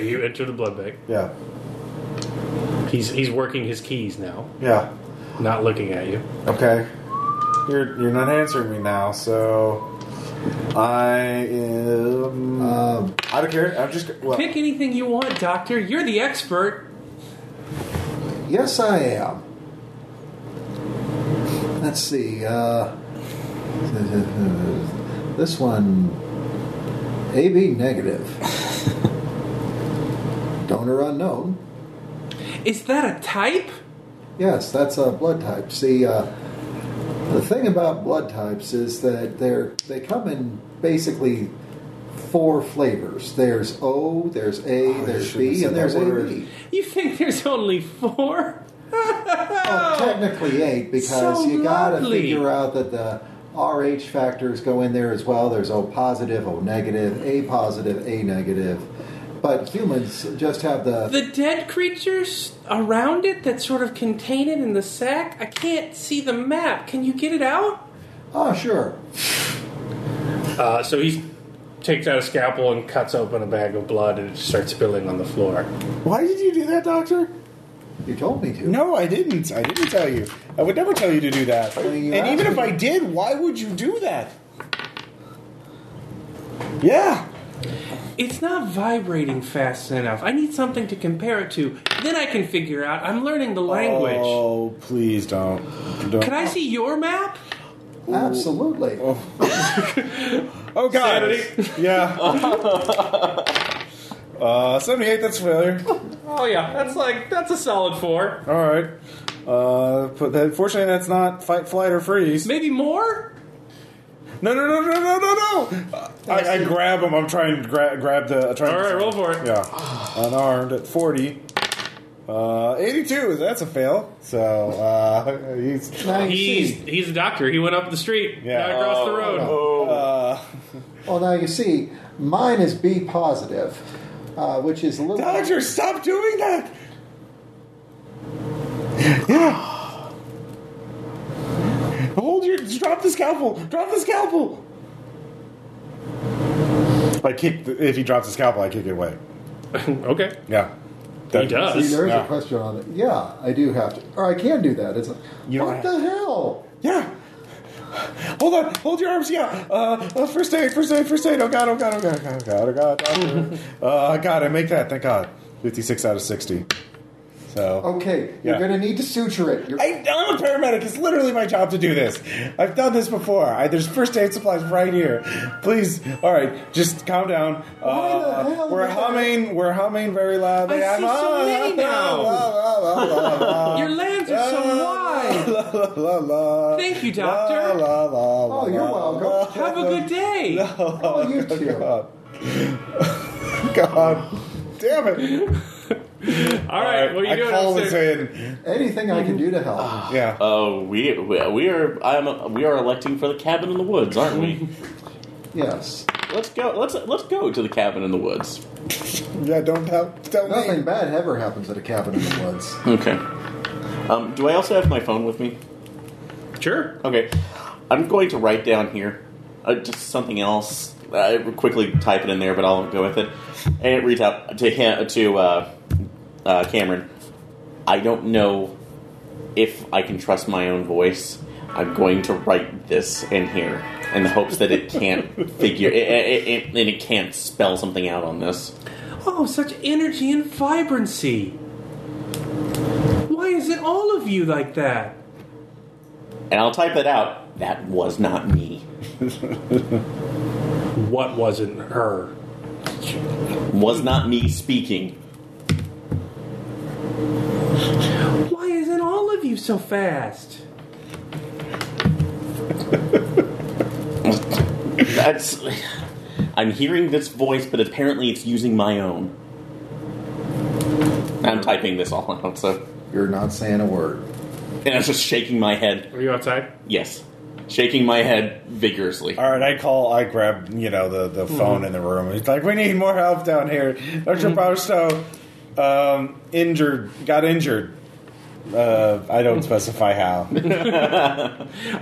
Speaker 8: You enter the blood bank.
Speaker 1: Yeah.
Speaker 8: He's he's working his keys now,
Speaker 1: Yeah.
Speaker 8: not looking at you.
Speaker 1: Okay. You're you're not answering me now, so I am.
Speaker 5: Um,
Speaker 1: I don't care. I'm just. Well,
Speaker 2: Pick anything you want, Doctor. You're the expert.
Speaker 5: yes, I am. Let's see. Uh, this one, AB negative. Donor unknown.
Speaker 2: Is that a type?
Speaker 5: Yes, that's a blood type. See, uh, the thing about blood types is that they're they come in basically four flavors. There's O, there's A,
Speaker 1: Oh, you
Speaker 5: there's
Speaker 1: shouldn't have
Speaker 5: B,
Speaker 1: said
Speaker 5: and there's
Speaker 1: that word.
Speaker 5: AB.
Speaker 2: You think there's only four?
Speaker 5: Well, Oh, technically eight because
Speaker 2: Oh, So
Speaker 5: you got to
Speaker 2: lovely.
Speaker 5: figure out that the RH factors go in there as well. There's O positive, O negative, A positive, A negative. But humans just have the.
Speaker 2: The dead creatures around it that sort of contain it in the sack? I can't see the map. Can you get it out?
Speaker 5: Oh, sure.
Speaker 8: Uh, so he takes out a scalpel and cuts open a bag of blood, and it starts spilling on the floor.
Speaker 1: why did you do that, Doctor?
Speaker 5: You told me to.
Speaker 1: No, I didn't. I didn't tell you. I would never tell you to do that.
Speaker 5: Well, you
Speaker 1: and
Speaker 5: asked
Speaker 1: even if
Speaker 5: me.
Speaker 1: I did, why would you do that? Yeah.
Speaker 2: It's not vibrating fast enough. I need something to compare it to. Then I can figure out. I'm learning the language.
Speaker 1: Oh, please don't. don't.
Speaker 2: Can I see your map?
Speaker 5: Absolutely.
Speaker 1: Oh God. Yeah. uh, seventy-eight. That's a failure.
Speaker 8: Oh yeah, that's like that's a solid four.
Speaker 1: All right. Uh, but that, fortunately, that's not fight, flight, or freeze.
Speaker 2: Maybe more?
Speaker 1: No, no, no, no, no, no, no! Uh, I, I grab him. I'm trying to gra- grab the. I'm trying
Speaker 8: All
Speaker 1: to-
Speaker 8: right, roll for it.
Speaker 1: Yeah, unarmed at 40. Uh, 82. That's a fail. So uh, he's.
Speaker 8: He's he's a doctor. He went up the street,
Speaker 1: Yeah.
Speaker 8: not across the road.
Speaker 1: Uh,
Speaker 5: Well, Oh, now you see, mine is B positive, uh, which is a little.
Speaker 1: Doctor, stop doing that. Yeah. Hold your. Drop the scalpel. Drop the scalpel. I kick. The, if he drops the scalpel, I kick it away. oh.
Speaker 8: okay,
Speaker 1: Yeah.
Speaker 8: he
Speaker 5: See,
Speaker 8: does.
Speaker 5: there is
Speaker 1: Yeah.
Speaker 5: a question on it. Yeah, I do have to, or I can do that. It's like,
Speaker 1: You don't
Speaker 5: what
Speaker 1: have-
Speaker 5: the hell?
Speaker 1: Yeah. Hold on. Hold your arms. Yeah. Uh, uh, first aid. First aid. First aid. Oh god. Oh god. Oh god. Oh god. Oh god. Doctor. uh, God. I make that. Thank God. Fifty-six out of sixty. So.
Speaker 5: Okay,
Speaker 1: Yeah.
Speaker 5: you're going to need to suture it. You're,
Speaker 1: I, I'm a paramedic. It's literally my job to do this. I've done this before. I, there's first aid supplies right here. Please, all right, just calm down. Uh,
Speaker 5: Why the hell
Speaker 1: we're
Speaker 5: did I-
Speaker 1: humming. We're humming very loudly.
Speaker 2: I
Speaker 1: I'm
Speaker 2: see so
Speaker 1: on,
Speaker 2: many now.
Speaker 1: la, la, la, la, la.
Speaker 2: Your lands are so
Speaker 8: Uh,
Speaker 2: wide.
Speaker 1: La, la, la, la.
Speaker 2: Thank you, doctor.
Speaker 8: uh,
Speaker 1: La, la, la, la,
Speaker 5: oh, you're
Speaker 1: la,
Speaker 5: welcome.
Speaker 2: Have a good day.
Speaker 5: Oh, you too.
Speaker 1: God. God damn it.
Speaker 8: All right, what are you
Speaker 1: I
Speaker 8: doing
Speaker 1: call
Speaker 8: upstairs?
Speaker 1: this in.
Speaker 5: Anything I can do to help.
Speaker 1: Yeah.
Speaker 4: Oh, we we we are I'm we are electing for the cabin in the woods, aren't we?
Speaker 5: Yes.
Speaker 4: let's go. Let's let's go to the cabin in the woods.
Speaker 1: Yeah, don't tell, tell me.
Speaker 5: Nothing bad ever happens at a cabin in the woods.
Speaker 4: Okay. Um, do I also have my phone with me?
Speaker 8: Sure.
Speaker 4: Okay. I'm going to write down here uh, just something else. I will quickly type it in there, but I'll go with it. And it reads out to him to uh, uh, Cameron. I don't know if I can trust my own voice. I'm going to write this in here in the hopes that it can't figure it, it, it, and it can't spell something out on this.
Speaker 2: Oh, such energy and vibrancy. Why is it all of you like that?
Speaker 4: And I'll type it out. That was not me.
Speaker 8: What wasn't her?
Speaker 4: Was not me speaking.
Speaker 2: Why isn't all of you so fast?
Speaker 4: That's. I'm hearing this voice, but apparently it's using my own. I'm typing this all out, so.
Speaker 5: You're not saying a word.
Speaker 4: And I'm just shaking my head.
Speaker 8: Are you outside?
Speaker 4: Yes. Shaking my head vigorously.
Speaker 1: All right, I call. I grab you know the the
Speaker 8: Hmm.
Speaker 1: phone in the room. He's like, "We need more help down here." Doctor Barstow um, injured, got injured. Uh, I don't specify how.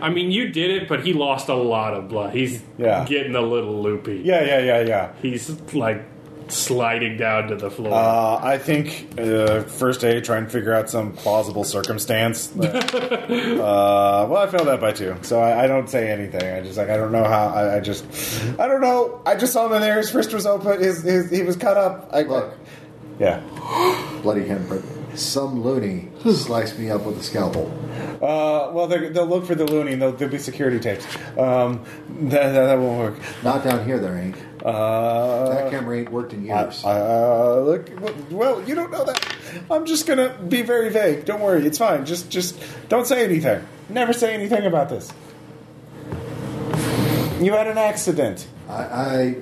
Speaker 8: I mean, you did it, but he lost a lot of blood. He's
Speaker 1: Yeah.
Speaker 8: getting a little loopy.
Speaker 1: Yeah, yeah, yeah, yeah.
Speaker 8: He's like sliding down to the floor.
Speaker 1: Uh, I think uh, first aid. Try and figure out some plausible circumstance. that- uh, well, I failed that by two, so I, I don't say anything. I just like I don't know how. I, I just I don't know. I just saw him in there. His wrist was open. His, his he was cut up. I,
Speaker 5: Look.
Speaker 1: Yeah.
Speaker 5: Bloody handprint. Some loony sliced me up with a scalpel.
Speaker 1: Uh, well, they're- they'll look for the loony. And they'll, there'll be security tapes. Um, that, that, that won't work.
Speaker 5: Not down here, there ain't. That
Speaker 1: Uh,
Speaker 5: camera ain't worked in
Speaker 1: I,
Speaker 5: years.
Speaker 1: uh, look. Well, you don't know that. I'm just gonna be very vague. Don't worry, it's fine. Just, just don't say anything. Never say anything about this. You had an accident.
Speaker 5: I, I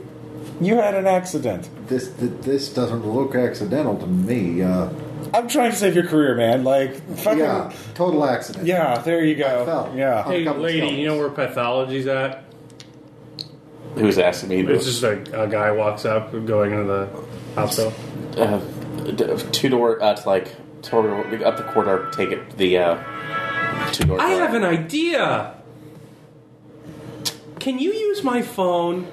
Speaker 1: You had an accident.
Speaker 5: this th- this doesn't look accidental to me. Uh,
Speaker 1: I'm trying to save your career, man. Like, fucking.
Speaker 5: yeah,
Speaker 1: Yeah,
Speaker 5: total accident.
Speaker 1: there you
Speaker 5: I
Speaker 1: go.
Speaker 5: fell.
Speaker 1: Yeah.
Speaker 8: hey,
Speaker 5: couple
Speaker 8: lady, you know where
Speaker 5: scalpels.
Speaker 8: pathology's at?
Speaker 4: Who's asking me
Speaker 8: It's
Speaker 4: this?
Speaker 8: just a, a guy walks up going into the hospital.
Speaker 4: Uh, d- two door, uh, it's like, two door, up the corridor, take it, the, uh, two door.
Speaker 2: I
Speaker 4: door.
Speaker 2: have an idea. Can you use my phone?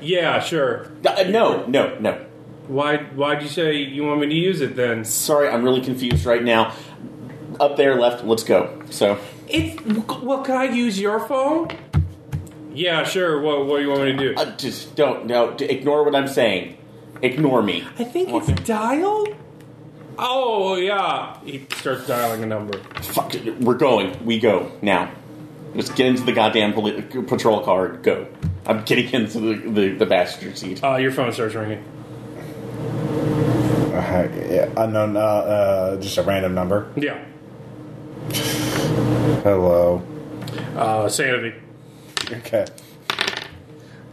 Speaker 8: Yeah, sure.
Speaker 4: Uh, no, no, no.
Speaker 8: Why? Why'd you say you want me to use it then?
Speaker 4: Sorry, I'm really confused right now. Up there, left, let's go. So,
Speaker 2: It's well. Can I use your phone?
Speaker 8: Yeah, sure. What? What do you want me to do?
Speaker 4: uh, just don't, no, d- ignore what I'm saying. Ignore me.
Speaker 2: I think
Speaker 4: Okay.
Speaker 2: it's dial.
Speaker 8: Oh yeah. He starts dialing a number.
Speaker 4: Fuck, it, we're going. We go now. Just get into the goddamn poli- patrol car. and Go. I'm getting into the, the, the passenger
Speaker 5: Oh.
Speaker 4: seat.
Speaker 8: Uh, your phone starts ringing.
Speaker 1: Uh, yeah. Unknown. Uh, uh, just a random number.
Speaker 8: Yeah.
Speaker 1: Hello.
Speaker 8: Uh, sanity.
Speaker 1: Okay.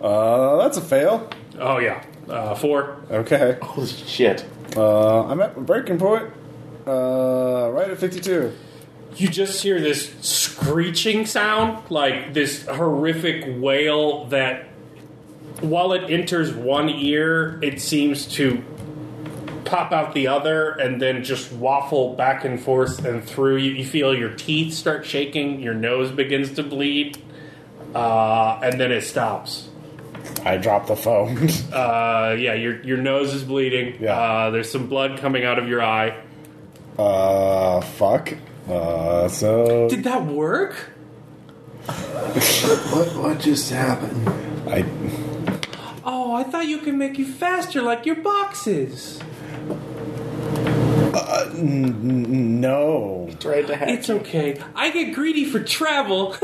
Speaker 1: Uh, that's a fail.
Speaker 8: Oh yeah. Uh, four.
Speaker 1: Okay.
Speaker 4: Holy shit.
Speaker 1: Uh, I'm at breaking point. Uh, right at 52.
Speaker 8: You just hear this screeching sound, like this horrific wail that, while it enters one ear, it seems to pop out the other and then just waffle back and forth and through. You, you feel your teeth start shaking, your nose begins to bleed, uh, and then it stops.
Speaker 1: I dropped the phone.
Speaker 8: Uh, yeah, your, your nose is bleeding.
Speaker 1: Yeah.
Speaker 8: Uh, there's some blood coming out of your eye.
Speaker 1: uh, fuck. Uh, so
Speaker 2: Did that work?
Speaker 5: What what just happened?
Speaker 1: I
Speaker 2: Oh, I thought you could make you faster like your boxes.
Speaker 1: no.
Speaker 4: Tried to hack.
Speaker 2: It's okay. I get greedy for travel.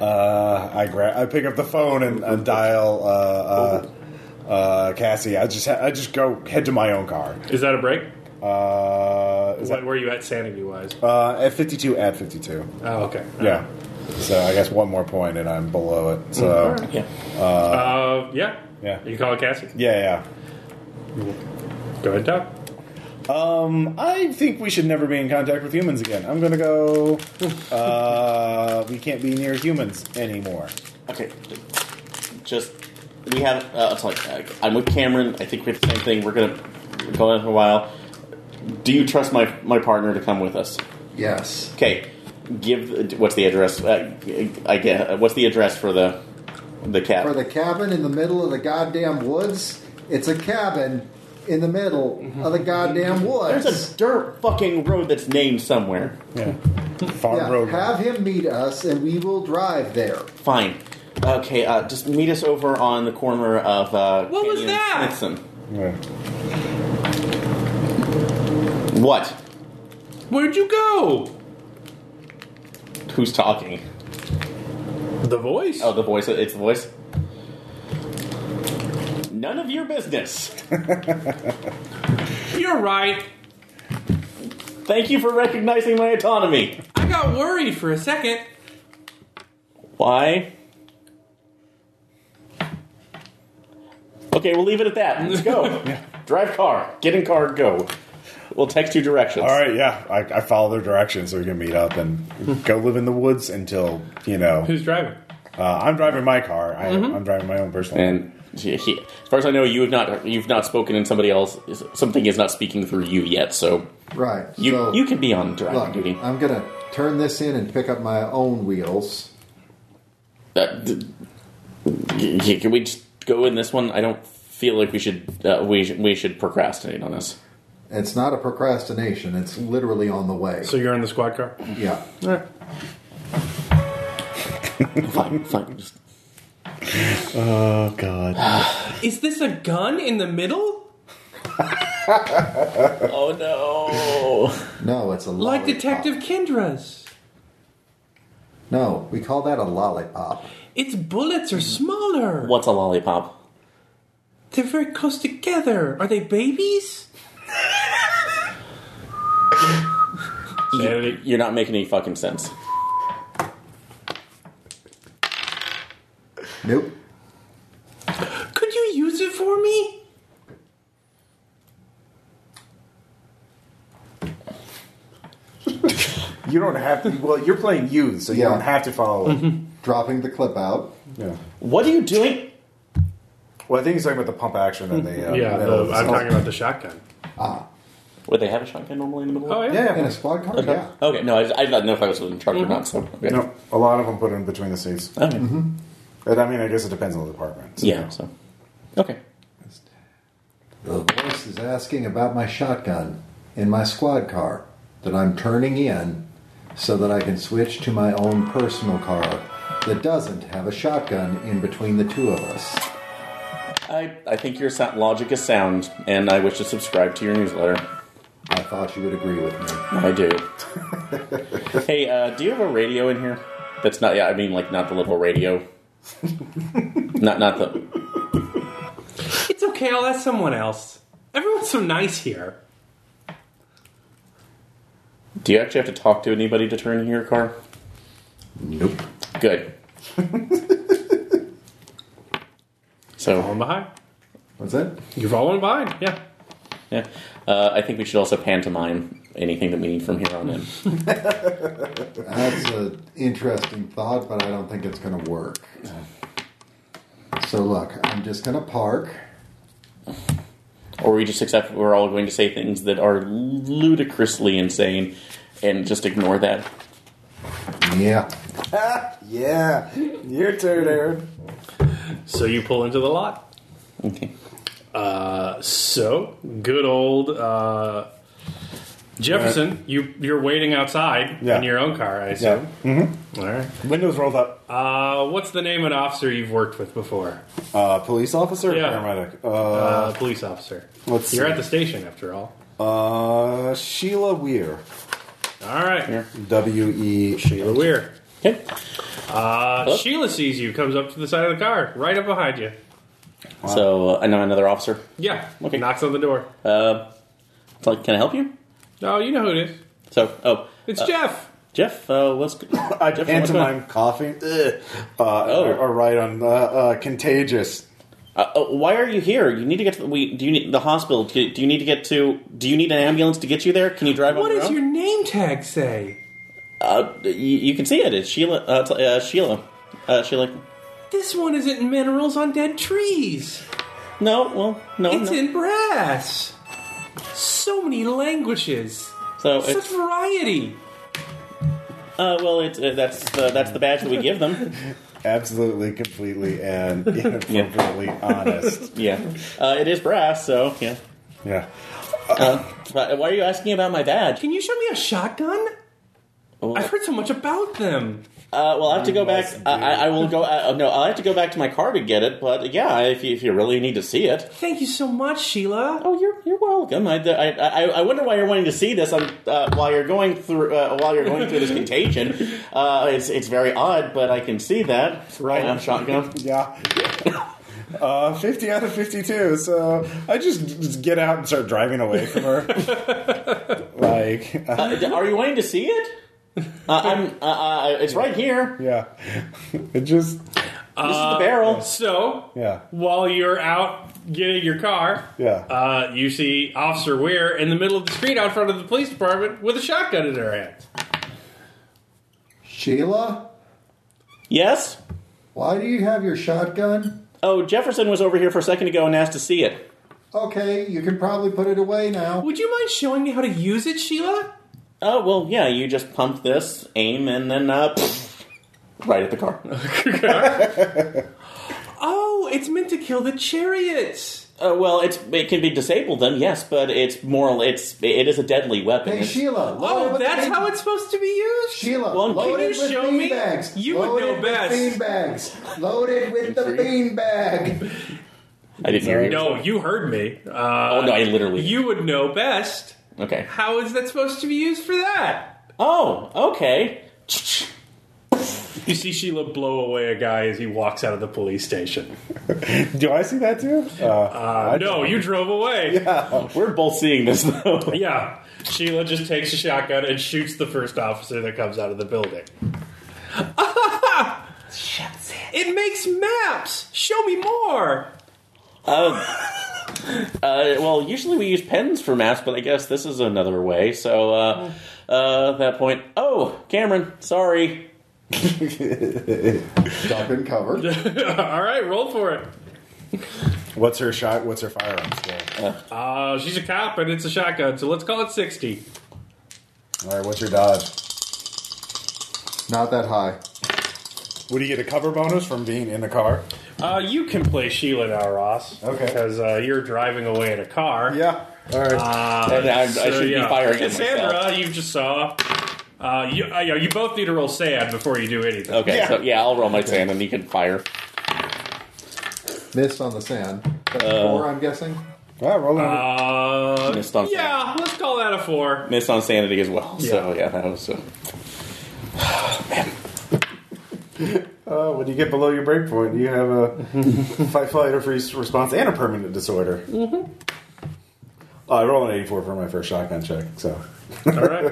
Speaker 1: Uh, I grab. I pick up the phone and, and dial. Uh, uh, uh, Cassie. I just. Ha- I just go head to my own car.
Speaker 8: Is that a break?
Speaker 1: Uh, is
Speaker 8: What,
Speaker 1: that,
Speaker 8: where are you at sanity wise?
Speaker 1: uh, at 52. At 52.
Speaker 8: Oh, okay.
Speaker 1: Yeah. So I guess one more point and I'm below it. So
Speaker 4: Yeah.
Speaker 8: Uh, yeah.
Speaker 1: Yeah.
Speaker 8: You call it Cassie.
Speaker 1: yeah, yeah.
Speaker 8: Go ahead, talk.
Speaker 1: Um, I think we should never be in contact with humans again. I'm gonna go. Uh, we can't be near humans anymore.
Speaker 4: Okay. Just we have. Uh, it's like uh, I'm with Cameron. I think we have the same thing. We're gonna go on for a while. Do you trust my my partner to come with us?
Speaker 5: Yes.
Speaker 4: Okay. Give what's the address? Uh, I get what's the address for the the cab?
Speaker 5: For the cabin in the middle of the goddamn woods, it's a cabin in the middle of the goddamn woods.
Speaker 4: There's a dirt fucking road that's named somewhere.
Speaker 1: Yeah. Farm
Speaker 5: yeah,
Speaker 1: road.
Speaker 5: have him meet us and we will drive there.
Speaker 4: Fine. Okay, uh, just meet us over on the corner of uh,
Speaker 2: What was
Speaker 4: Canyon and
Speaker 2: that?
Speaker 4: Smithson.
Speaker 1: Yeah.
Speaker 4: What?
Speaker 2: Where'd you go?
Speaker 4: Who's talking?
Speaker 8: The voice?
Speaker 4: Oh, the voice. It's the voice. None of your business.
Speaker 2: You're right.
Speaker 4: Thank you for recognizing my autonomy.
Speaker 2: I got worried for a second.
Speaker 4: Why? Okay, we'll leave it at that. Let's go. Drive car. Get in car. Go. We'll text you directions.
Speaker 1: All right, yeah. I, I follow their directions so we can meet up and go live in the woods until, you know,
Speaker 8: Who's driving?
Speaker 1: uh, I'm driving my car. I, I'm driving my own personal car.
Speaker 4: And he, he- as far as I know, you have not you've not spoken, and somebody else is- something is not speaking through you yet. So
Speaker 5: Right.
Speaker 4: you
Speaker 5: so,
Speaker 4: you can be on driving
Speaker 5: look,
Speaker 4: duty.
Speaker 5: I'm gonna turn this in and pick up my own wheels.
Speaker 4: That- Uh, d- y- y- can we just go in this one? I don't feel like we should uh, we should, we should procrastinate on this.
Speaker 5: It's not a procrastination. It's literally on the way.
Speaker 8: So you're in the squad car?
Speaker 5: yeah.
Speaker 4: fine, fine. Just,
Speaker 1: Oh, God.
Speaker 2: Is this a gun in the middle?
Speaker 4: oh no!
Speaker 5: No, it's a
Speaker 2: Like
Speaker 5: lollipop.
Speaker 2: Detective Kendra's.
Speaker 5: No, we call that a lollipop.
Speaker 2: Its bullets are smaller.
Speaker 4: What's a lollipop?
Speaker 2: They're very close together. Are they babies?
Speaker 8: Sanity.
Speaker 4: You're not making any fucking sense.
Speaker 5: Nope.
Speaker 2: Could you use it for me?
Speaker 1: You don't have to, well, you're playing youth, so you
Speaker 5: Yeah.
Speaker 1: don't have to follow it.
Speaker 5: Dropping the clip out.
Speaker 1: yeah.
Speaker 4: What are you doing?
Speaker 1: Well, I think he's talking about the pump action and the. Uh,
Speaker 8: Yeah,
Speaker 1: middle
Speaker 8: the,
Speaker 1: of the
Speaker 8: I'm
Speaker 1: song.
Speaker 8: talking about the shotgun.
Speaker 4: Would they have a shotgun normally in the middle?
Speaker 8: Oh,
Speaker 4: of
Speaker 8: yeah.
Speaker 5: In a squad car?
Speaker 4: Okay.
Speaker 5: Yeah.
Speaker 4: Okay. No, I, I don't know if I was in charge or not. So okay.
Speaker 1: No, a lot of them put it in between the seats.
Speaker 4: Okay.
Speaker 1: But, I mean, I guess it depends on the department. so-
Speaker 4: Yeah. So okay.
Speaker 5: The voice is asking about my shotgun in my squad car that I'm turning in so that I can switch to my own personal car that doesn't have a shotgun in between the two of us.
Speaker 4: I, I think your sa- logic is sound, and I wish to subscribe to your newsletter.
Speaker 5: I thought you would agree with me.
Speaker 4: I do. hey, uh, do you have a radio in here? That's not. Yeah, I mean, like not the little radio. not not the.
Speaker 2: It's okay, I'll ask someone else. Everyone's so nice here.
Speaker 4: Do you actually have to talk to anybody to turn in your car?
Speaker 5: Nope.
Speaker 4: Good. so
Speaker 8: Following behind.
Speaker 5: What's that?
Speaker 8: You're following behind, yeah.
Speaker 4: yeah, uh, I think we should also pantomime anything that we need from here on in.
Speaker 5: That's an interesting thought, but I don't think it's going to work. So, look, I'm just going to park.
Speaker 4: or we just accept we're all going to say things that are ludicrously insane, and just ignore that.
Speaker 5: Yeah.
Speaker 1: Yeah. Your turn, Aaron.
Speaker 8: So you pull into the lot.
Speaker 4: Okay.
Speaker 8: Uh, So good old uh, Jefferson, you you're waiting outside
Speaker 1: Yeah.
Speaker 8: in your own car, I assume. Mm-hmm. All right.
Speaker 1: Windows rolled up.
Speaker 8: Uh, what's the name of an officer you've worked with before?
Speaker 1: Uh, police officer or
Speaker 8: Yeah.
Speaker 1: paramedic?
Speaker 8: Uh,
Speaker 1: Uh,
Speaker 8: police officer.
Speaker 1: let's
Speaker 8: You're
Speaker 1: see.
Speaker 8: at the station after all.
Speaker 1: uh, Sheila Weir.
Speaker 8: All right.
Speaker 1: W E.
Speaker 8: Sheila Weir.
Speaker 4: Okay.
Speaker 8: Uh, Sheila sees you, comes up to the side of the car, right up behind you.
Speaker 4: So uh, I know another officer.
Speaker 8: Yeah.
Speaker 4: Okay.
Speaker 8: Knocks on the door.
Speaker 4: Uh, it's like, can I help you?
Speaker 8: Oh, you know who it is.
Speaker 4: So, oh,
Speaker 8: It's
Speaker 4: uh,
Speaker 8: Jeff.
Speaker 4: Jeff, uh, what's good? Uh, Jeff, what's going on?
Speaker 1: Pantomime coughing. Ugh. Uh,
Speaker 4: Oh.
Speaker 1: or, or right on uh, uh, contagious.
Speaker 4: Uh, oh, why are you here? You need to get to the. We, do you need the hospital? Do you, do you need to get to? Do you need an ambulance to get you there? Can you drive
Speaker 2: What
Speaker 4: on
Speaker 2: does
Speaker 4: your
Speaker 2: your
Speaker 4: own?
Speaker 2: name tag say?
Speaker 4: Uh, you, you can see it. It's Sheila. Uh, it's, uh, Sheila. Uh, Sheila.
Speaker 2: This one isn't minerals on dead trees.
Speaker 4: No, well, no,
Speaker 2: It's
Speaker 4: Oh, no.
Speaker 2: in brass. So many languages.
Speaker 4: so
Speaker 2: Such
Speaker 4: Oh, it's.
Speaker 2: variety.
Speaker 4: Uh, well, it's uh, that's the that's the badge that we give them.
Speaker 1: Absolutely, completely, and inappropriately honest.
Speaker 4: Yeah, uh, it is brass. So yeah.
Speaker 1: Yeah.
Speaker 4: Uh, but why are you asking about my badge?
Speaker 2: Can you show me a shotgun?
Speaker 4: Oh,
Speaker 2: I've heard so much about them.
Speaker 4: Uh, well, I have to go back. I, I I will go. Uh, no, I'll have to go back to my car to get it. But yeah, if you, if you really need to see it,
Speaker 2: Thank you so much, Sheila.
Speaker 4: oh, you're you're welcome. I, I, I, I wonder why you're wanting to see this on, uh, while you're going through uh, while you're going through this contagion. Uh, it's it's very odd, but I can see that.
Speaker 1: Right.
Speaker 4: Uh, shotgun.
Speaker 1: Yeah. Uh, 50 out of 52. So I just, just get out and start driving away from her. like, uh,
Speaker 4: Uh, are you wanting to see it? Uh, I'm. Uh, uh, it's right here.
Speaker 1: yeah. It just,
Speaker 4: This is the barrel.
Speaker 8: So,
Speaker 1: yeah.
Speaker 8: while you're out getting your car,
Speaker 1: Yeah.
Speaker 8: uh, you see Officer Weir in the middle of the street out front of the police department with a shotgun in her hand.
Speaker 5: Sheila,
Speaker 4: Yes.
Speaker 5: why do you have your shotgun?
Speaker 4: Oh, Jefferson was over here for a second ago and asked to see it.
Speaker 5: Okay, you can probably put it away now.
Speaker 2: Would you mind showing me how to use it, Sheila?
Speaker 4: Oh well, yeah. You just pump this, aim, and then uh, right at the car.
Speaker 2: Oh, it's meant to kill the chariots.
Speaker 4: Uh, well, it's it can be disabled then, yes, but it's moral. It's it is a deadly weapon.
Speaker 5: Hey,
Speaker 4: It's-
Speaker 5: Sheila. load it
Speaker 2: Oh,
Speaker 5: with
Speaker 2: that's
Speaker 5: bean-
Speaker 2: how it's supposed to be used.
Speaker 5: Sheila,
Speaker 4: Well,
Speaker 5: load
Speaker 4: can
Speaker 5: it
Speaker 2: you
Speaker 5: with
Speaker 2: show
Speaker 5: bean
Speaker 2: me?
Speaker 5: bags.
Speaker 2: You would
Speaker 5: Load
Speaker 2: know
Speaker 5: it
Speaker 2: best.
Speaker 5: With bean bags. Load it with the bean bag.
Speaker 4: I didn't hear you.
Speaker 8: No, you heard me. Uh,
Speaker 4: Oh no, I literally.
Speaker 8: You would know best.
Speaker 4: okay.
Speaker 2: How is that supposed to be used for that?
Speaker 4: Oh, okay.
Speaker 8: You see Sheila blow away a guy as he walks out of the police station.
Speaker 1: Do I see that too? Uh, I
Speaker 8: No, you drove away. Yeah.
Speaker 4: We're both seeing this though.
Speaker 8: Sheila just takes a shotgun and shoots the first officer that comes out of the building.
Speaker 2: It makes maps. Show me more.
Speaker 4: Uh, well, usually we use pens for maps, but I guess this is another way. So
Speaker 5: Hmm.
Speaker 4: uh, uh, at that point, oh, Cameron, sorry.
Speaker 5: Duck and cover.
Speaker 8: All right, roll for it.
Speaker 1: What's her shot? What's her firearm skill?
Speaker 8: Uh, she's a cop and it's a shotgun, so let's call it 60.
Speaker 1: All right, what's your dodge?
Speaker 5: Not that high.
Speaker 1: Would you get a cover bonus from being in the car?
Speaker 8: Uh, you can play Sheila now, Ross.
Speaker 1: Okay.
Speaker 8: Because uh, you're driving away in a car.
Speaker 1: Yeah. All right.
Speaker 8: Uh,
Speaker 4: And I, I should be firing at myself.
Speaker 8: Cassandra, you just saw. Uh, you, uh, you both need to roll sad before you do anything.
Speaker 4: Okay, so yeah, I'll roll my sand and you can fire.
Speaker 5: Missed on the sand. That's
Speaker 2: Uh,
Speaker 5: four, I'm guessing.
Speaker 1: yeah, roll it.
Speaker 8: Uh,
Speaker 4: Missed on
Speaker 8: yeah, let's call that a four.
Speaker 4: Missed on sanity as well. So
Speaker 8: Yeah.
Speaker 4: yeah, that was. Uh,
Speaker 1: uh, when you get below your breakpoint, you have a fight, flight, or freeze response and a permanent disorder. Mm-hmm. I rolled an 84 for my first shotgun check, so
Speaker 8: All right.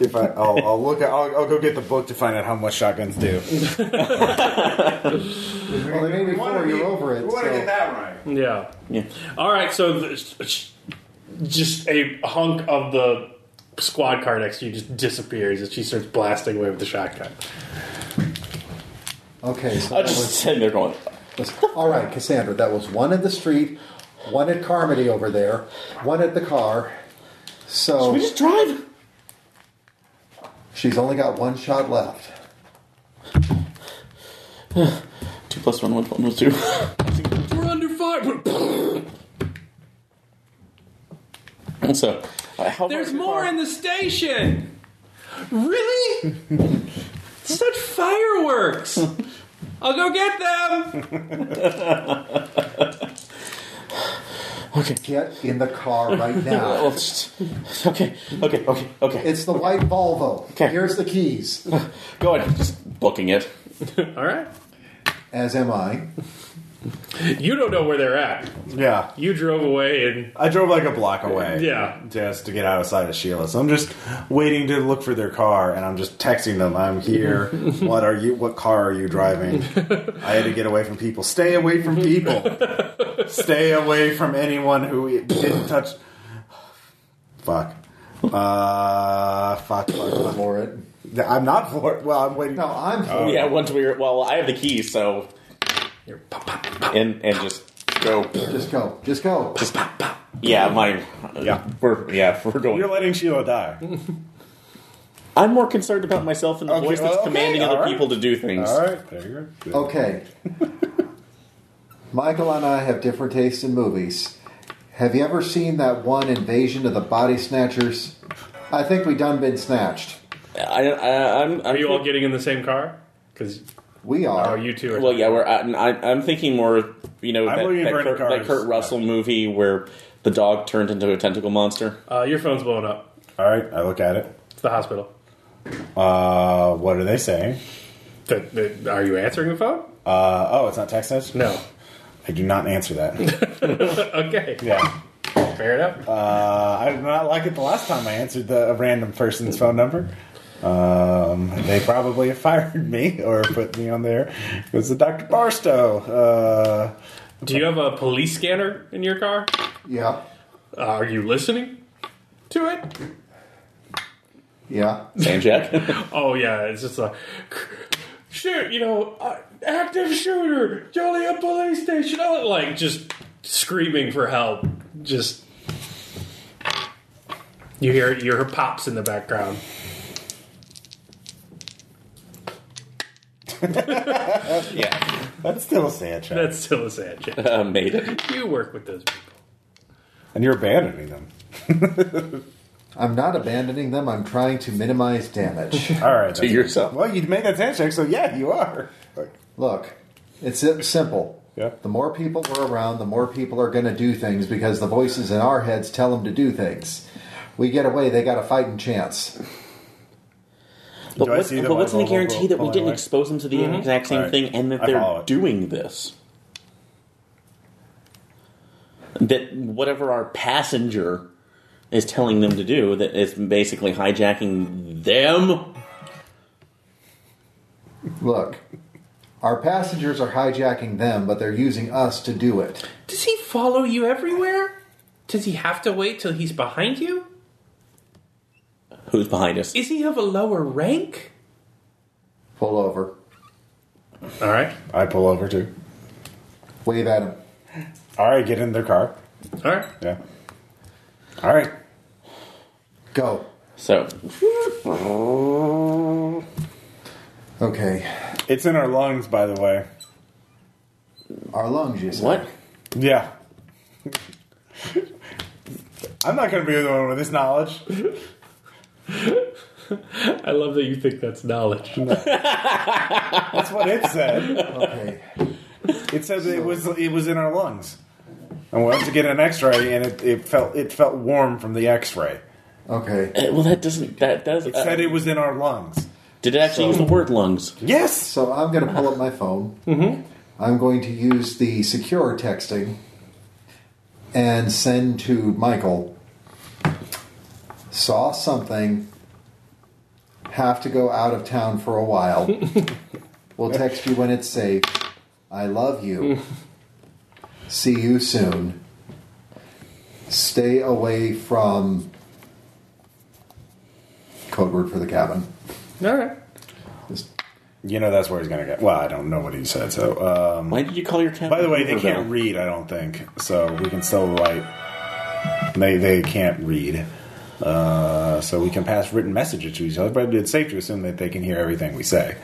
Speaker 1: if I, I'll, I'll look, at, I'll, I'll go get the book to find out how much shotguns do.
Speaker 5: Well, there may be four. You're over it. So.
Speaker 1: that right.
Speaker 8: Yeah.
Speaker 4: yeah.
Speaker 8: All right. So th- just a hunk of the squad car next to you just disappears as she starts blasting away with the shotgun.
Speaker 5: Okay, so
Speaker 4: I
Speaker 5: that
Speaker 4: just
Speaker 5: was,
Speaker 4: sitting there going.
Speaker 5: was- all right, Cassandra. That was one at the street, one at Carmody over there, one at the car. So
Speaker 4: We just drive.
Speaker 5: she's only got one shot left.
Speaker 4: Two plus one, one plus one was two.
Speaker 8: We're under fire.
Speaker 4: so, uh, how
Speaker 2: There's more in the station. Really? Such fireworks. I'll go get them.
Speaker 5: Get in the car right
Speaker 4: Oh,
Speaker 5: now.
Speaker 4: it's- okay, okay, okay, okay.
Speaker 5: It's the white Volvo.
Speaker 4: Okay.
Speaker 5: Here's the keys.
Speaker 4: Go ahead. Just booking it.
Speaker 8: All right.
Speaker 5: As am I.
Speaker 8: You don't know where they're at.
Speaker 1: Yeah,
Speaker 8: You drove away and
Speaker 1: I drove like a block away.
Speaker 8: Yeah.
Speaker 1: just to get out of sight of Sheila. So I'm just waiting to look for their car, and I'm just texting them. I'm here. what are you? What car are you driving? I had to get away from people. Stay away from people. Stay away from anyone who didn't touch. Fuck. Uh, fuck, fuck, fuck.
Speaker 5: For it.
Speaker 1: I'm not for it. Well, I'm waiting.
Speaker 5: No, I'm for it.
Speaker 4: Yeah, once we're well, I have the key, so and and just go.
Speaker 8: Oh.
Speaker 5: Just go. Just go.
Speaker 4: Yeah, my uh,
Speaker 1: Yeah.
Speaker 4: we're yeah we're going.
Speaker 1: You're letting Sheila die.
Speaker 4: I'm more concerned about myself and the
Speaker 1: Okay,
Speaker 4: voice that's
Speaker 1: well, okay,
Speaker 4: commanding other
Speaker 1: all right.
Speaker 4: people to do things.
Speaker 1: All right, there you go.
Speaker 5: Okay. Michael and I have different tastes in movies. Have you ever seen that one invasion of the body snatchers? I think we done been snatched.
Speaker 4: I, I, I'm, I'm
Speaker 8: Are you all getting in the same car? Because
Speaker 5: We
Speaker 8: oh,
Speaker 5: are.
Speaker 8: you two are.
Speaker 4: Well, yeah, we're, I, I, I'm thinking more, you know,
Speaker 1: I'm
Speaker 4: that,
Speaker 1: looking
Speaker 4: that,
Speaker 1: for any
Speaker 4: Kurt, that
Speaker 1: cars.
Speaker 4: Kurt Russell movie where the dog turned into a tentacle monster.
Speaker 8: Uh, your phone's blowing up.
Speaker 1: All right, I look at it.
Speaker 8: It's the hospital.
Speaker 1: Uh, what are they saying?
Speaker 8: That- that- are you answering the phone?
Speaker 1: Uh, oh, it's not text message.
Speaker 8: No.
Speaker 1: I do not answer that.
Speaker 8: okay.
Speaker 1: yeah,
Speaker 8: Fair enough.
Speaker 1: uh, I did not like it the last time I answered the a random person's phone number. Um, they probably have fired me or put me on there. It was the Dr. Barstow. Uh,
Speaker 8: Do you have a police scanner in your car?
Speaker 5: Yeah.
Speaker 8: Uh, are you listening to it?
Speaker 5: Yeah.
Speaker 4: Same check.
Speaker 8: Oh yeah, it's just a shoot. You know, uh, active shooter, Joliet police station. Oh, like just screaming for help. Just you hear you hear pops in the background.
Speaker 4: yeah,
Speaker 1: that's still a sad check.
Speaker 8: That's still a sad joke.
Speaker 4: uh, made it.
Speaker 8: You work with those people.
Speaker 1: And you're abandoning them.
Speaker 5: I'm not abandoning them. I'm trying to minimize damage.
Speaker 1: All right.
Speaker 4: To yourself.
Speaker 1: Well, you made that sad check, so yeah, you are. Like,
Speaker 5: Look, it's si- simple.
Speaker 1: Yeah.
Speaker 5: The more people we're around, the more people are going to do things because the voices in our heads tell them to do things. We get away, they got a fighting chance.
Speaker 4: But,
Speaker 1: I
Speaker 4: what's,
Speaker 1: see the
Speaker 4: but what's
Speaker 1: light
Speaker 4: the
Speaker 1: bulb
Speaker 4: guarantee that we
Speaker 1: falling
Speaker 4: didn't
Speaker 1: away?
Speaker 4: expose them to the exact same
Speaker 1: Alright.
Speaker 4: thing and that
Speaker 1: I follow
Speaker 4: they're
Speaker 1: it.
Speaker 4: doing this? That whatever our passenger is telling them to do, that is basically hijacking them.
Speaker 5: Look, our passengers are hijacking them, but they're using us to do it.
Speaker 2: Does he follow you everywhere? Does he have to wait till he's behind you?
Speaker 4: Who's behind us?
Speaker 2: Is he of a lower rank?
Speaker 5: Pull over.
Speaker 8: All right,
Speaker 1: I pull over too.
Speaker 5: Wave at them.
Speaker 1: All right, get in their car.
Speaker 8: all right.
Speaker 1: Yeah. All right.
Speaker 5: Go.
Speaker 4: So
Speaker 5: Okay.
Speaker 1: It's in our lungs, by the way.
Speaker 5: Our lungs, you say.
Speaker 4: what?
Speaker 1: Yeah. I'm not going to be the one with this knowledge.
Speaker 8: I love that you think that's knowledge.
Speaker 1: That's what it said.
Speaker 5: Okay.
Speaker 1: It said that it was it was in our lungs. And we went to get an X-ray, and it, it felt it felt warm from the X-ray.
Speaker 5: Okay.
Speaker 4: Uh, well, that doesn't. That does.
Speaker 1: It
Speaker 4: uh,
Speaker 1: said it was in our lungs.
Speaker 4: did it actually use the word lungs?
Speaker 1: Yes.
Speaker 5: So I'm going to pull up my phone. I'm going to use the secure texting and send to Michael. Saw something. Have to go out of town for a while. we'll text you when it's safe. I love you. See you soon. Stay away from. Code word for the cabin.
Speaker 8: All right.
Speaker 5: Just
Speaker 1: You know that's where he's going to go. Well, I don't know what he said. So, um,
Speaker 4: Why did you call your cat?
Speaker 1: by the way,
Speaker 4: Hoover,
Speaker 1: they can't
Speaker 4: though?
Speaker 1: read. I don't think so. We can still write. They they can't read. Uh, so we can pass written messages to each other, but it's safe to assume that they can hear everything we say.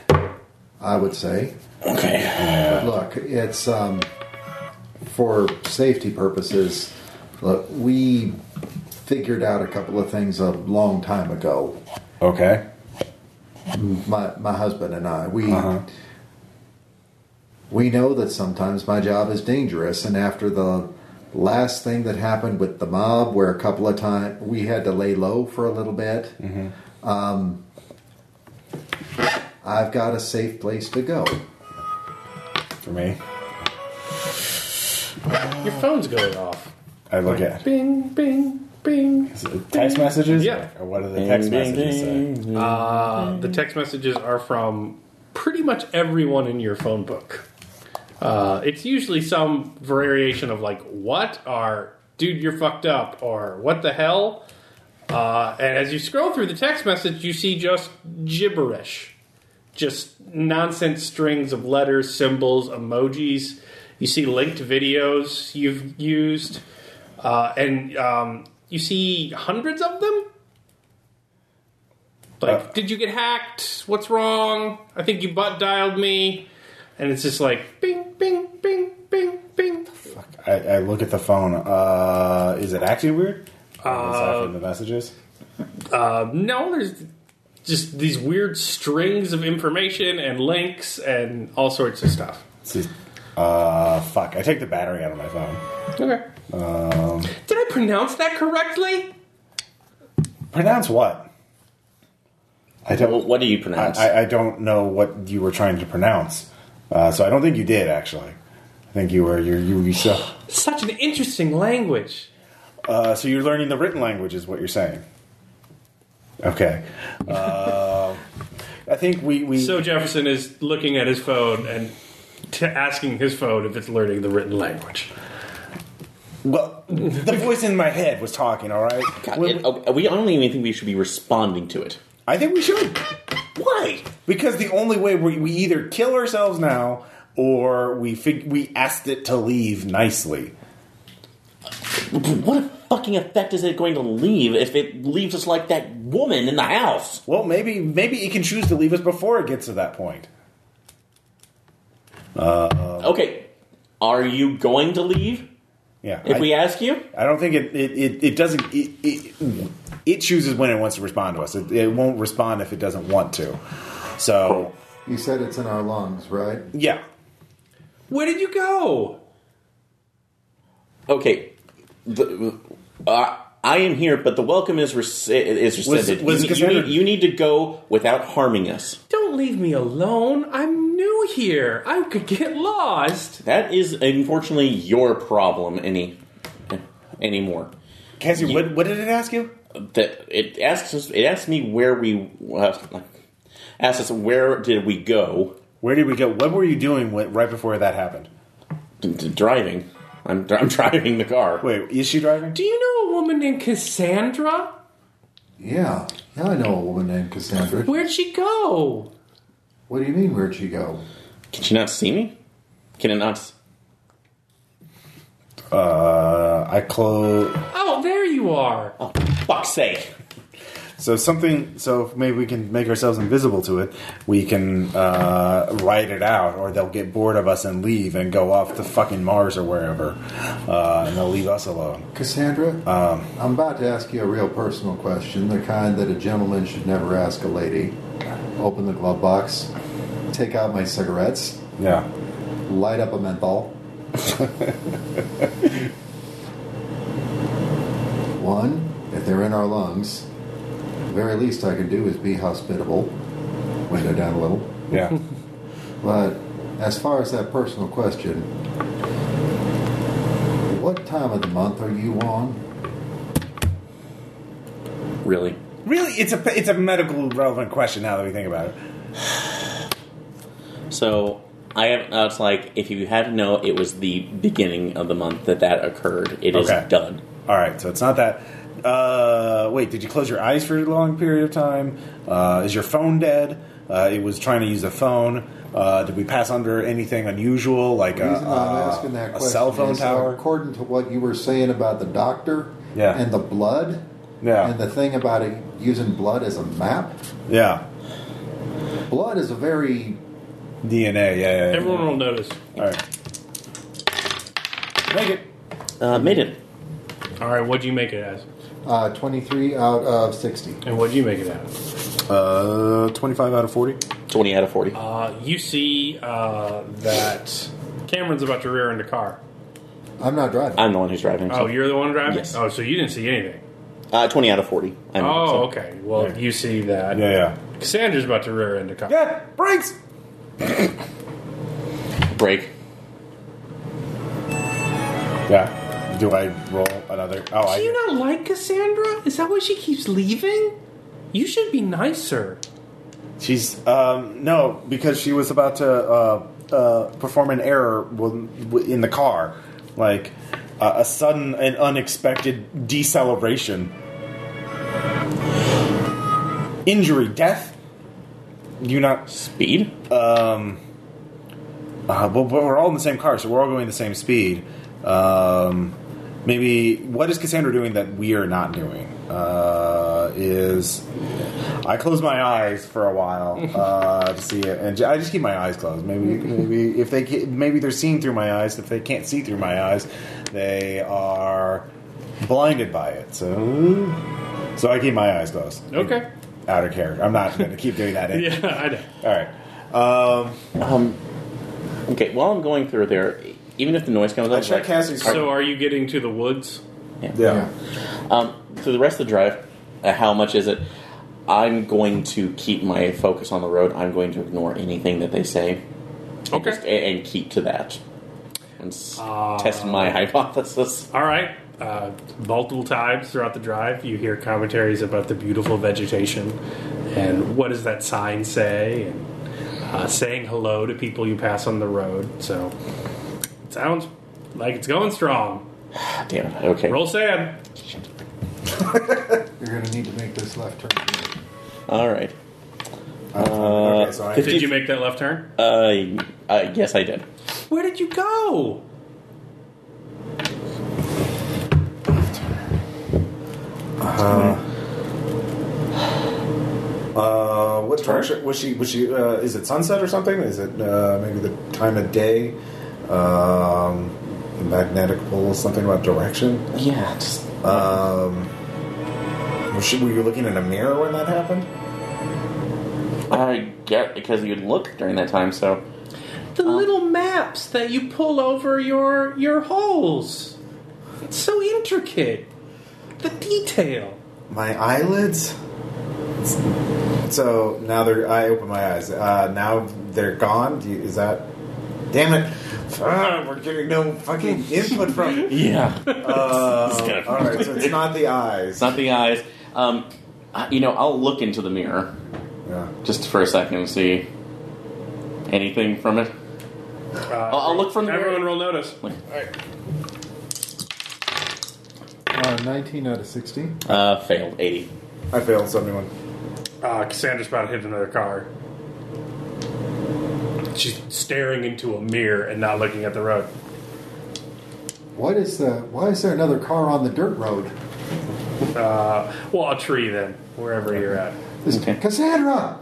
Speaker 5: I would say. Uh,
Speaker 4: Okay.
Speaker 5: Look, it's um, for safety purposes. Look, we figured out a couple of things a long time ago.
Speaker 1: Okay.
Speaker 5: My my husband and I. We
Speaker 1: Uh-huh.
Speaker 5: we know that sometimes my job is dangerous, and after the last thing that happened with the mob, where a couple of times we had to lay low for a little bit. Um, I've got a safe place to go.
Speaker 1: For me,
Speaker 8: Your phone's going off.
Speaker 1: I look at
Speaker 8: Bing, bing, bing.
Speaker 1: text messages.
Speaker 8: Yeah.
Speaker 1: Or what do the text
Speaker 4: Ding,
Speaker 1: messages
Speaker 4: ding,
Speaker 1: say?
Speaker 4: ding.
Speaker 8: Uh, the text messages are from pretty much everyone in your phone book. Uh, it's usually some variation of like, "What?" or "Dude, you're fucked up," or "What the hell?" Uh, and as you scroll through the text message, you see just gibberish, just nonsense strings of letters, symbols, emojis. You see linked videos you've used, uh, and um, you see hundreds of them. Like,
Speaker 1: Uh.
Speaker 8: did you get hacked? What's wrong? I think you butt dialed me. And it's just like bing, bing, bing, bing, bing.
Speaker 1: I, I look at the phone. Uh, is it actually weird? Aside from the messages.
Speaker 8: No, there's
Speaker 2: just these weird strings of information and links and all sorts of stuff.
Speaker 1: See, uh, fuck. I take the battery out of my phone.
Speaker 2: Okay. Did I pronounce that correctly?
Speaker 1: Pronounce what? I
Speaker 4: Well,
Speaker 1: don't.
Speaker 4: what do you
Speaker 1: I,
Speaker 4: pronounce?
Speaker 1: I- I don't know what you were trying to pronounce. Uh, so I don't think you did actually. I think you were you you, you so,
Speaker 2: Such an interesting language.
Speaker 1: uh, so you're learning the written language is what you're saying. Okay. Uh, I think we we
Speaker 2: So Jefferson is looking at his phone and t- asking his phone if it's learning the written language.
Speaker 1: well the voice in my head was talking. All right.
Speaker 4: God,
Speaker 1: When
Speaker 4: it-
Speaker 1: we-
Speaker 4: oh, we, I don't even think we should be responding to it.
Speaker 1: I think we should.
Speaker 4: Why?
Speaker 1: Because the only way we, we either kill ourselves now or we fig- we asked it to leave nicely.
Speaker 4: What fucking effect is it going to leave if it leaves us like that woman in the house?
Speaker 1: Well, maybe maybe it can choose to leave us before it gets to that point.
Speaker 4: Okay, are you going to leave
Speaker 1: Yeah,
Speaker 4: if
Speaker 1: I,
Speaker 4: we ask you?
Speaker 1: I don't think it it, it, it doesn't it, it it chooses when it wants to respond to us. It, it won't respond if it doesn't want to. So
Speaker 5: You said it's in our lungs, right?
Speaker 1: yeah,
Speaker 2: Where did you go?
Speaker 4: Okay, the, uh, I am here, but the welcome is res- is rescinded.
Speaker 1: was
Speaker 4: you, you,
Speaker 1: Cassandra-
Speaker 4: need, you need to go without harming us.
Speaker 2: Don't leave me alone. I'm new here. I could get lost.
Speaker 4: That is unfortunately your problem. Any anymore.
Speaker 1: Cassie, what what did it ask you?
Speaker 4: that it asks us, it asks me where we uh, asks us where did we go
Speaker 1: Where did we go? What were you doing when, right before that happened?
Speaker 4: D- d- driving I'm, dri- I'm driving the car
Speaker 1: Wait, is she driving?
Speaker 2: Do you know a woman named Cassandra?
Speaker 5: Yeah. Yeah, I know a woman named Cassandra.
Speaker 2: Where'd she go?
Speaker 5: What do you mean, where'd she go?
Speaker 4: can she not see me can it not s-
Speaker 1: Uh, I close.
Speaker 2: Oh, there you are.
Speaker 4: oh fuck's sake
Speaker 1: So something. So maybe we can make ourselves invisible to it. We can uh, write it out, or they'll get bored of us and leave and go off to fucking Mars or wherever, uh, and they'll leave us alone.
Speaker 5: Cassandra, I'm about to ask you a real personal question, the kind that a gentleman should never ask a lady. Open the glove box, take out my cigarettes,
Speaker 1: Yeah.
Speaker 5: light up a menthol. One, if they're in our lungs, the very least I can do is be hospitable. Window down a little.
Speaker 1: Yeah.
Speaker 5: But as far as that personal question, what time of the month are you on?
Speaker 4: really
Speaker 1: really, it's a it's a medical relevant question now that we think about it.
Speaker 4: so I have uh, it's like if you had to know it was the beginning of the month that that occurred It is
Speaker 1: Okay.
Speaker 4: done
Speaker 1: All right. So it's not that. Uh, wait, did you close your eyes for a long period of time? Uh, is your phone dead? Uh, it was trying to use a phone. Uh, did we pass under anything unusual, like
Speaker 5: The
Speaker 1: a,
Speaker 5: reason I'm asking
Speaker 1: a-
Speaker 5: that
Speaker 1: uh, a
Speaker 5: question
Speaker 1: cell phone
Speaker 5: is,
Speaker 1: tower?
Speaker 5: according to what you were saying about the doctor
Speaker 1: Yeah.
Speaker 5: and the blood,
Speaker 1: Yeah.
Speaker 5: and the thing about it using blood as a map,
Speaker 1: yeah.
Speaker 5: blood is a very
Speaker 1: DNA, yeah, yeah, yeah.
Speaker 2: Everyone will notice.
Speaker 1: All right. Make it.
Speaker 4: uh, made it
Speaker 2: All right, what'd you make it as?
Speaker 5: uh, 23 out of 60.
Speaker 2: And what'd you make it as?
Speaker 1: Uh, 25 out of 40.
Speaker 4: 20 out of 40
Speaker 2: Uh, you see uh, that Cameron's about to rear end a car.
Speaker 5: I'm not driving.
Speaker 4: I'm the one who's driving
Speaker 2: Oh,
Speaker 4: so.
Speaker 2: you're the one driving?
Speaker 4: Yes.
Speaker 2: Oh, so you didn't see anything.
Speaker 4: uh, 20 out of 40 I'm the one, so.
Speaker 2: Oh, okay. Well, you see that.
Speaker 1: Yeah, yeah.
Speaker 2: Cassandra's about to rear end a car.
Speaker 1: Yeah, brakes!
Speaker 4: break
Speaker 1: Yeah. Do I roll another? Oh,
Speaker 2: Do
Speaker 1: I.
Speaker 2: you not like Cassandra? Is that why she keeps leaving? You should be nicer.
Speaker 1: She's, um, no, because she was about to, uh, uh, perform an error when- in the car. Like, uh, a sudden and unexpected deceleration. Injury, death. You not
Speaker 4: speed
Speaker 1: Uh, well, but we're all in the same car, so we're all going the same speed. Um, maybe what is Cassandra doing that we are not doing? Uh, is I close my eyes for a while uh, to see it, and ju- I just keep my eyes closed. Maybe, maybe if they ca- maybe they're seeing through my eyes. If they can't see through my eyes, they are blinded by it. So, so I keep my eyes closed.
Speaker 2: Okay.
Speaker 1: out of character. I'm not going to keep doing that.
Speaker 8: Yeah, I know.
Speaker 1: All right. Um,
Speaker 4: Okay, while I'm going through there, even if the noise comes up,
Speaker 1: I check
Speaker 4: like-
Speaker 1: Cassie's.
Speaker 8: So are you getting to the woods?
Speaker 1: yeah.
Speaker 4: Um, so the rest of the drive, uh, how much is it? I'm going to keep my focus on the road. I'm going to ignore anything that they say. And
Speaker 8: Okay.
Speaker 4: just- a- and keep to that. And s- test my hypothesis.
Speaker 8: All right. Uh, multiple times throughout the drive, you hear commentaries about the beautiful vegetation and what does that sign say, and uh, saying hello to people you pass on the road. So it sounds like it's going strong.
Speaker 4: God damn it. Okay.
Speaker 8: Roll sand.
Speaker 5: You're gonna need to make this left turn.
Speaker 4: All right.
Speaker 1: okay, so I,
Speaker 8: Did you make that left turn?
Speaker 4: Uh, uh, yes, I did.
Speaker 8: Where did you go?
Speaker 1: uh, what direction was she? Was she? Uh, is it sunset or something? Is it uh, maybe the time of day? Um, magnetic pull, something about direction.
Speaker 4: Yeah, just.
Speaker 1: Um, was she, were you looking in a mirror when that happened?
Speaker 4: I get because you'd look during that time, so.
Speaker 2: The little maps that you pull over your your holes. It's so intricate. The detail.
Speaker 1: My eyelids. So now they're. I open my eyes. Uh, now they're gone. Do you, is that? Damn it! Ah, we're getting no fucking input from.
Speaker 4: Yeah.
Speaker 1: Uh,
Speaker 4: gonna-
Speaker 1: all right, so it's not the eyes.
Speaker 4: it's not the eyes. Um, I- you know, I'll look into the mirror
Speaker 1: Yeah.
Speaker 4: just for a second and see anything from it.
Speaker 8: Uh,
Speaker 4: I'll, I'll look from the
Speaker 8: Everyone
Speaker 4: mirror.
Speaker 8: roll notice.
Speaker 5: Uh, 19 out of 60.
Speaker 4: Uh, failed. 80.
Speaker 1: I failed seventy-one.
Speaker 8: Uh, Cassandra's about to hit another car. She's staring into a mirror and not looking at the road.
Speaker 5: What is the? Why is there another car on the dirt road?
Speaker 8: Uh, well, a tree then, wherever you're at.
Speaker 5: This,
Speaker 4: Okay.
Speaker 5: Cassandra,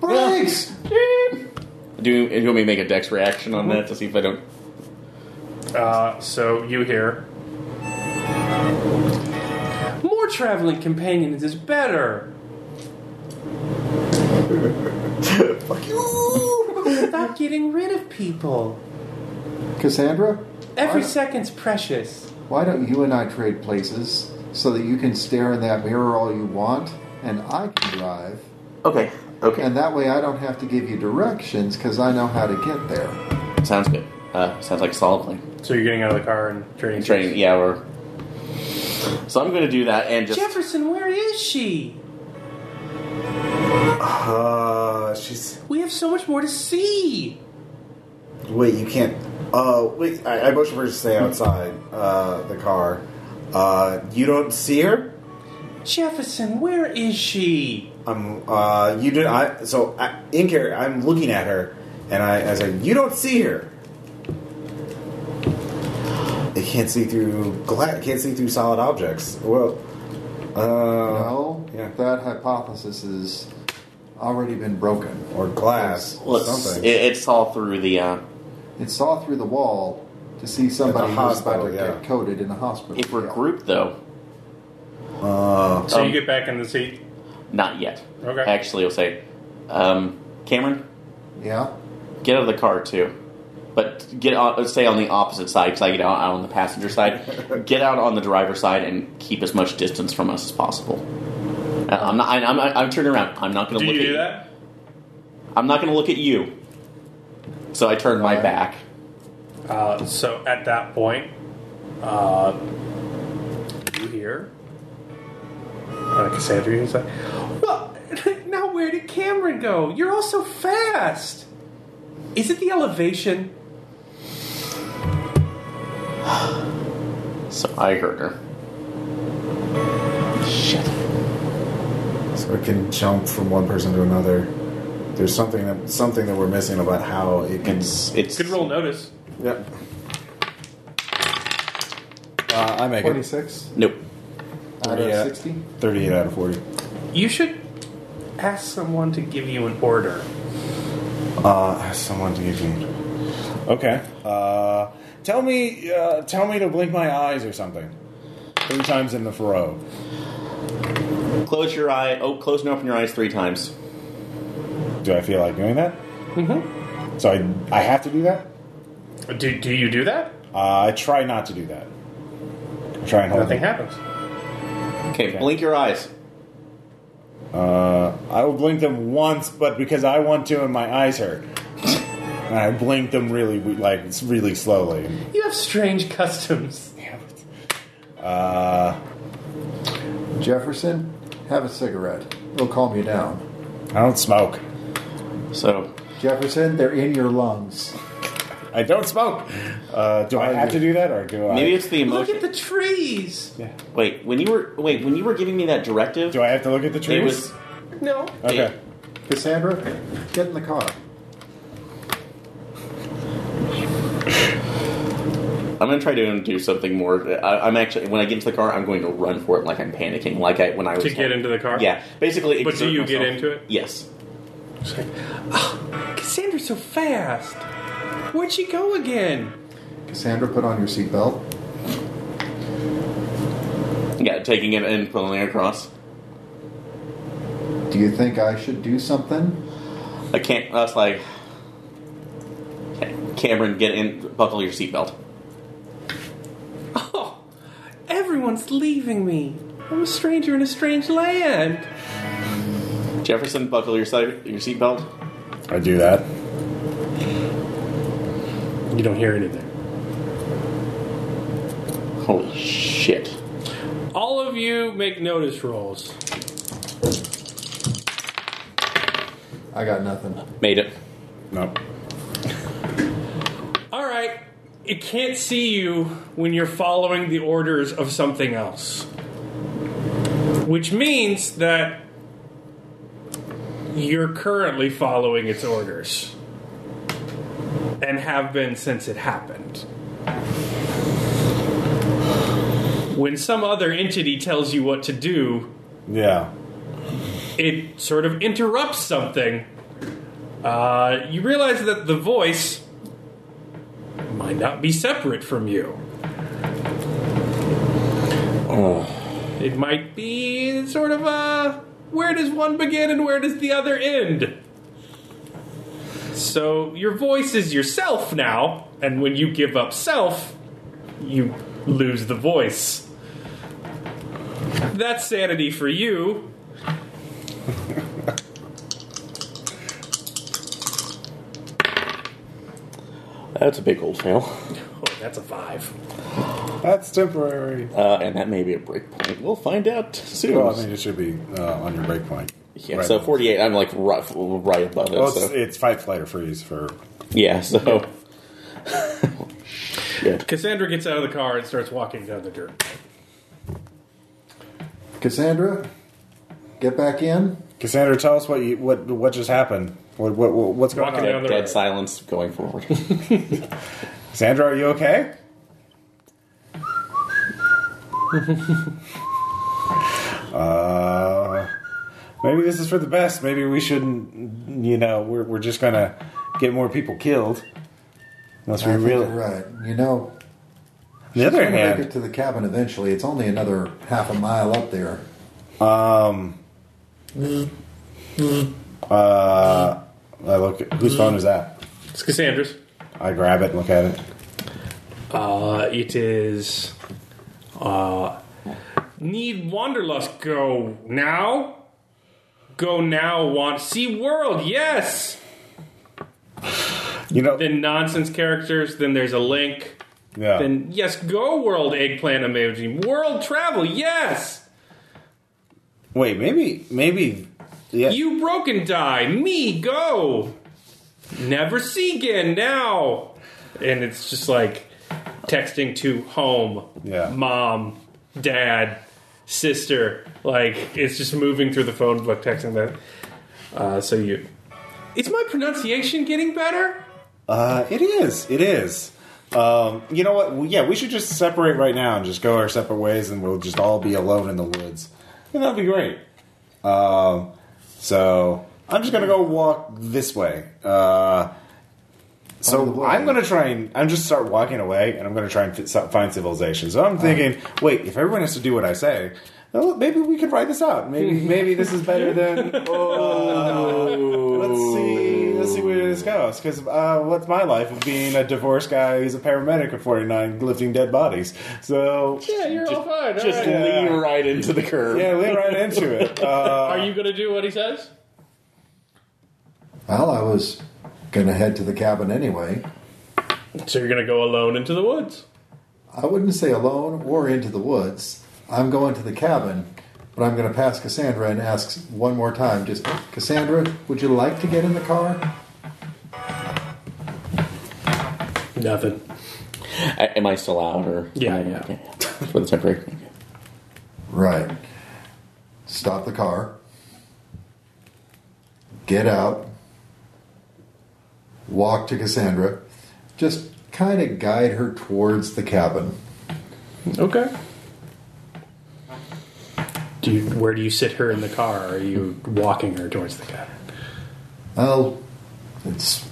Speaker 5: brakes!
Speaker 4: Do, do you want me to make a dex reaction on that to see if I don't?
Speaker 8: Uh, so you hear.
Speaker 2: More traveling companions is better. Stop getting rid of people.
Speaker 5: Cassandra,
Speaker 2: Every
Speaker 5: Why-
Speaker 2: second's precious.
Speaker 5: why don't you and I trade places so that you can stare in that mirror all you want, and I can drive,
Speaker 4: Okay. Okay.
Speaker 5: and that way I don't have to give you directions because I know how to get there.
Speaker 4: Sounds good. Uh, sounds like a solid plan.
Speaker 8: So you're getting out of the car and trading.
Speaker 4: Training. Yeah, we're. So I'm going to do that and just.
Speaker 2: Jefferson, where is she?
Speaker 1: Uh, she's.
Speaker 2: We have so much more to see.
Speaker 1: Wait, you can't. Uh, wait. I, I motioned for her to stay outside uh, the car. Uh, you don't see her.
Speaker 2: Jefferson, where is she?
Speaker 1: I'm uh you did I so I, in care I'm looking at her and I, I said you don't see her. They can't see through glass. Can't see through solid objects. Well, uh,
Speaker 5: No,
Speaker 1: yeah.
Speaker 5: that hypothesis is already been broken.
Speaker 1: or glass or
Speaker 4: Let's-
Speaker 1: something.
Speaker 4: it, it's all through the. Uh,
Speaker 5: It saw through the wall to see somebody who's about
Speaker 1: hospital,
Speaker 5: to
Speaker 1: yeah.
Speaker 5: get coded in the hospital.
Speaker 4: if we're
Speaker 5: Yeah.
Speaker 4: grouped, though,
Speaker 1: uh,
Speaker 8: So
Speaker 4: Um,
Speaker 8: you get back in the seat.
Speaker 4: not yet.
Speaker 8: Okay.
Speaker 4: Actually, I'll say, um, Cameron,
Speaker 5: Yeah.
Speaker 4: get out of the car too, but get on, stay on the opposite side because I get out out on the passenger side. get out on the driver's side and keep as much distance from us as possible. Uh, I'm not. I, I'm, I'm turning around. I'm not going
Speaker 8: Do
Speaker 4: to look at
Speaker 8: you do that?
Speaker 4: I'm not going to look at you. So I turned my back.
Speaker 8: Uh, so at that point, uh, you hear. Uh, Cassandra, you say,
Speaker 2: Well, now where did Cameron go? You're all so fast. Is it the elevation?
Speaker 4: So I heard her. Shit.
Speaker 1: so it can jump from one person to another. There's something that something that we're missing about how it can.
Speaker 4: It's it's
Speaker 8: "Good roll notice."
Speaker 1: Yep. Uh, I make it
Speaker 5: 26
Speaker 4: Nope.
Speaker 5: out
Speaker 1: Yeah.
Speaker 5: of 60.
Speaker 1: thirty-eight out of forty.
Speaker 8: You should ask someone to give you an order.
Speaker 1: Uh, ask someone to give me. Okay. Uh, tell me, uh, tell me to blink my eyes or something. Three times in the row.
Speaker 4: Close your eye. Oh, close and open your eyes three times.
Speaker 10: Do I feel like doing that? Mm-hmm. So I, I have to do that?
Speaker 8: Do, do you do that?
Speaker 10: Uh, I try not to do that. I try and hold
Speaker 8: Nothing
Speaker 10: it.
Speaker 8: happens.
Speaker 4: Okay,
Speaker 10: Okay.
Speaker 4: blink your eyes.
Speaker 10: Uh, I will blink them once, but because I want to and my eyes hurt. And I blink them really, we- like, it's really slowly.
Speaker 8: You have strange customs.
Speaker 10: Uh,
Speaker 5: Jefferson, have a cigarette. It'll calm you down.
Speaker 10: I don't smoke.
Speaker 4: So,
Speaker 5: Jefferson, they're in your lungs.
Speaker 10: I don't smoke. Uh, do I have to do that, or do I?
Speaker 4: maybe it's the
Speaker 2: Look at
Speaker 4: emotion.
Speaker 2: the trees.
Speaker 4: Wait, when you were wait when you were giving me that directive,
Speaker 10: do I have to look at the trees?
Speaker 4: it was
Speaker 2: No.
Speaker 10: okay.
Speaker 5: Cassandra, get in the car.
Speaker 4: I'm gonna try to do something more. I, I'm actually when I get into the car, I'm going to run for it like I'm panicking, like I when I was
Speaker 8: To get into the car?
Speaker 4: Yeah, basically.
Speaker 8: But do
Speaker 4: exert
Speaker 8: you get
Speaker 4: myself.
Speaker 8: into it?
Speaker 4: Yes.
Speaker 2: Cassandra's so fast. Where'd she go again?
Speaker 5: Cassandra, put on your seatbelt.
Speaker 4: Yeah, taking it and pulling it across.
Speaker 5: Do you think I should do something?
Speaker 4: I can't. I was like, okay, Cameron, get in, buckle your seatbelt.
Speaker 2: Oh, everyone's leaving me. I'm a stranger in a strange land.
Speaker 4: Jefferson, buckle your side, your seatbelt.
Speaker 10: I do that.
Speaker 8: You don't hear anything.
Speaker 4: Holy shit!
Speaker 8: All of you make notice rolls.
Speaker 5: I got nothing.
Speaker 4: Made it.
Speaker 10: Nope.
Speaker 8: All right. It can't see you when you're following the orders of something else. Which means that you're currently following its orders. And have been since it happened. When some other entity tells you what to do,
Speaker 10: Yeah.
Speaker 8: it sort of interrupts something. Uh, you realize that the voice might not be separate from you. It might be sort of a where does one begin and where does the other end? So your voice is yourself now, and when you give up self, you lose the voice. That's sanity for you,
Speaker 4: That's a big old fail,
Speaker 8: Oh, that's a five.
Speaker 10: That's temporary.
Speaker 4: uh, and that may be a break point. We'll find out soon.
Speaker 10: Well, I mean, it should be uh, on your break point.
Speaker 4: yeah,
Speaker 10: Right.
Speaker 4: so 48. I'm like right, right above it.
Speaker 10: Well,
Speaker 4: so
Speaker 10: it's, it's fight, flight, or freeze for.
Speaker 4: yeah, so
Speaker 8: Cassandra gets out of the car and starts walking down the dirt.
Speaker 5: Cassandra, get back in.
Speaker 10: Cassandra, tell us what you, what what just happened. What, what what's going
Speaker 8: Walking
Speaker 10: on?
Speaker 8: down the
Speaker 4: dead
Speaker 8: road.
Speaker 4: silence going forward.
Speaker 10: Cassandra, are you okay? uh, maybe this is for the best. Maybe we shouldn't. You know, we're we're just gonna get more people killed. Unless we
Speaker 5: I think
Speaker 10: really.
Speaker 5: you're right. You know,
Speaker 10: On the other
Speaker 5: we'll make
Speaker 10: hand,
Speaker 5: it to the cabin eventually. It's only another half a mile up there.
Speaker 10: uh, I look. At, whose phone is that?
Speaker 8: It's Cassandra's.
Speaker 10: I grab it and look at it.
Speaker 8: Uh, it is. Uh, need Wanderlust. Go now. Go now. Want see world? Yes.
Speaker 10: You know,
Speaker 8: Then nonsense characters. Then there's a link.
Speaker 10: yeah.
Speaker 8: Then yes, go world eggplant emoji. World travel. Yes.
Speaker 10: Wait, maybe, maybe, yeah.
Speaker 8: You broken die. Me go. Never see again now. And it's just like texting to home,
Speaker 10: Yeah.
Speaker 8: mom, dad, sister. Like it's just moving through the phone book, texting that. Uh, so you. Is my pronunciation getting better?
Speaker 10: Uh, it is. It is. Um, you know what? Yeah, we should just separate right now and just go our separate ways, and we'll just all be alone in the woods, and that'd be great. Um, so I'm just gonna go walk this way. Uh,
Speaker 5: On the
Speaker 10: so
Speaker 5: way.
Speaker 10: I'm gonna try and I'm just start walking away, and I'm gonna try and fi- so- find civilization. So I'm thinking, wait, if everyone has to do what I say,
Speaker 1: well, maybe we could write this out. Maybe maybe this is better than. Oh, let's see. Let's see where this goes. Because uh, what's my life of being a divorced guy who's a paramedic at 49, lifting dead bodies? So
Speaker 8: Yeah, you're all fine. all
Speaker 4: Just
Speaker 8: right.
Speaker 1: Yeah.
Speaker 4: lean right into the curb.
Speaker 1: yeah, lean right into it. Uh,
Speaker 8: Are you going to do what he says?
Speaker 5: Well, I was gonna head to the cabin anyway.
Speaker 8: So you're going to go alone into the woods.
Speaker 5: I wouldn't say alone or into the woods. I'm going to the cabin, but I'm gonna pass Cassandra and ask one more time. Just Cassandra, would you like to get in the car?
Speaker 8: Nothing.
Speaker 4: I, am I still out or?
Speaker 8: Yeah, yeah.
Speaker 4: Okay. For the temporary. okay.
Speaker 5: Right. Stop the car. Get out. Walk to Cassandra. Just kind of guide her towards the cabin.
Speaker 8: Okay. Do you, where do you sit her in the car? Or are you walking her towards the cabin?
Speaker 5: Well, it's.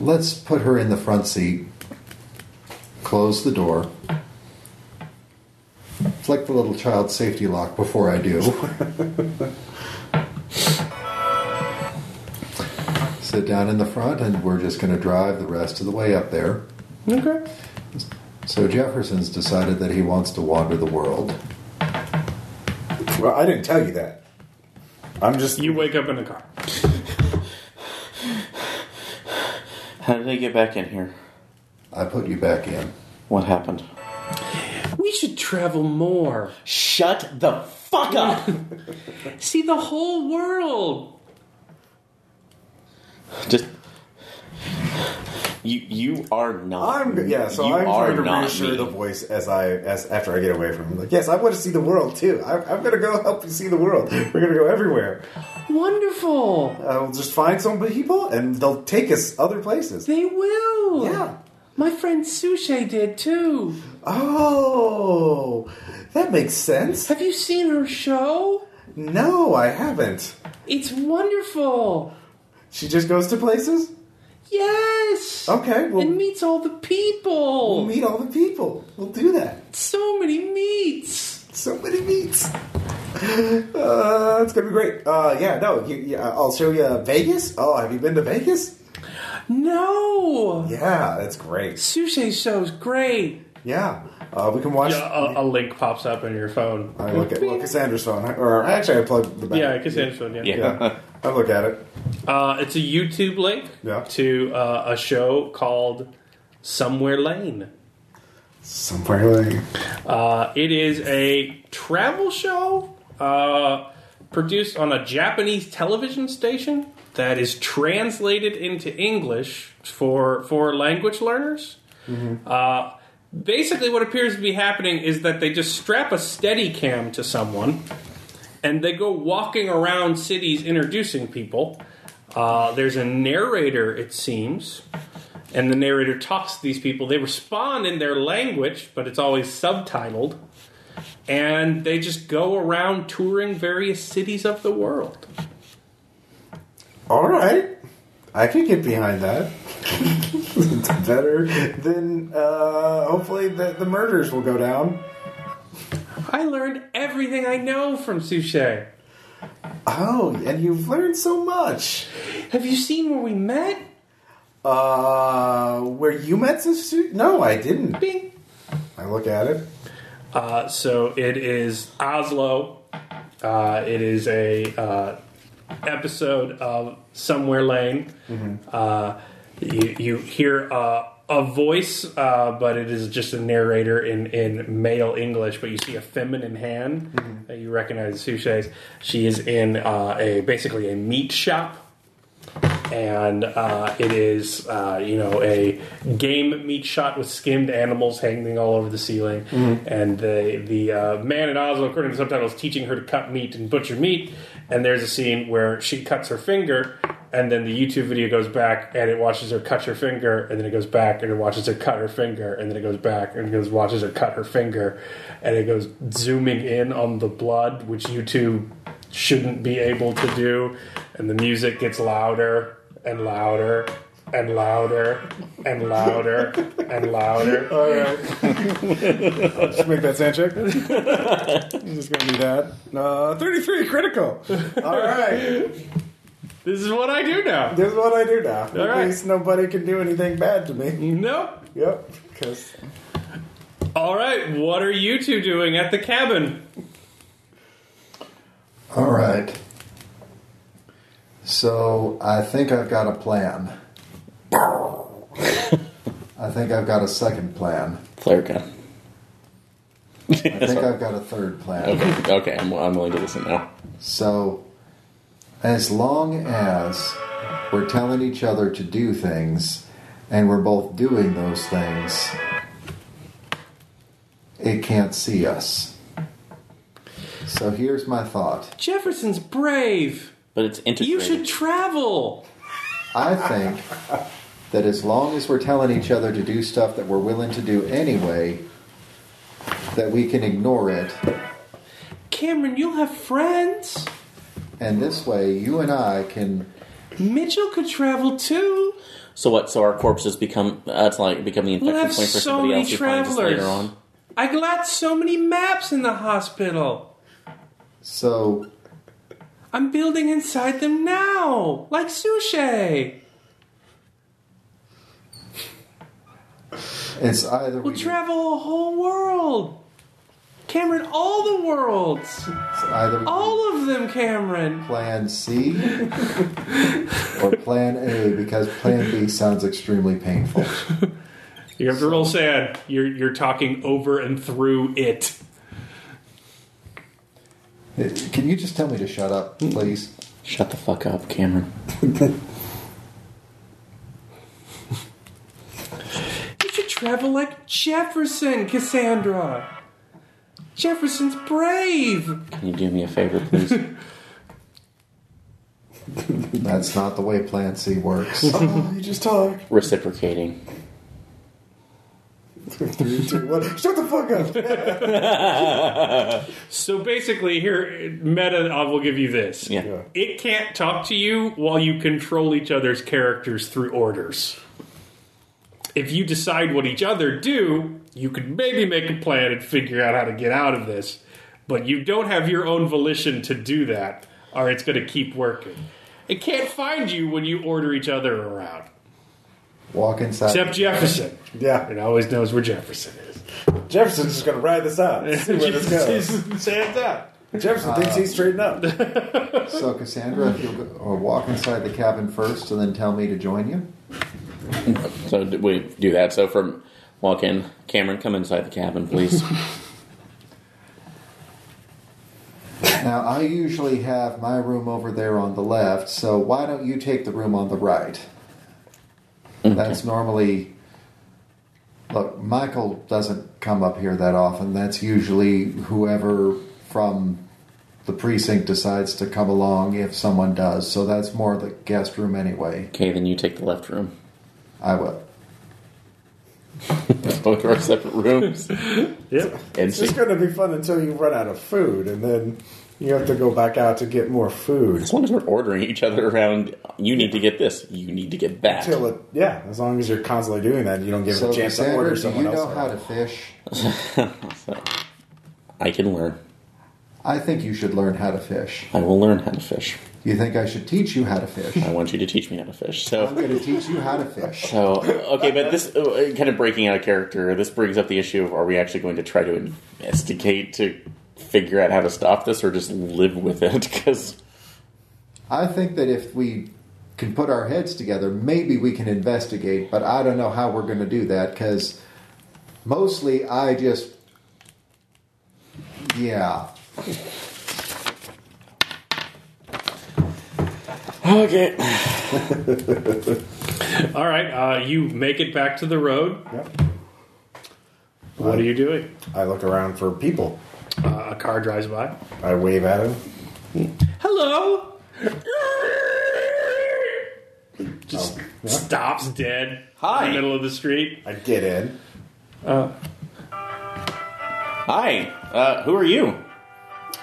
Speaker 5: Let's put her in the front seat. Close the door. Flick the little child safety lock before I do. Sit down in the front, and we're just going to drive the rest of the way up there.
Speaker 8: Okay.
Speaker 5: So Jefferson's decided that he wants to wander the world.
Speaker 1: well, I didn't tell you that. I'm just
Speaker 8: You wake up in the car.
Speaker 4: How did I get back in here?
Speaker 5: I put you back in.
Speaker 4: What happened?
Speaker 2: We should travel more.
Speaker 4: Shut the fuck up!
Speaker 2: See the whole world.
Speaker 4: Just you. You are not.
Speaker 1: I'm yeah, so
Speaker 4: you
Speaker 1: I'm
Speaker 4: are
Speaker 1: trying to
Speaker 4: not
Speaker 1: reassure
Speaker 4: me.
Speaker 1: the voice as I as after I get away from him. Like, yes, I want to see the world too. I, I'm gonna go help you see the world. We're gonna go everywhere.
Speaker 2: Wonderful.
Speaker 1: I will just find some people and they'll take us other places.
Speaker 2: They will.
Speaker 1: Yeah.
Speaker 2: My friend Suchet did too.
Speaker 1: Oh, that makes sense.
Speaker 2: Have you seen her show?
Speaker 1: No, I haven't.
Speaker 2: It's wonderful.
Speaker 1: She just goes to places.
Speaker 2: Yes.
Speaker 1: Okay, well,
Speaker 2: and meets all the people.
Speaker 1: we'll meet all the people. We'll do that.
Speaker 2: so many meets.
Speaker 1: so many meats. Uh, it's gonna be great. Uh, yeah, no, you, yeah, I'll show you uh, Vegas. Oh, have you been to Vegas?
Speaker 2: No.
Speaker 1: Yeah, that's great.
Speaker 2: Suchet's show's great.
Speaker 1: Yeah, uh, we can watch.
Speaker 8: Yeah, a, a link pops up on your phone.
Speaker 1: I look at well, Cassandra's phone, or actually, I plugged the back.
Speaker 8: Yeah, Cassandra's phone. Yeah.
Speaker 1: yeah. I look at it.
Speaker 8: Uh, it's a YouTube link
Speaker 1: Yeah.
Speaker 8: to uh, a show called Somewhere Lane.
Speaker 1: Somewhere like
Speaker 8: Uh, it is a travel show uh, produced on a Japanese television station that is translated into English for for language learners.
Speaker 1: Mm-hmm.
Speaker 8: Uh, basically, what appears to be happening is that they just strap a steady cam to someone and they go walking around cities introducing people. Uh, there's a narrator, it seems, and the narrator talks to these people. They respond in their language, but it's always subtitled. And they just go around touring various cities of the world.
Speaker 1: all right. I could get behind that. it's better than uh, hopefully the, the murders will go down.
Speaker 8: I learned everything I know from Suchet.
Speaker 1: Oh, and you've learned so much.
Speaker 8: Have you seen where we met?
Speaker 1: Uh, where you met this suit? No, I didn't.
Speaker 8: Bing.
Speaker 1: I look at it.
Speaker 8: Uh, so it is Oslo. Uh, it is a uh, episode of Somewhere Lane. Uh, you, you hear uh, a voice, uh, but it is just a narrator in, in male English. But you see a feminine hand that you recognize as Suchet's. She is in uh, a basically a meat shop. And uh, it is, uh, you know, a game meat shot with skinned animals hanging all over the ceiling. And the the uh, man in Oslo, according to the subtitles, teaching her to cut meat and butcher meat. And there's a scene where she cuts her finger, and then the YouTube video goes back and it watches her cut her finger, and then it goes back and it watches her cut her finger, and then it goes back and it goes watches her cut her finger, and it goes zooming in on the blood, which YouTube shouldn't be able to do, and the music gets louder and louder and louder and louder and louder.
Speaker 1: All right. Just make that sound check. I'm just gonna do that. Uh, 33 critical. All right.
Speaker 8: This is what I do now.
Speaker 1: This is what I do now. At
Speaker 8: right.
Speaker 1: least nobody can do anything bad to me.
Speaker 8: Nope.
Speaker 1: Yep. Because
Speaker 8: All right, what are you two doing at the cabin?
Speaker 5: All right. So I think I've got a plan. I think I've got a second plan.
Speaker 4: Player gun.
Speaker 5: I think I've got a third plan.
Speaker 4: Okay, okay, I'm, I'm willing to listen now.
Speaker 5: So, as long as we're telling each other to do things and we're both doing those things, it can't see us. So, here's my thought
Speaker 2: Jefferson's brave.
Speaker 4: But it's integrated.
Speaker 2: You should travel.
Speaker 5: I think that as long as we're telling each other to do stuff that we're willing to do anyway, that we can ignore it
Speaker 2: Cameron, you'll have friends.
Speaker 5: and this way you and I can
Speaker 2: Mitchell could travel too.
Speaker 4: So what? So our corpses become uh, it's like become the
Speaker 2: We'll
Speaker 4: infection
Speaker 2: have
Speaker 4: point for
Speaker 2: so
Speaker 4: somebody
Speaker 2: many
Speaker 4: else who finds us
Speaker 2: travelers.
Speaker 4: later on.
Speaker 2: I got so many maps in the hospital.
Speaker 5: so
Speaker 2: I'm building inside them now, like Sushi.
Speaker 5: it's either
Speaker 2: We'll
Speaker 5: we
Speaker 2: travel a whole world. Cameron, all the worlds.
Speaker 5: it's either we
Speaker 2: All of them, Cameron.
Speaker 5: plan C or plan A because plan B sounds extremely painful.
Speaker 8: You have to roll sad. You're you're talking over and through it.
Speaker 5: Can you just tell me to shut up, please?
Speaker 4: Shut the fuck up, Cameron.
Speaker 2: You should travel like Jefferson, Cassandra. Jefferson's brave.
Speaker 4: Can you do me a favor, please?
Speaker 5: That's not the way plan C works.
Speaker 1: oh, you just talk.
Speaker 4: Reciprocating.
Speaker 1: Three, two, one. Shut the fuck up.
Speaker 8: So basically, here meta, I will give you this.
Speaker 4: Yeah.
Speaker 8: It can't talk to you while you control each other's characters through orders. If you decide what each other do, you could maybe make a plan and figure out how to get out of this, but you don't have your own volition to do that, or it's going to keep working. It can't find you when you order each other around.
Speaker 5: Walk inside.
Speaker 8: Except Jefferson.
Speaker 1: Yeah.
Speaker 8: It always knows where Jefferson is.
Speaker 1: Jefferson's just gonna ride this out. See where this goes.
Speaker 8: Stand up.
Speaker 1: Jefferson thinks he's straightened up.
Speaker 5: so Cassandra, if you'll go, or walk inside the cabin first, and then tell me to join you.
Speaker 4: So d- we do that. So from walk in, Cameron, come inside the cabin, please.
Speaker 5: Now I usually have my room over there on the left, so why don't you take the room on the right? That's normally. Look, Michael doesn't come up here that often. That's usually whoever from the precinct decides to come along if someone does. So that's more the guest room anyway.
Speaker 4: okay, then you take the left room.
Speaker 5: I will.
Speaker 4: Both are separate rooms.
Speaker 8: Yep.
Speaker 4: And
Speaker 1: It's just
Speaker 4: see.
Speaker 1: gonna be fun until you run out of food, and then you have to go back out to get more food.
Speaker 4: As long as we're ordering each other around, you need to get this. You need to get that.
Speaker 1: Till it, yeah, as long as you're constantly doing that, you don't give it
Speaker 5: So,
Speaker 1: a chance to
Speaker 5: Cassandra,
Speaker 1: order
Speaker 5: do
Speaker 1: someone
Speaker 5: you know
Speaker 1: else.
Speaker 5: how to fish?
Speaker 4: So, I can learn.
Speaker 5: I think you should learn how to fish.
Speaker 4: I will learn how to fish.
Speaker 5: You think I should teach you how to fish?
Speaker 4: I want you to teach me how to fish. So
Speaker 5: I'm going to teach you how to fish.
Speaker 4: So okay, but this uh, kind of breaking out of character. This brings up the issue of: Are we actually going to try to investigate to figure out how to stop this, or just live with it? Because
Speaker 5: I think that if we can put our heads together, maybe we can investigate, but I don't know how we're going to do that because mostly I just. Yeah.
Speaker 2: Oh,
Speaker 4: okay,
Speaker 8: All right. Uh, you make it back to the road.
Speaker 1: Yep.
Speaker 8: What are you doing?
Speaker 1: I look around for people.
Speaker 8: Uh, a car drives by.
Speaker 1: I wave at him.
Speaker 2: Hello.
Speaker 8: Just
Speaker 1: yeah.
Speaker 8: stops dead
Speaker 4: Hi.
Speaker 8: in the middle of the street.
Speaker 1: I get in.
Speaker 4: hi. Uh, who are you?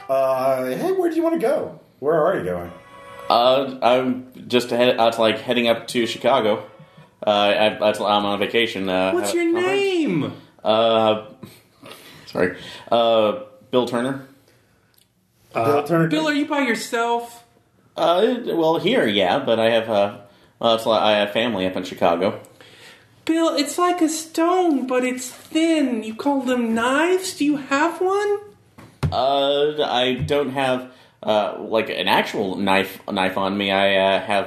Speaker 1: Uh, hey, where do you want to go? Where are you going?
Speaker 4: Uh, I'm just head, I was like heading up to Chicago. Uh, I, that's- I'm on vacation. Uh,
Speaker 2: What's
Speaker 4: have a
Speaker 2: your
Speaker 4: conference.
Speaker 2: name?
Speaker 4: Uh, sorry, uh, Bill Turner.
Speaker 1: Bill Turner.
Speaker 2: Bill, are you by yourself?
Speaker 4: Uh, well, here, yeah, but I have uh, well, it's, like- I have family up in Chicago.
Speaker 2: Bill, it's like a stone, but it's thin. You call them knives? Do you have one?
Speaker 4: Uh, I don't have uh, like an actual knife knife on me. I uh, have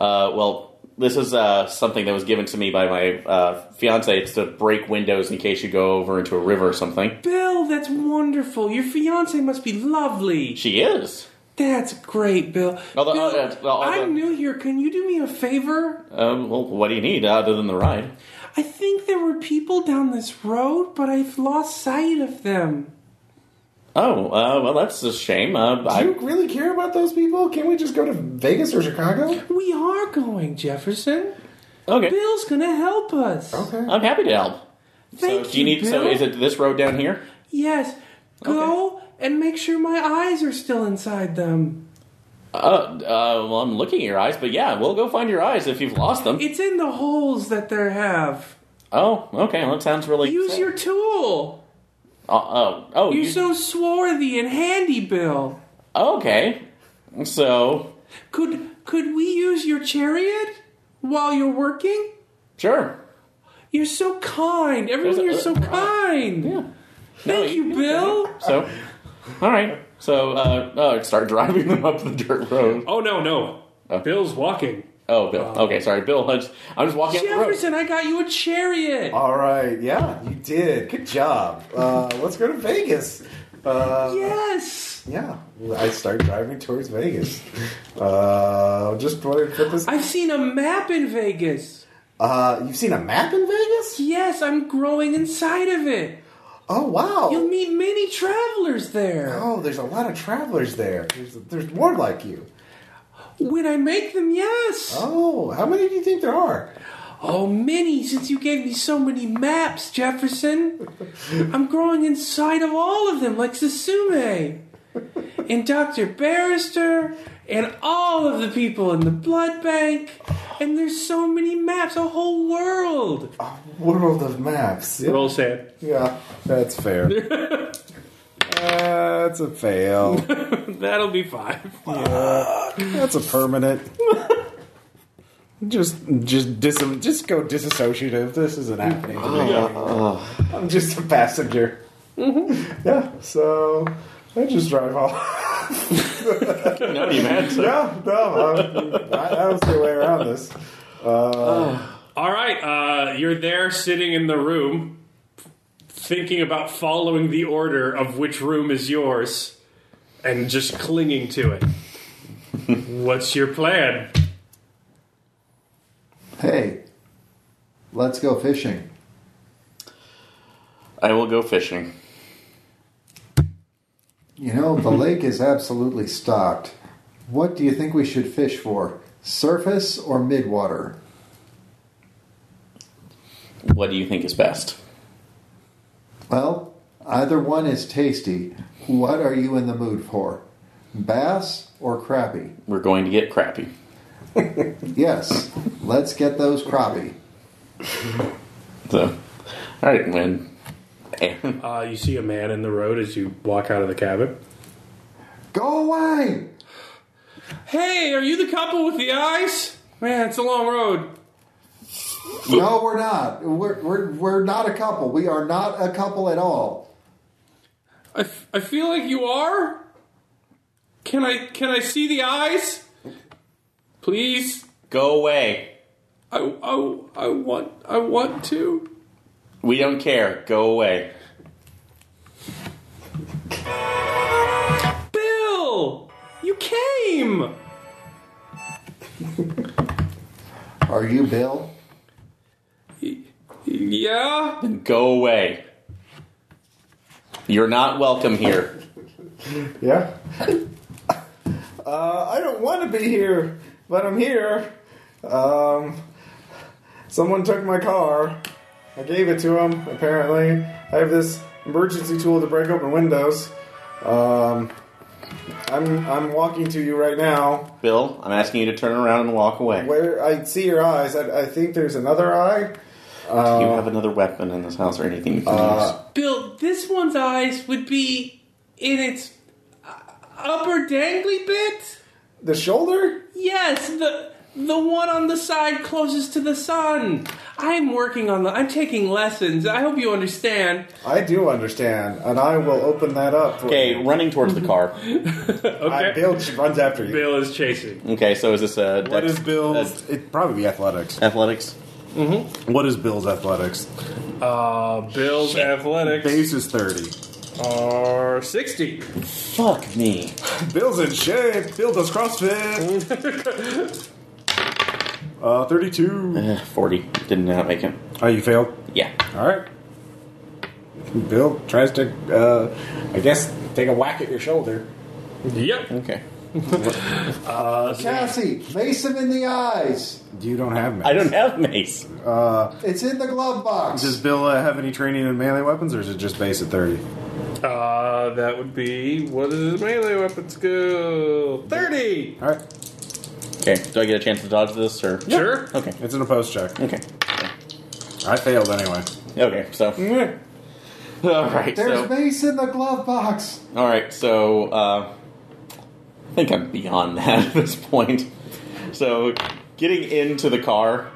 Speaker 4: uh, well, this is uh, something that was given to me by my uh, fiance. It's to break windows in case you go over into a river or something.
Speaker 2: Bill, that's wonderful. Your fiance must be lovely.
Speaker 4: She is.
Speaker 2: That's great, Bill.
Speaker 4: Although-
Speaker 2: Bill,
Speaker 4: uh, uh, although-
Speaker 2: I'm new here. Can you do me a favor?
Speaker 4: Um, well, what do you need other than the ride?
Speaker 2: I think there were people down this road, but I've lost sight of them.
Speaker 4: Oh, uh, well, that's a shame. Uh,
Speaker 1: Do
Speaker 4: I,
Speaker 1: you really care about those people? Can we just go to Vegas or Chicago?
Speaker 2: We are going, Jefferson.
Speaker 4: okay,
Speaker 2: Bill's gonna help us.
Speaker 1: Okay.
Speaker 4: I'm happy to help.
Speaker 2: Thank
Speaker 4: so, do you need?
Speaker 2: Bill.
Speaker 4: So, is it this road down here?
Speaker 2: Yes. Go and make sure my eyes are still inside them.
Speaker 4: Uh, uh, well, I'm looking at your eyes, but yeah, we'll go find your eyes if you've lost them.
Speaker 2: It's in the holes that they have.
Speaker 4: Oh, okay. Well, that sounds really.
Speaker 2: Use your tool.
Speaker 4: Oh, oh, oh,
Speaker 2: You're
Speaker 4: you-
Speaker 2: so swarthy and handy, Bill.
Speaker 4: Okay. So,
Speaker 2: Could could we use your chariot while you're working?
Speaker 4: sure.
Speaker 2: You're so kind. Everyone, you're
Speaker 4: There's a- uh,
Speaker 2: so kind.
Speaker 4: Yeah. No,
Speaker 2: Thank you, Bill.
Speaker 4: So, all right. So, uh, oh, start driving them up the dirt road.
Speaker 8: Oh no, no.
Speaker 4: Oh.
Speaker 8: Bill's walking.
Speaker 4: Oh, Bill. Okay, sorry, Bill. I'm just, I'm just walking up
Speaker 2: Jefferson, I got you a chariot.
Speaker 4: Uh,
Speaker 1: All right. Yeah, you did. Good job. Uh, let's go to Vegas. Uh,
Speaker 2: Yes.
Speaker 1: yeah. I start driving towards Vegas. Uh, just wanted to put this.
Speaker 2: I've seen a map in Vegas.
Speaker 1: Uh, you've seen a map in Vegas?
Speaker 2: Yes, I'm growing inside of it.
Speaker 1: Oh wow.
Speaker 2: You'll meet many travelers there.
Speaker 1: Oh, there's a lot of travelers there. There's, there's more like you.
Speaker 2: When I make them, yes.
Speaker 1: Oh, how many do you think there are?
Speaker 2: Oh, many, since you gave me so many maps, Jefferson. I'm growing inside of all of them, like Susume. And Dr. Barrister, and all of the people in the blood bank. And there's so many maps, a whole world.
Speaker 1: World of maps. Yeah,
Speaker 8: Roll sad.
Speaker 1: yeah that's fair. that's a fail.
Speaker 8: That'll be five.
Speaker 1: That's a permanent. just, just, dis- just go disassociative. This isn't happening. To me. I'm just a passenger. Yeah, so I just drive off.
Speaker 4: the road. No, you man. So,
Speaker 1: yeah, no, I'm, I, I don't see a way around this.
Speaker 8: All right, uh, you're there sitting in the room, thinking about following the order of which room is yours, and just clinging to it. What's your plan?
Speaker 5: Hey, let's go fishing.
Speaker 4: I will go fishing.
Speaker 5: You know, the lake is absolutely stocked. What do you think we should fish for? Surface or midwater?
Speaker 4: What do you think is best?
Speaker 5: Well, either one is tasty. What are you in the mood for? Bass or crappie?
Speaker 4: We're going to get crappy.
Speaker 5: Yes, let's get those crappie.
Speaker 4: So, all right, man. And
Speaker 8: Uh, you see a man in the road as you walk out of the cabin.
Speaker 5: Go away!
Speaker 2: Hey, are you the couple with the eyes? Man, it's a long road.
Speaker 5: No, we're not. We're, we're, we're not a couple. We are not a couple at all.
Speaker 2: I, f- I feel like you are. Can I can I see the eyes? Please.
Speaker 4: go away.
Speaker 2: I, I, I want I want to.
Speaker 4: We don't care. Go away.
Speaker 2: Bill, you came.
Speaker 5: Are you Bill?
Speaker 2: Yeah.
Speaker 4: Go away. You're not welcome here.
Speaker 1: Yeah. Uh, I don't want to be here, but I'm here. Um, someone took my car. I gave it to him, apparently. I have this emergency tool to break open windows. Um, I'm I'm walking to you right now.
Speaker 4: Bill, I'm asking you to turn around and walk away.
Speaker 1: Where I see your eyes, I, I think there's another eye.
Speaker 4: Do you have another weapon in this house or anything you can
Speaker 2: Bill, this one's eyes would be in its uh, upper dangly bit.
Speaker 1: The shoulder?
Speaker 2: Yes, the the one on the side closest to the sun. I'm working on the. I'm taking lessons. I hope you understand.
Speaker 1: I do understand, and I will open that up. For
Speaker 4: use? Okay,
Speaker 1: you.
Speaker 4: running towards the car.
Speaker 1: I,
Speaker 8: Okay.
Speaker 1: Bill runs after you.
Speaker 8: Bill is chasing.
Speaker 4: Okay, so is this a
Speaker 1: What
Speaker 4: dex-
Speaker 1: is Bill's?
Speaker 4: uh,
Speaker 1: It'd probably be athletics.
Speaker 4: athletics?
Speaker 1: What is Bill's athletics?
Speaker 8: Uh, Bill's athletics
Speaker 1: Base is thirty.
Speaker 8: are 60.
Speaker 4: Fuck me.
Speaker 1: Bill's in shape. Bill does CrossFit. uh, thirty-two.
Speaker 4: Ugh, Eh, Forty did not make it.
Speaker 1: Oh, you failed.
Speaker 4: Yeah.
Speaker 1: All right. Bill tries to, uh, I guess, take a whack at your shoulder.
Speaker 8: Yep.
Speaker 4: Okay.
Speaker 8: Uh,
Speaker 5: Cassie, mace him in the eyes.
Speaker 1: You don't have mace.
Speaker 4: I don't have mace.
Speaker 5: It's in the glove box.
Speaker 1: Does Bill uh, have any training in melee weapons, or is it just base at thirty?
Speaker 8: Uh, that would be what is his melee weapon skill? 30.
Speaker 1: All right.
Speaker 4: Okay. Do I get a chance to dodge this or?
Speaker 8: Sure.
Speaker 4: Okay.
Speaker 1: It's an opposed check.
Speaker 4: Okay.
Speaker 1: I failed anyway.
Speaker 4: Okay. So. All right.
Speaker 5: There's
Speaker 4: so.
Speaker 5: mace in the glove box.
Speaker 4: All right, so uh, I think I'm beyond that at this point. So, getting into the car,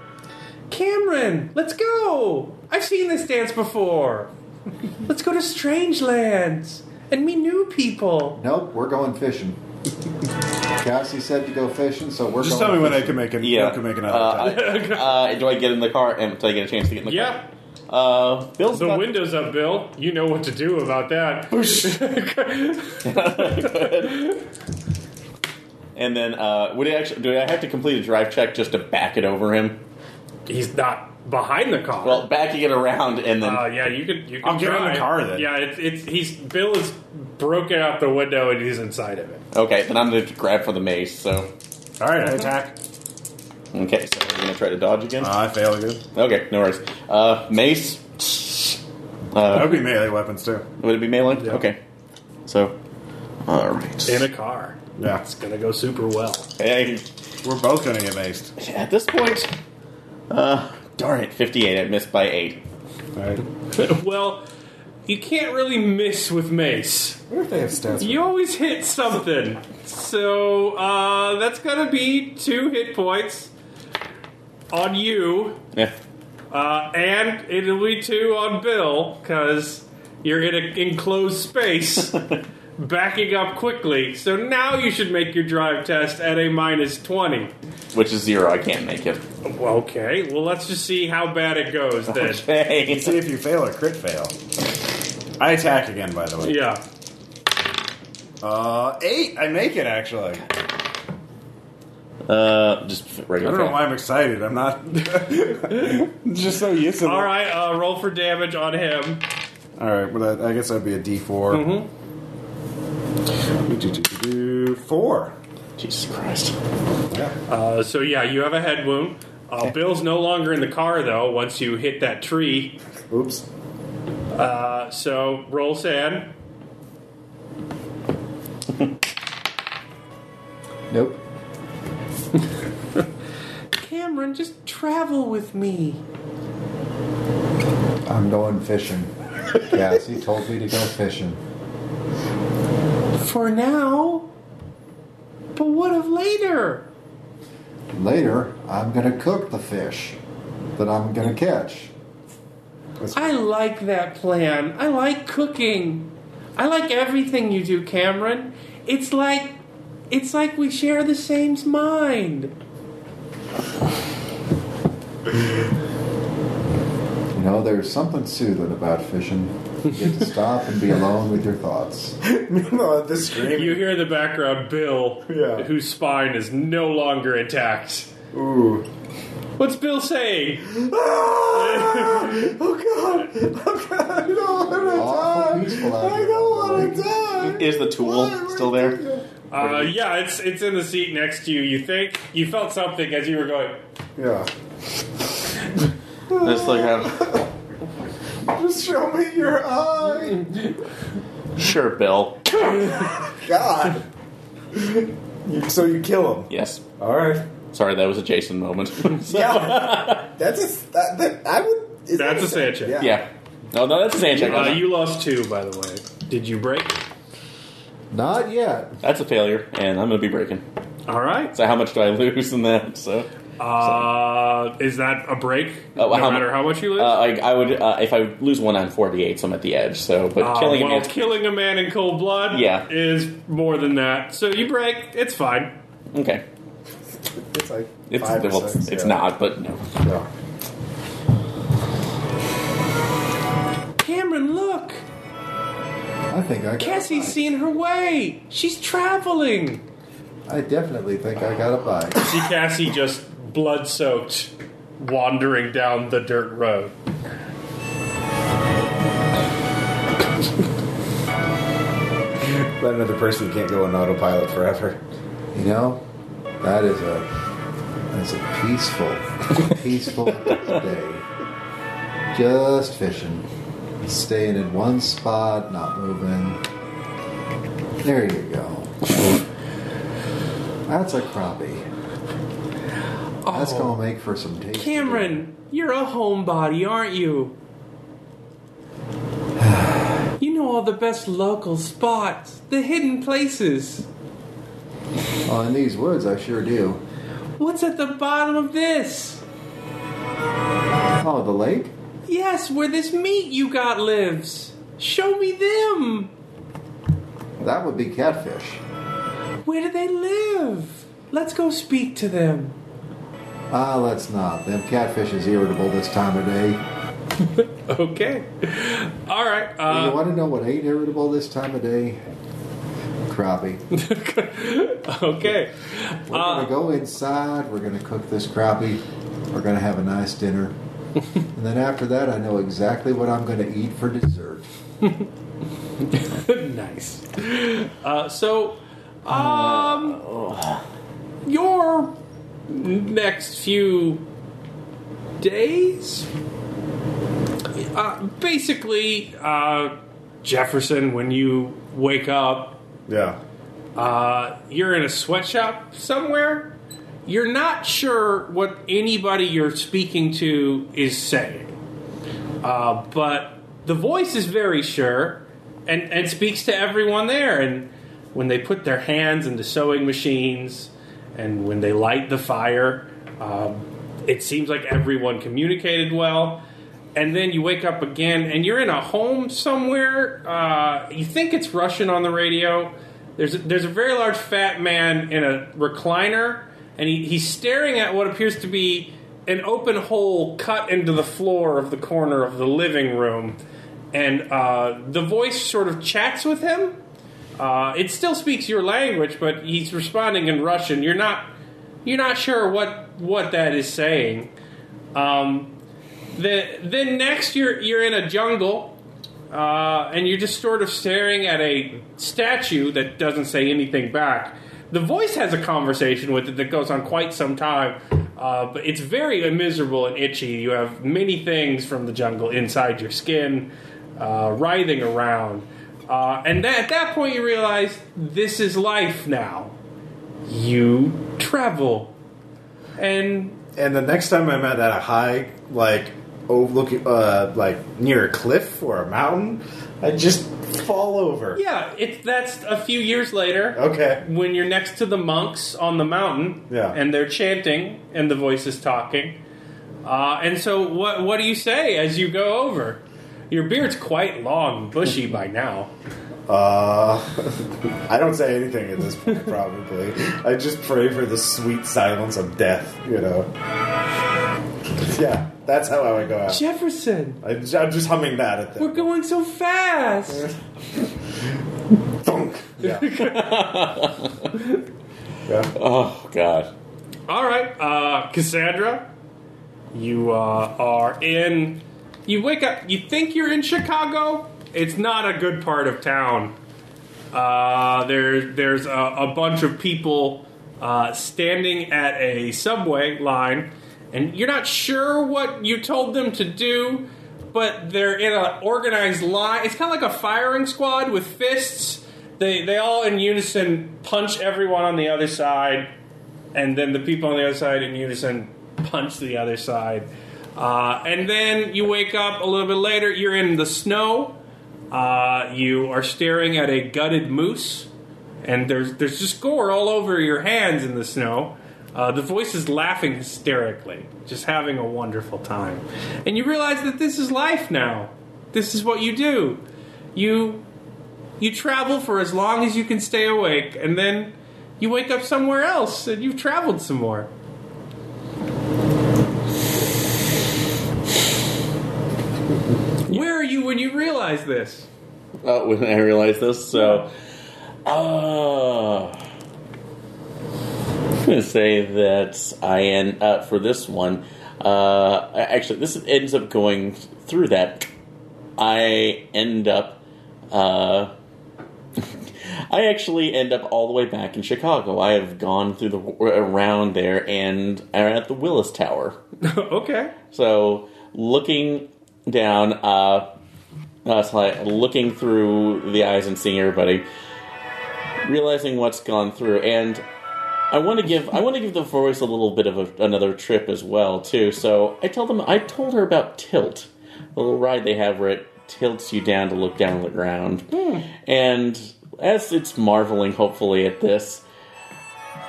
Speaker 2: Cameron, let's go. I've seen this dance before. let's go to strange lands and meet new people.
Speaker 5: Nope, we're going fishing. Cassie said to go fishing, so we're
Speaker 1: Just
Speaker 5: going
Speaker 1: tell me when I
Speaker 5: fishing.
Speaker 1: can make an.
Speaker 4: yeah,
Speaker 1: I can make another.
Speaker 4: uh,
Speaker 1: attack.
Speaker 4: I- uh, do I get in the car? And do I get a chance to get in the
Speaker 8: Yep.
Speaker 4: car? Uh, Bill's
Speaker 8: The
Speaker 4: about-
Speaker 8: window's up, Bill. You know what to do about that.
Speaker 1: Oh,
Speaker 4: and then uh, would it actually? Do I have to complete a drive check just to back it over him?
Speaker 8: He's not behind the car.
Speaker 4: Well, backing it around and then
Speaker 8: uh, yeah, you could. You could
Speaker 1: I'll get in the
Speaker 8: try.
Speaker 1: car then.
Speaker 8: Yeah, it's it's he's Bill is broken out the window and he's inside of it.
Speaker 4: okay, then I'm going to grab for the mace. So
Speaker 1: All right, I attack.
Speaker 4: okay, so I'm going to try to dodge again.
Speaker 1: Uh, I fail again.
Speaker 4: okay, no worries. Uh, mace.
Speaker 1: That
Speaker 4: Uh,
Speaker 1: would be melee weapons too.
Speaker 4: Would it be melee? Okay, so all right.
Speaker 8: In a car.
Speaker 1: Yeah,
Speaker 8: It's gonna go super well.
Speaker 4: Hey,
Speaker 1: we're both gonna get maced.
Speaker 4: at this point, uh, darn it, 58. I missed by 8.
Speaker 1: All right.
Speaker 8: well, you can't really miss with mace.
Speaker 1: What if they have stats?
Speaker 8: You always hit something. So uh, that's gonna be two hit points on you,
Speaker 4: Yeah.
Speaker 8: uh, and it'll be two on Bill because you're in an enclosed space, backing up quickly. So now you should make your drive test at a minus twenty.
Speaker 4: Which is 0. I can't make it.
Speaker 8: Okay. Well, let's just see how bad it goes then.
Speaker 1: See if you fail or crit fail. I attack again, by the way.
Speaker 8: Yeah.
Speaker 1: Uh, eight. I make it actually.
Speaker 4: Uh, just
Speaker 1: I don't
Speaker 4: regular.
Speaker 1: know
Speaker 4: fail.
Speaker 1: why I'm excited. I'm not. just so used to.
Speaker 8: All right. Uh, roll for damage on him.
Speaker 1: All right. Well, that, I guess that'd be a D4. Mm-hmm. Four.
Speaker 4: Jesus Christ.
Speaker 8: Uh, so yeah, you have a head wound. Uh, Bill's no longer in the car though. Once you hit that tree,
Speaker 1: Oops.
Speaker 8: uh, so roll sand.
Speaker 5: Nope.
Speaker 2: Cameron, just travel with me.
Speaker 5: I'm going fishing. Cassie told me to go fishing.
Speaker 2: For now. But what of later?
Speaker 5: Later, I'm going to cook the fish that I'm going to catch.
Speaker 2: I like that plan. I like cooking. I like everything you do, Cameron. It's like it's like we share the same mind.
Speaker 5: You know, there's something soothing about fishing. You get to stop and be alone with your thoughts.
Speaker 1: no, this scream.
Speaker 8: You hear in the background Bill,
Speaker 1: Yeah.
Speaker 8: whose spine is no longer intact.
Speaker 1: Ooh.
Speaker 8: What's Bill saying?
Speaker 1: Oh god! Oh god! I don't
Speaker 5: Awful
Speaker 1: want to
Speaker 5: peaceful
Speaker 1: die!
Speaker 5: out
Speaker 1: I
Speaker 5: here.
Speaker 1: don't want to die!
Speaker 4: Is the tool still there?
Speaker 8: Uh, yeah, it's it's in the seat next to you. You think you felt something as you were going.
Speaker 1: Yeah.
Speaker 4: Just like, uh,
Speaker 1: Just show me your eye!
Speaker 4: sure, Bill.
Speaker 5: God.
Speaker 1: You- So you kill him.
Speaker 4: Yes.
Speaker 1: All right.
Speaker 4: Sorry, that was a Jason moment. So-
Speaker 5: Yeah. That's a. That, that, I would. is that
Speaker 8: That's a Sanchez.
Speaker 5: Yeah.
Speaker 4: yeah. No, no, that's a sand check.
Speaker 8: Uh, you lost two, by the way. Did you break?
Speaker 5: Not yet.
Speaker 4: That's a failure, and I'm going to be breaking.
Speaker 8: All right.
Speaker 4: So how much do I lose in that? So
Speaker 8: Uh, is that a break?
Speaker 4: Oh,
Speaker 8: no
Speaker 4: how mu-
Speaker 8: matter how much you
Speaker 4: uh,
Speaker 8: lose.
Speaker 4: I, I would uh, if I lose one, I'm 48, so I'm at the edge. So, but
Speaker 8: Uh,
Speaker 4: killing
Speaker 8: well,
Speaker 4: him, is-
Speaker 8: killing a man in cold blood
Speaker 4: Yeah.
Speaker 8: is more than that. So you break. It's fine.
Speaker 4: okay,
Speaker 5: It's like.
Speaker 4: it's
Speaker 5: five or
Speaker 4: well,
Speaker 5: six,
Speaker 4: it's
Speaker 5: yeah.
Speaker 4: not, but no.
Speaker 5: No.
Speaker 2: Cameron, look!
Speaker 5: I think I got a
Speaker 2: Cassie's
Speaker 5: bite.
Speaker 2: seen her way! She's traveling!
Speaker 5: I definitely think I got a bite.
Speaker 8: See Cassie just blood soaked, wandering down the dirt road.
Speaker 1: But another person can't go on autopilot forever.
Speaker 5: You know, that is a that's a peaceful, peaceful day. Just fishing, staying in one spot, not moving. There you go. That's a crappie. That's gonna make for some tasty.
Speaker 2: Cameron, you're a homebody, aren't you? You know all the best local spots, the hidden places.
Speaker 5: Oh, in these woods, I sure do.
Speaker 2: What's at the bottom of this?
Speaker 5: Oh, the lake.
Speaker 2: Yes, where this meat you got lives. Show me them.
Speaker 5: That would be catfish.
Speaker 2: Where do they live? Let's go speak to them.
Speaker 5: Ah, let's not. Them catfish is irritable this time of day.
Speaker 8: Okay. All right.
Speaker 5: you
Speaker 8: Uh,
Speaker 5: want to know what ain't irritable this time of day? Crappie.
Speaker 8: okay.
Speaker 5: We're gonna go inside. We're gonna cook this crappie. We're gonna have a nice dinner, and then after that, I know exactly what I'm gonna eat for dessert.
Speaker 8: nice. Uh, so, um, your next few days, uh, basically, uh, Jefferson, when you wake up,
Speaker 1: Yeah.
Speaker 8: uh, you're in a sweatshop somewhere. You're not sure what anybody you're speaking to is saying, uh, but the voice is very sure and, and speaks to everyone there. And when they put their hands into sewing machines and when they light the fire, um, it seems like everyone communicated well. And then you wake up again and you're in a home somewhere. Uh, you think it's Russian on the radio. There's a, there's a very large fat man in a recliner, and he, he's staring at what appears to be an open hole cut into the floor of the corner of the living room. And uh, the voice sort of chats with him. Uh, it still speaks your language, but he's responding in Russian. You're not you're not sure what what that is saying. Um, the, then next you're you're in a jungle uh, and you're just sort of staring at a statue that doesn't say anything back. The voice has a conversation with it that goes on quite some time, uh, but it's very miserable and itchy. You have many things from the jungle inside your skin, uh, writhing around. Uh, and that, at that point, you realize this is life now. You travel. And
Speaker 1: And the next time I'm at that high, like, overlooking, uh, like near a cliff or a mountain, I just fall over.
Speaker 8: yeah, it, that's a few years later.
Speaker 1: Okay.
Speaker 8: when you're next to the monks on the mountain,
Speaker 1: Yeah.
Speaker 8: and they're chanting, and the voice is talking. Uh, and so, what what do you say as you go over? Your beard's quite long, bushy by now.
Speaker 1: Uh, I don't say anything at this point, probably. I just pray for the sweet silence of death, you know. Yeah, that's how I would go out.
Speaker 2: Jefferson,
Speaker 1: I, I'm just humming that at
Speaker 2: we're
Speaker 1: the
Speaker 2: going so fast.
Speaker 1: thunk. Yeah. yeah.
Speaker 4: Oh God.
Speaker 8: All right, uh, Cassandra, you uh, are in. You wake up. You think you're in Chicago. It's not a good part of town. Uh, there, there's a, a bunch of people uh, standing at a subway line, and you're not sure what you told them to do, but they're in an organized line. It's kind of like a firing squad with fists. they they all in unison punch everyone on the other side, and then the people on the other side in unison punch the other side. Uh, and then you wake up a little bit later. You're in the snow. Uh, you are staring at a gutted moose, and there's there's just gore all over your hands in the snow. Uh, the voice is laughing hysterically, just having a wonderful time. And you realize that this is life now. This is what you do. You you travel for as long as you can stay awake, and then you wake up somewhere else, and you've traveled some more. Where are you when you realize this?
Speaker 4: Oh, when I realized this, so. Uh, I'm going to say that I end up for this one. Uh, actually, this ends up going through that. I end up. Uh, I actually end up all the way back in Chicago. I have gone through the around there, and I'm at the Willis Tower.
Speaker 8: okay.
Speaker 4: So looking down, uh, uh, so I- looking through the eyes and seeing everybody, realizing what's gone through, and I want to give I want to give the voice a little bit of a, another trip as well too. So I tell them I told her about Tilt, the little ride they have where it tilts you down to look down on the ground, and as it's marveling hopefully at this,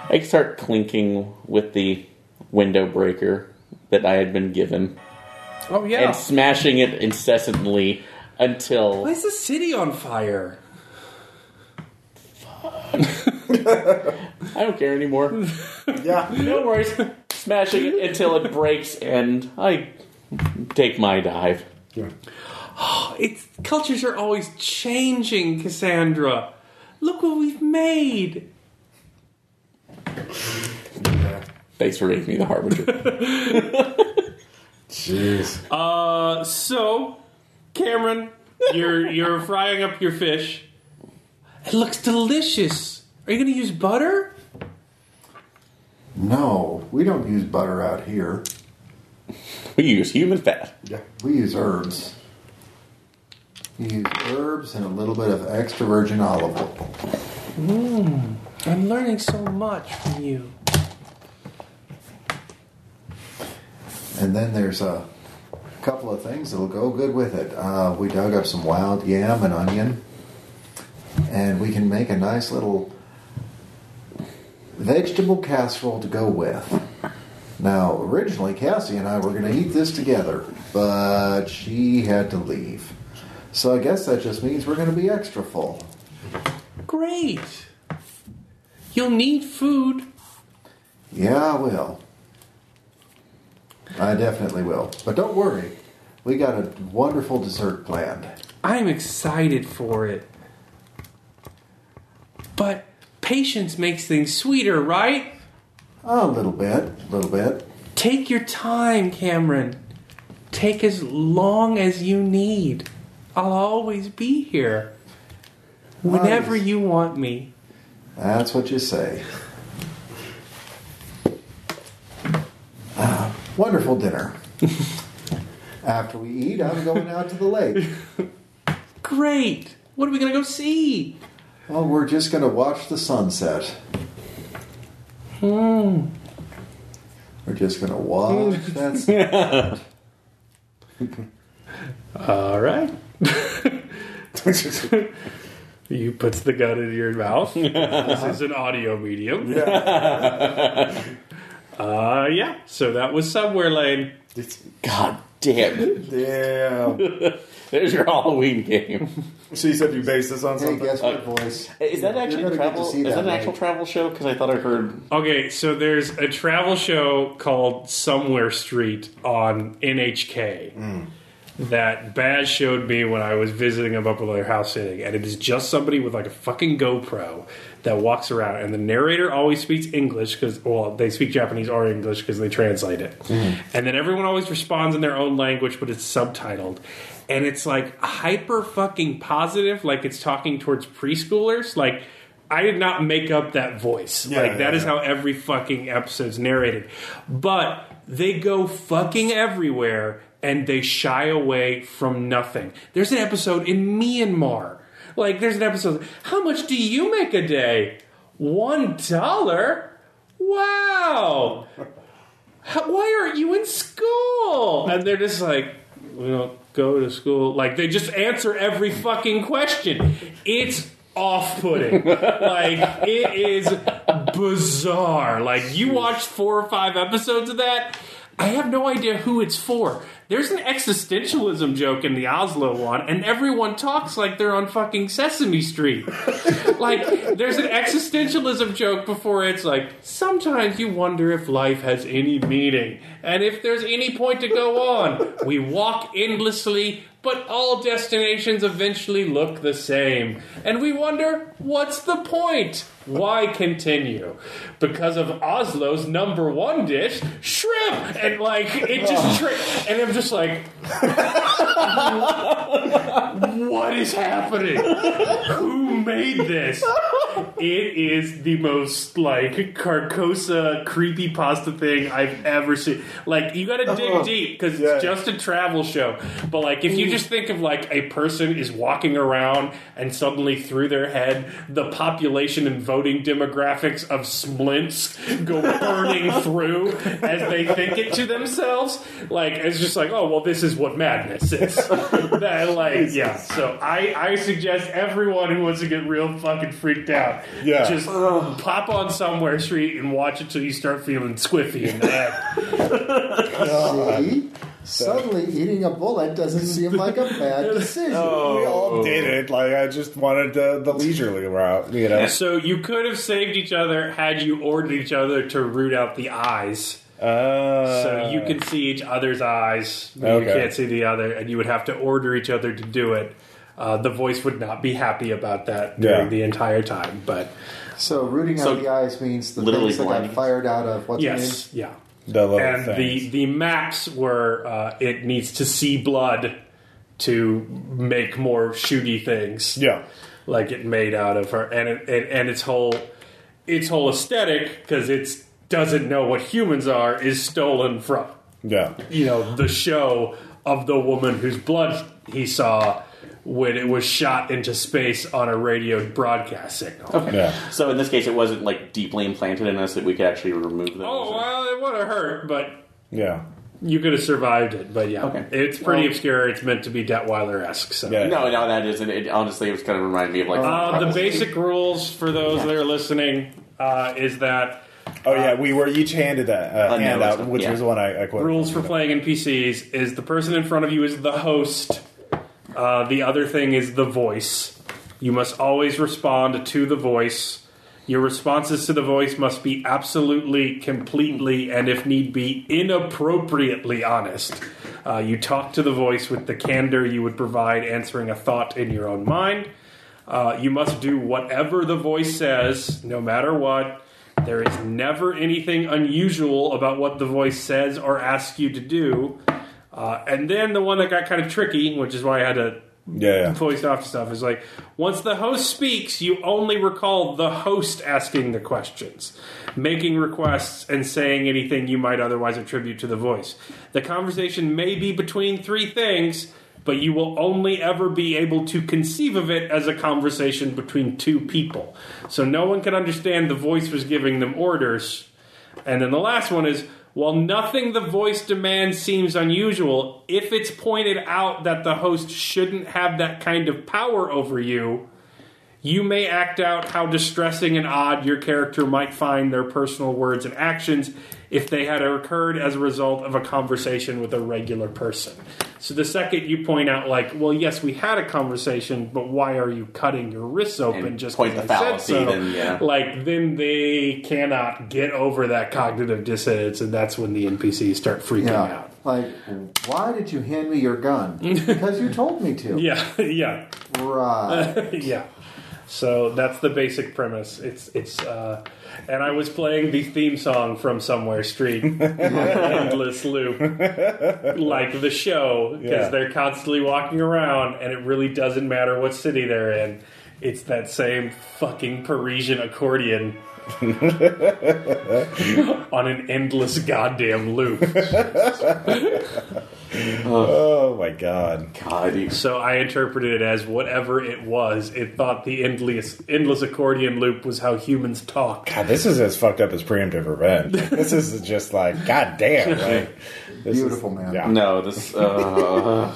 Speaker 4: I start clinking with the window breaker that I had been given
Speaker 8: Oh
Speaker 4: and
Speaker 8: yeah.
Speaker 4: smashing it incessantly
Speaker 8: Why
Speaker 4: until
Speaker 8: is the city on fire?
Speaker 4: I don't care anymore.
Speaker 1: Yeah.
Speaker 4: No worries. smashing it until it breaks and I take my dive.
Speaker 8: It's cultures are always changing, Cassandra. Look what we've made.
Speaker 4: Thanks for making me the harbinger.
Speaker 1: Jeez.
Speaker 8: Uh, so, Cameron, you're you're frying up your fish. It looks delicious. Are you going to use butter?
Speaker 5: No, we don't use butter out here.
Speaker 4: we use human fat.
Speaker 5: Yeah. We use herbs. We use herbs and a little bit of extra virgin olive oil.
Speaker 2: I'm learning so much from you.
Speaker 5: And then there's a couple of things that'll go good with it. Uh, we dug up some wild yam and onion, and we can make a nice little vegetable casserole to go with. Now, originally, Cassie and I were going to eat this together, but she had to leave. So I guess that just means we're going to be extra full.
Speaker 2: Great. You'll need food.
Speaker 5: Yeah, I will. I definitely will. But don't worry, we got a wonderful dessert planned.
Speaker 2: I'm excited for it. But patience makes things sweeter, right?
Speaker 5: A little bit, a little bit.
Speaker 2: Take your time, Cameron. Take as long as you need. I'll always be here. Whenever
Speaker 5: Nice.
Speaker 2: you want me.
Speaker 5: That's what you say. Ah, wonderful dinner. After we eat, I'm going out to the lake.
Speaker 2: Great. What are we going to go see?
Speaker 5: Oh, we're just going to watch the sunset. We're just going to watch that. sun-
Speaker 8: All right. you puts the gun in your mouth. this is an audio medium. uh, yeah. So that was Subway Lane.
Speaker 4: God damn.
Speaker 1: Damn.
Speaker 4: There's your Halloween game.
Speaker 1: So you said you based this on
Speaker 5: Hey,
Speaker 1: something?
Speaker 5: guess what, boys?
Speaker 4: Uh, Is that
Speaker 5: You're
Speaker 4: actually
Speaker 5: gonna get to
Speaker 4: travel?
Speaker 5: see
Speaker 4: Is that an
Speaker 5: that,
Speaker 4: actual
Speaker 5: right?
Speaker 4: travel show? Because I thought I heard.
Speaker 8: Okay, so there's a travel show called Somewhere Street on NHK that Baz showed me when I was visiting him up at their house sitting, and it is just somebody with like a fucking GoPro that walks around, and the narrator always speaks English because well, they speak Japanese or English because they translate it, and then everyone always responds in their own language, but it's subtitled. And it's like hyper fucking positive, like it's talking towards preschoolers. Like, I did not make up that voice.
Speaker 1: Yeah,
Speaker 8: like, that is
Speaker 1: yeah, yeah.
Speaker 8: how how every fucking episode's narrated. But they go fucking everywhere and they shy away from nothing. There's an episode in Myanmar. Like, there's an episode. How much do you make a day? One dollar? Wow! How, why aren't you in school? And they're just like, we don't go to school. Like, they just answer every fucking question. It's off putting. like, it is bizarre. Like, you watch four or five episodes of that. I have no idea who it's for. There's an existentialism joke in the Oslo one, and everyone talks like they're on fucking Sesame Street. like, there's an existentialism joke before it's like, sometimes you wonder if life has any meaning, and if there's any point to go on. We walk endlessly, but all destinations eventually look the same. And we wonder, what's the point? Why continue? Because of Oslo's number one dish, shrimp! And like, it just tri- And I'm just like, what is happening? Who made this? It is the most like Carcosa creepy pasta thing I've ever seen. Like you got to dig deep because
Speaker 1: yeah.
Speaker 8: it's just a travel show. But like if you just think of like a person is walking around and suddenly through their head the population and voting demographics of Smlints go burning through as they think it to themselves. Like it's just like oh well this is what madness is. that like yeah. So I I suggest everyone who wants to get real fucking freaked out
Speaker 1: Yeah.
Speaker 8: just pop on somewhere street and watch it till you start feeling squiffy in the head.
Speaker 5: See? Suddenly, eating a bullet doesn't seem like a bad decision.
Speaker 10: Oh,
Speaker 1: We all did it. Like I just wanted the, the leisurely route, you know.
Speaker 8: So you could have saved each other had you ordered each other to root out the eyes.
Speaker 1: Uh,
Speaker 8: So you can see each other's eyes. but You
Speaker 1: Okay.
Speaker 8: can't see the other, and you would have to order each other to do it. Uh, the voice would not be happy about that during
Speaker 1: Yeah.
Speaker 8: the entire time, but
Speaker 5: So, rooting out
Speaker 4: So,
Speaker 5: the eyes means the
Speaker 4: literally
Speaker 5: things that got
Speaker 4: blinding.
Speaker 5: fired out of what's
Speaker 8: yes, yeah.
Speaker 1: the little
Speaker 8: And
Speaker 1: things.
Speaker 8: the the maps were uh, it needs to see blood to make more shooty things.
Speaker 1: yeah.
Speaker 8: like it made out of her and it, and, and its whole its whole aesthetic because it's doesn't know what humans are is stolen from
Speaker 1: Yeah.
Speaker 8: you know the show of the woman whose blood he saw when it was shot into space on a radio broadcast signal.
Speaker 1: Yeah.
Speaker 4: So in this case, it wasn't like deeply implanted in us that we could actually remove them.
Speaker 8: Oh well, it would have hurt, but
Speaker 1: Yeah.
Speaker 8: you could have survived it. But yeah,
Speaker 4: Okay.
Speaker 8: it's pretty obscure. It's meant to be Detweiler esque. So.
Speaker 1: Yeah.
Speaker 4: No, no, that isn't. It honestly, it was kind of reminded me of like
Speaker 8: Uh, the basic rules for those that are listening uh, is that
Speaker 1: Oh yeah, we were each handed that
Speaker 8: Oh,
Speaker 1: uh,
Speaker 4: Uh, no,
Speaker 1: handout,
Speaker 4: it's-
Speaker 1: which
Speaker 4: yeah.
Speaker 1: was the one I, I quoted.
Speaker 8: rules for playing in PCs is the person in front of you is the host. Uh, the other thing is the voice. You must always respond to the voice. Your responses to the voice must be absolutely, completely, and if need be, inappropriately honest. Uh, you talk to the voice with the candor you would provide answering a thought in your own mind. Uh, you must do whatever the voice says, no matter what. There is never anything unusual about what the voice says or asks you to do. Uh, and then the one that got kind of tricky, which is why I had to
Speaker 1: Yeah. yeah.
Speaker 8: voice off stuff, is like once the host speaks, you only recall the host asking the questions, making requests, and saying anything you might otherwise attribute to the voice. The conversation may be between three things. But you will only ever be able to conceive of it as a conversation between two people. So no one can understand the voice was giving them orders. And then the last one is while nothing the voice demands seems unusual, if it's pointed out that the host shouldn't have that kind of power over you, you may act out how distressing and odd your character might find their personal words and actions if they had occurred as a result of a conversation with a regular person. So the second you point out, like, well, yes, we had a conversation, but why are you cutting your wrists open
Speaker 4: And
Speaker 8: just
Speaker 4: point
Speaker 8: 'cause
Speaker 4: the
Speaker 8: I said
Speaker 4: fallacy,
Speaker 8: so?
Speaker 4: then, yeah.
Speaker 8: Like, then they cannot get over that cognitive dissonance, and that's when the NPCs start freaking
Speaker 5: in it. Yeah.
Speaker 8: out.
Speaker 5: Like, why did you hand me your gun? Because you told me to.
Speaker 8: Yeah, yeah.
Speaker 5: Right.
Speaker 8: yeah. So that's the basic premise. It's it's uh, and I was playing the theme song from Somewhere Street, endless loop, like the show because
Speaker 1: Yeah.
Speaker 8: they're constantly walking around, and it really doesn't matter what city they're in. It's that same fucking Parisian accordion on an endless goddamn loop.
Speaker 1: Oh my god.
Speaker 4: God, you-
Speaker 8: So I interpreted it as whatever it was, it thought the endless endless accordion loop was how humans talk.
Speaker 1: God, this is as fucked up as preemptive revenge. this is just like, god damn, like this
Speaker 5: Beautiful,
Speaker 1: is,
Speaker 5: man.
Speaker 1: Yeah.
Speaker 4: no, this. Uh,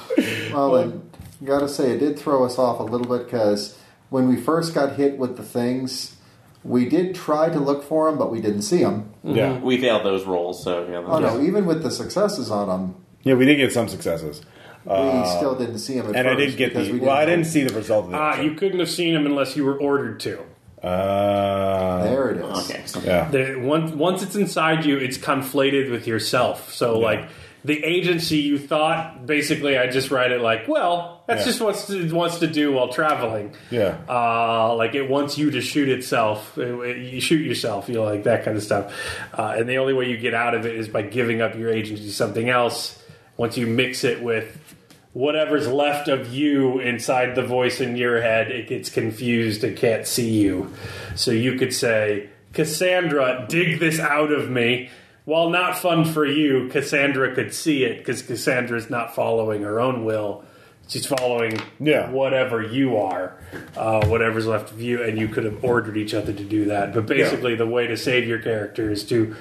Speaker 5: Well, and gotta say, it did throw us off a little bit because when we first got hit with the things, we did try to look for them, but we didn't see them.
Speaker 1: yeah,
Speaker 4: we failed those rolls, so yeah.
Speaker 5: Oh no! Even with the successes on them,
Speaker 1: yeah. We did get some successes,
Speaker 5: we still didn't see them. At
Speaker 1: Uh, and I did
Speaker 5: first
Speaker 1: get the.
Speaker 5: because we
Speaker 1: well, I didn't see the result of
Speaker 8: Ah,
Speaker 1: that.
Speaker 8: you couldn't have seen him unless you were ordered to.
Speaker 1: Uh,
Speaker 5: There it is.
Speaker 4: Okay. so-
Speaker 1: Yeah.
Speaker 8: The, once once it's inside you, it's conflated with yourself. So like the agency you thought basically, I just write it like, well, that's
Speaker 1: Yeah.
Speaker 8: just what's it wants to do while traveling.
Speaker 1: Yeah.
Speaker 8: uh, like it wants you to shoot itself. It- it- you shoot yourself, you know, like that kind of stuff. Uh, and the only way you get out of it is by giving up your agency to something else. Once you mix it with whatever's left of you inside the voice in your head, it gets confused. It can't see you. So you could say, Cassandra, dig this out of me. While not fun for you, Cassandra could see it because Cassandra's not following her own will. She's following
Speaker 1: Yeah.
Speaker 8: whatever you are, uh, whatever's left of you, and you could have ordered each other to do that. But basically, the way to save your character is to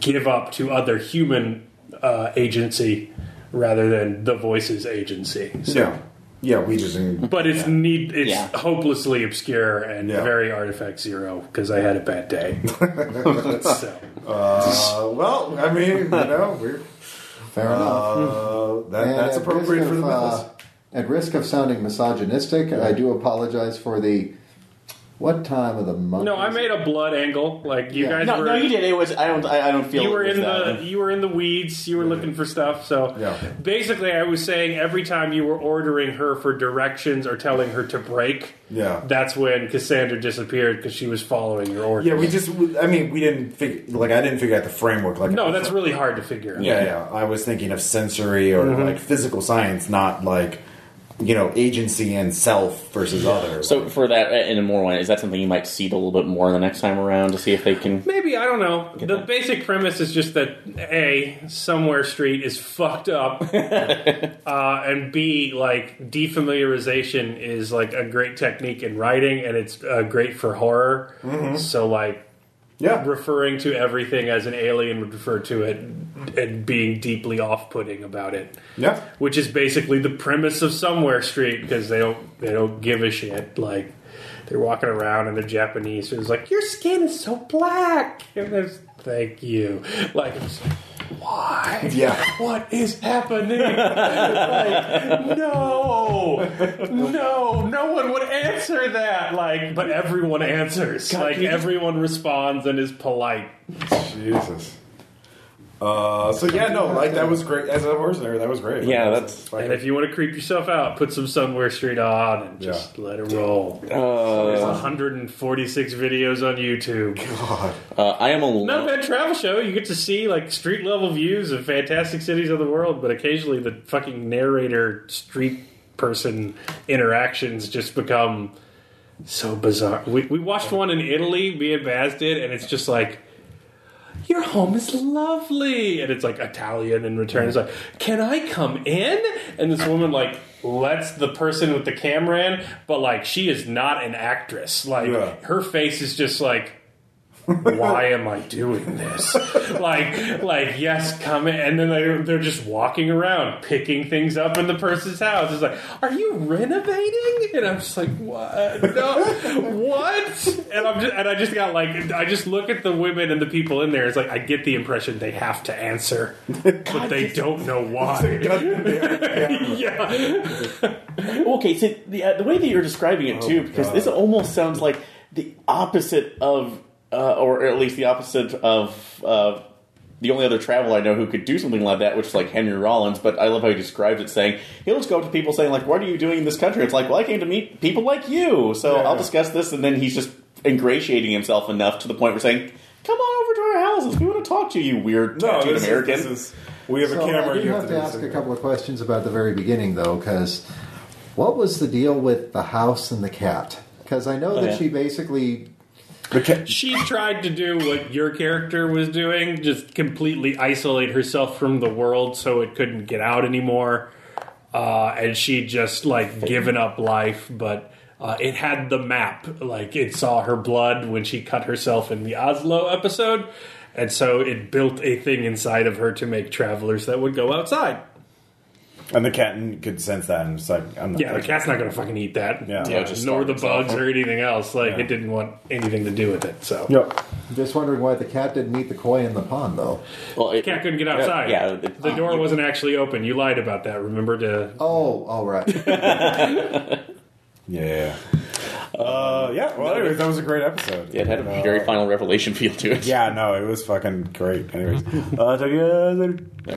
Speaker 8: give up to other human uh, agency rather than the voice's agency. So,
Speaker 1: yeah. Yeah, we just
Speaker 8: But it's need it's
Speaker 4: Yeah.
Speaker 8: hopelessly obscure and
Speaker 1: Yeah.
Speaker 8: very artifact zero because I had a bad day. so,
Speaker 1: uh, well, I mean, you know, we're
Speaker 5: Fair enough.
Speaker 1: uh, that,
Speaker 5: And
Speaker 1: that's
Speaker 5: at
Speaker 1: appropriate
Speaker 5: risk
Speaker 1: for the
Speaker 5: of, uh,
Speaker 1: business.
Speaker 5: At risk of sounding misogynistic, I do apologize for the. What time of the month?
Speaker 8: no, I
Speaker 5: is
Speaker 8: made a blood angle. Like you
Speaker 5: Yeah.
Speaker 8: guys
Speaker 4: No,
Speaker 8: were
Speaker 4: no, you did. It was. I don't. I, I don't feel.
Speaker 8: you
Speaker 4: it
Speaker 8: were
Speaker 4: was
Speaker 8: in
Speaker 4: that.
Speaker 8: the you were in the weeds. You were looking for stuff. So
Speaker 1: Yeah.
Speaker 8: basically, I was saying every time you were ordering her for directions or telling her to break,
Speaker 1: Yeah.
Speaker 8: that's when Cassandra disappeared because she was following your order.
Speaker 1: Yeah, we just. I mean, we didn't figure. Like, I didn't figure out the framework. Like,
Speaker 8: no, that's really hard to figure. out.
Speaker 1: Yeah, yeah. I was thinking of sensory or like physical science, not like you know agency and self versus other.
Speaker 4: So for that, uh, in a more one, is that something you might seed a little bit more the next time around to see if they can?
Speaker 8: Maybe I don't know. The
Speaker 4: that.
Speaker 8: basic premise is just that a somewhere street is fucked up, uh, and b like defamiliarization is like a great technique in writing, and it's uh, great for horror. So like
Speaker 1: Mm-hmm. yeah,
Speaker 8: referring to everything as an alien would refer to it and being deeply off-putting about it
Speaker 1: yeah,
Speaker 8: which is basically the premise of somewhere street because they don't they don't give a shit like they're walking around and they're japanese so it's like your skin is so black and there's thank you like it's- why
Speaker 1: Yeah.
Speaker 8: what is happening like, no no no one would answer that like but everyone answers like everyone responds and is polite
Speaker 1: Jesus. Uh, so yeah, no, like that was great. As a horse there, that was great.
Speaker 4: Yeah,
Speaker 1: Like,
Speaker 4: that's-
Speaker 1: fucking-
Speaker 8: and if you want to creep yourself out put some somewhere street on and just let it roll
Speaker 4: Uh,
Speaker 8: There's 146 videos on YouTube.
Speaker 4: Uh, I am a.
Speaker 8: Not a bad travel show. You get to see like street level views of fantastic cities of the world, but occasionally the fucking narrator street person interactions just become so bizarre. We, we watched one in Italy, me and Baz did, and it's just like. Your home is lovely, and it's like Italian in return. It's like, can I come in? And this woman like lets the person with the camera in, but like she is not an actress. Like
Speaker 1: Yeah.
Speaker 8: her face is just like, why am I doing this? like, like, yes, come in. And then they're, they're just walking around, picking things up in the person's house. It's like, are you renovating? And I'm just like, what? No, what? And I'm just, and I just got like, I just look at the women and the people in there. It's like, I get the impression they have to answer, but they don't know why. yeah.
Speaker 4: Okay, so the, uh, the way that you're describing
Speaker 1: Oh
Speaker 4: it too, because this almost sounds like the opposite of, uh, or at least the opposite of uh, the only other traveler I know who could do something like that, which is like Henry Rollins. But I love how he describes it, saying he'll just go up to people saying like, "What are you doing in this country?" It's like, "Well, I came to meet people like you, so I'll discuss this," and then he's just ingratiating himself enough to the point where saying. Come on over to our houses. We want to talk to you, you weird
Speaker 1: no,
Speaker 4: tattooed
Speaker 1: this is-
Speaker 4: American.
Speaker 1: this is- we have a
Speaker 5: So
Speaker 1: camera.
Speaker 5: I do
Speaker 1: you
Speaker 5: have, to
Speaker 1: do
Speaker 5: ask a
Speaker 1: this.
Speaker 5: couple of questions about the very beginning, though, because what was the deal with the house and the cat? Because I know
Speaker 4: Oh,
Speaker 5: that
Speaker 4: yeah.
Speaker 5: she basically
Speaker 1: The ca-
Speaker 8: She tried to do what your character was doing, just completely isolate herself from the world so it couldn't get out anymore. Uh, and she just like given up life, but uh, it had the map. Like it saw her blood when she cut herself in the Oslo episode. And so it built a thing inside of her to make travelers that would go outside.
Speaker 1: and the cat could sense that, and it's like, I'm not.
Speaker 8: Yeah, the cat's not going to fucking eat that.
Speaker 1: Yeah. Yeah,
Speaker 8: Uh,
Speaker 4: just
Speaker 8: nor
Speaker 4: starve
Speaker 8: the
Speaker 4: itself.
Speaker 8: bugs or anything else. Like it didn't want anything to do with it. So
Speaker 1: Yep.
Speaker 5: I'm just wondering why the cat didn't eat the koi in the pond, though.
Speaker 4: Well, it,
Speaker 8: cat couldn't get outside.
Speaker 4: Yeah,
Speaker 8: the,
Speaker 4: it-
Speaker 8: door wasn't actually open. You lied about that. Remember to
Speaker 5: Oh, all right.
Speaker 1: Yeah. Uh, yeah. Well, anyways, that was a great episode.
Speaker 4: it had a
Speaker 1: Uh,
Speaker 4: very final revelation feel to it.
Speaker 1: Yeah, no, it was fucking great. Anyways, uh, talk to you guys later.